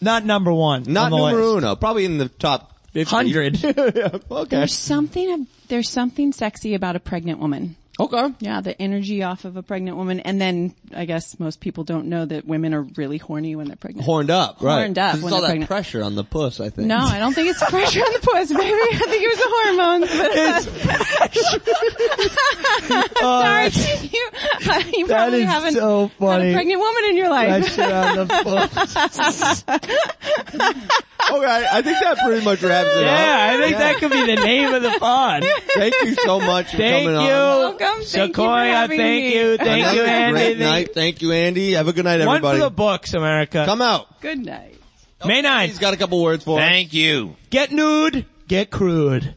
S2: Not number one. on
S14: Not
S2: the
S14: numero
S2: list.
S14: uno. Probably in the top hundred. okay.
S23: There's something there's something sexy about a pregnant woman.
S14: Okay.
S23: Yeah, the energy off of a pregnant woman, and then I guess most people don't know that women are really horny when they're pregnant.
S14: Horned up. Right.
S23: Horned up
S14: 'Cause
S23: when
S14: It's all
S23: they're
S14: that
S23: pregnant.
S14: pressure on the puss. I think.
S23: No, I don't think it's pressure on the puss, baby. I think it was the hormones. But Sorry, you, uh, you
S2: Uh, That
S23: probably
S2: is
S23: haven't
S2: so
S23: had
S2: funny.
S23: a pregnant woman in your life.
S2: Pressure on the
S14: okay. I think that pretty much wraps it up.
S2: Yeah, I think that could be the name of the pod.
S14: Thank you so much for
S2: Thank
S14: coming on.
S2: you.
S23: Welcome. Thank you for
S2: Sequoia,
S23: having
S2: thank
S23: me.
S2: you. Thank
S14: Another
S2: you, Andy.
S14: Great
S2: Thank-
S14: night. Thank you, Andy. Have a good night,
S2: One for
S14: everybody.
S2: the books, America.
S14: Come out.
S23: Good night.
S2: May 9th.
S14: He's got a couple words for us.
S4: Thank you.
S2: Get nude, get crude.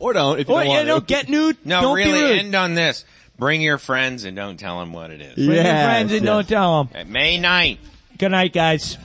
S14: Or don't, if
S2: you Or, don't yeah, want to. no, get nude,
S4: No,
S2: don't be
S4: really
S2: rude.
S4: end on this. Bring your friends and don't tell them what it is.
S2: Bring your friends and don't tell them.
S4: At May 9th.
S2: Good night, guys.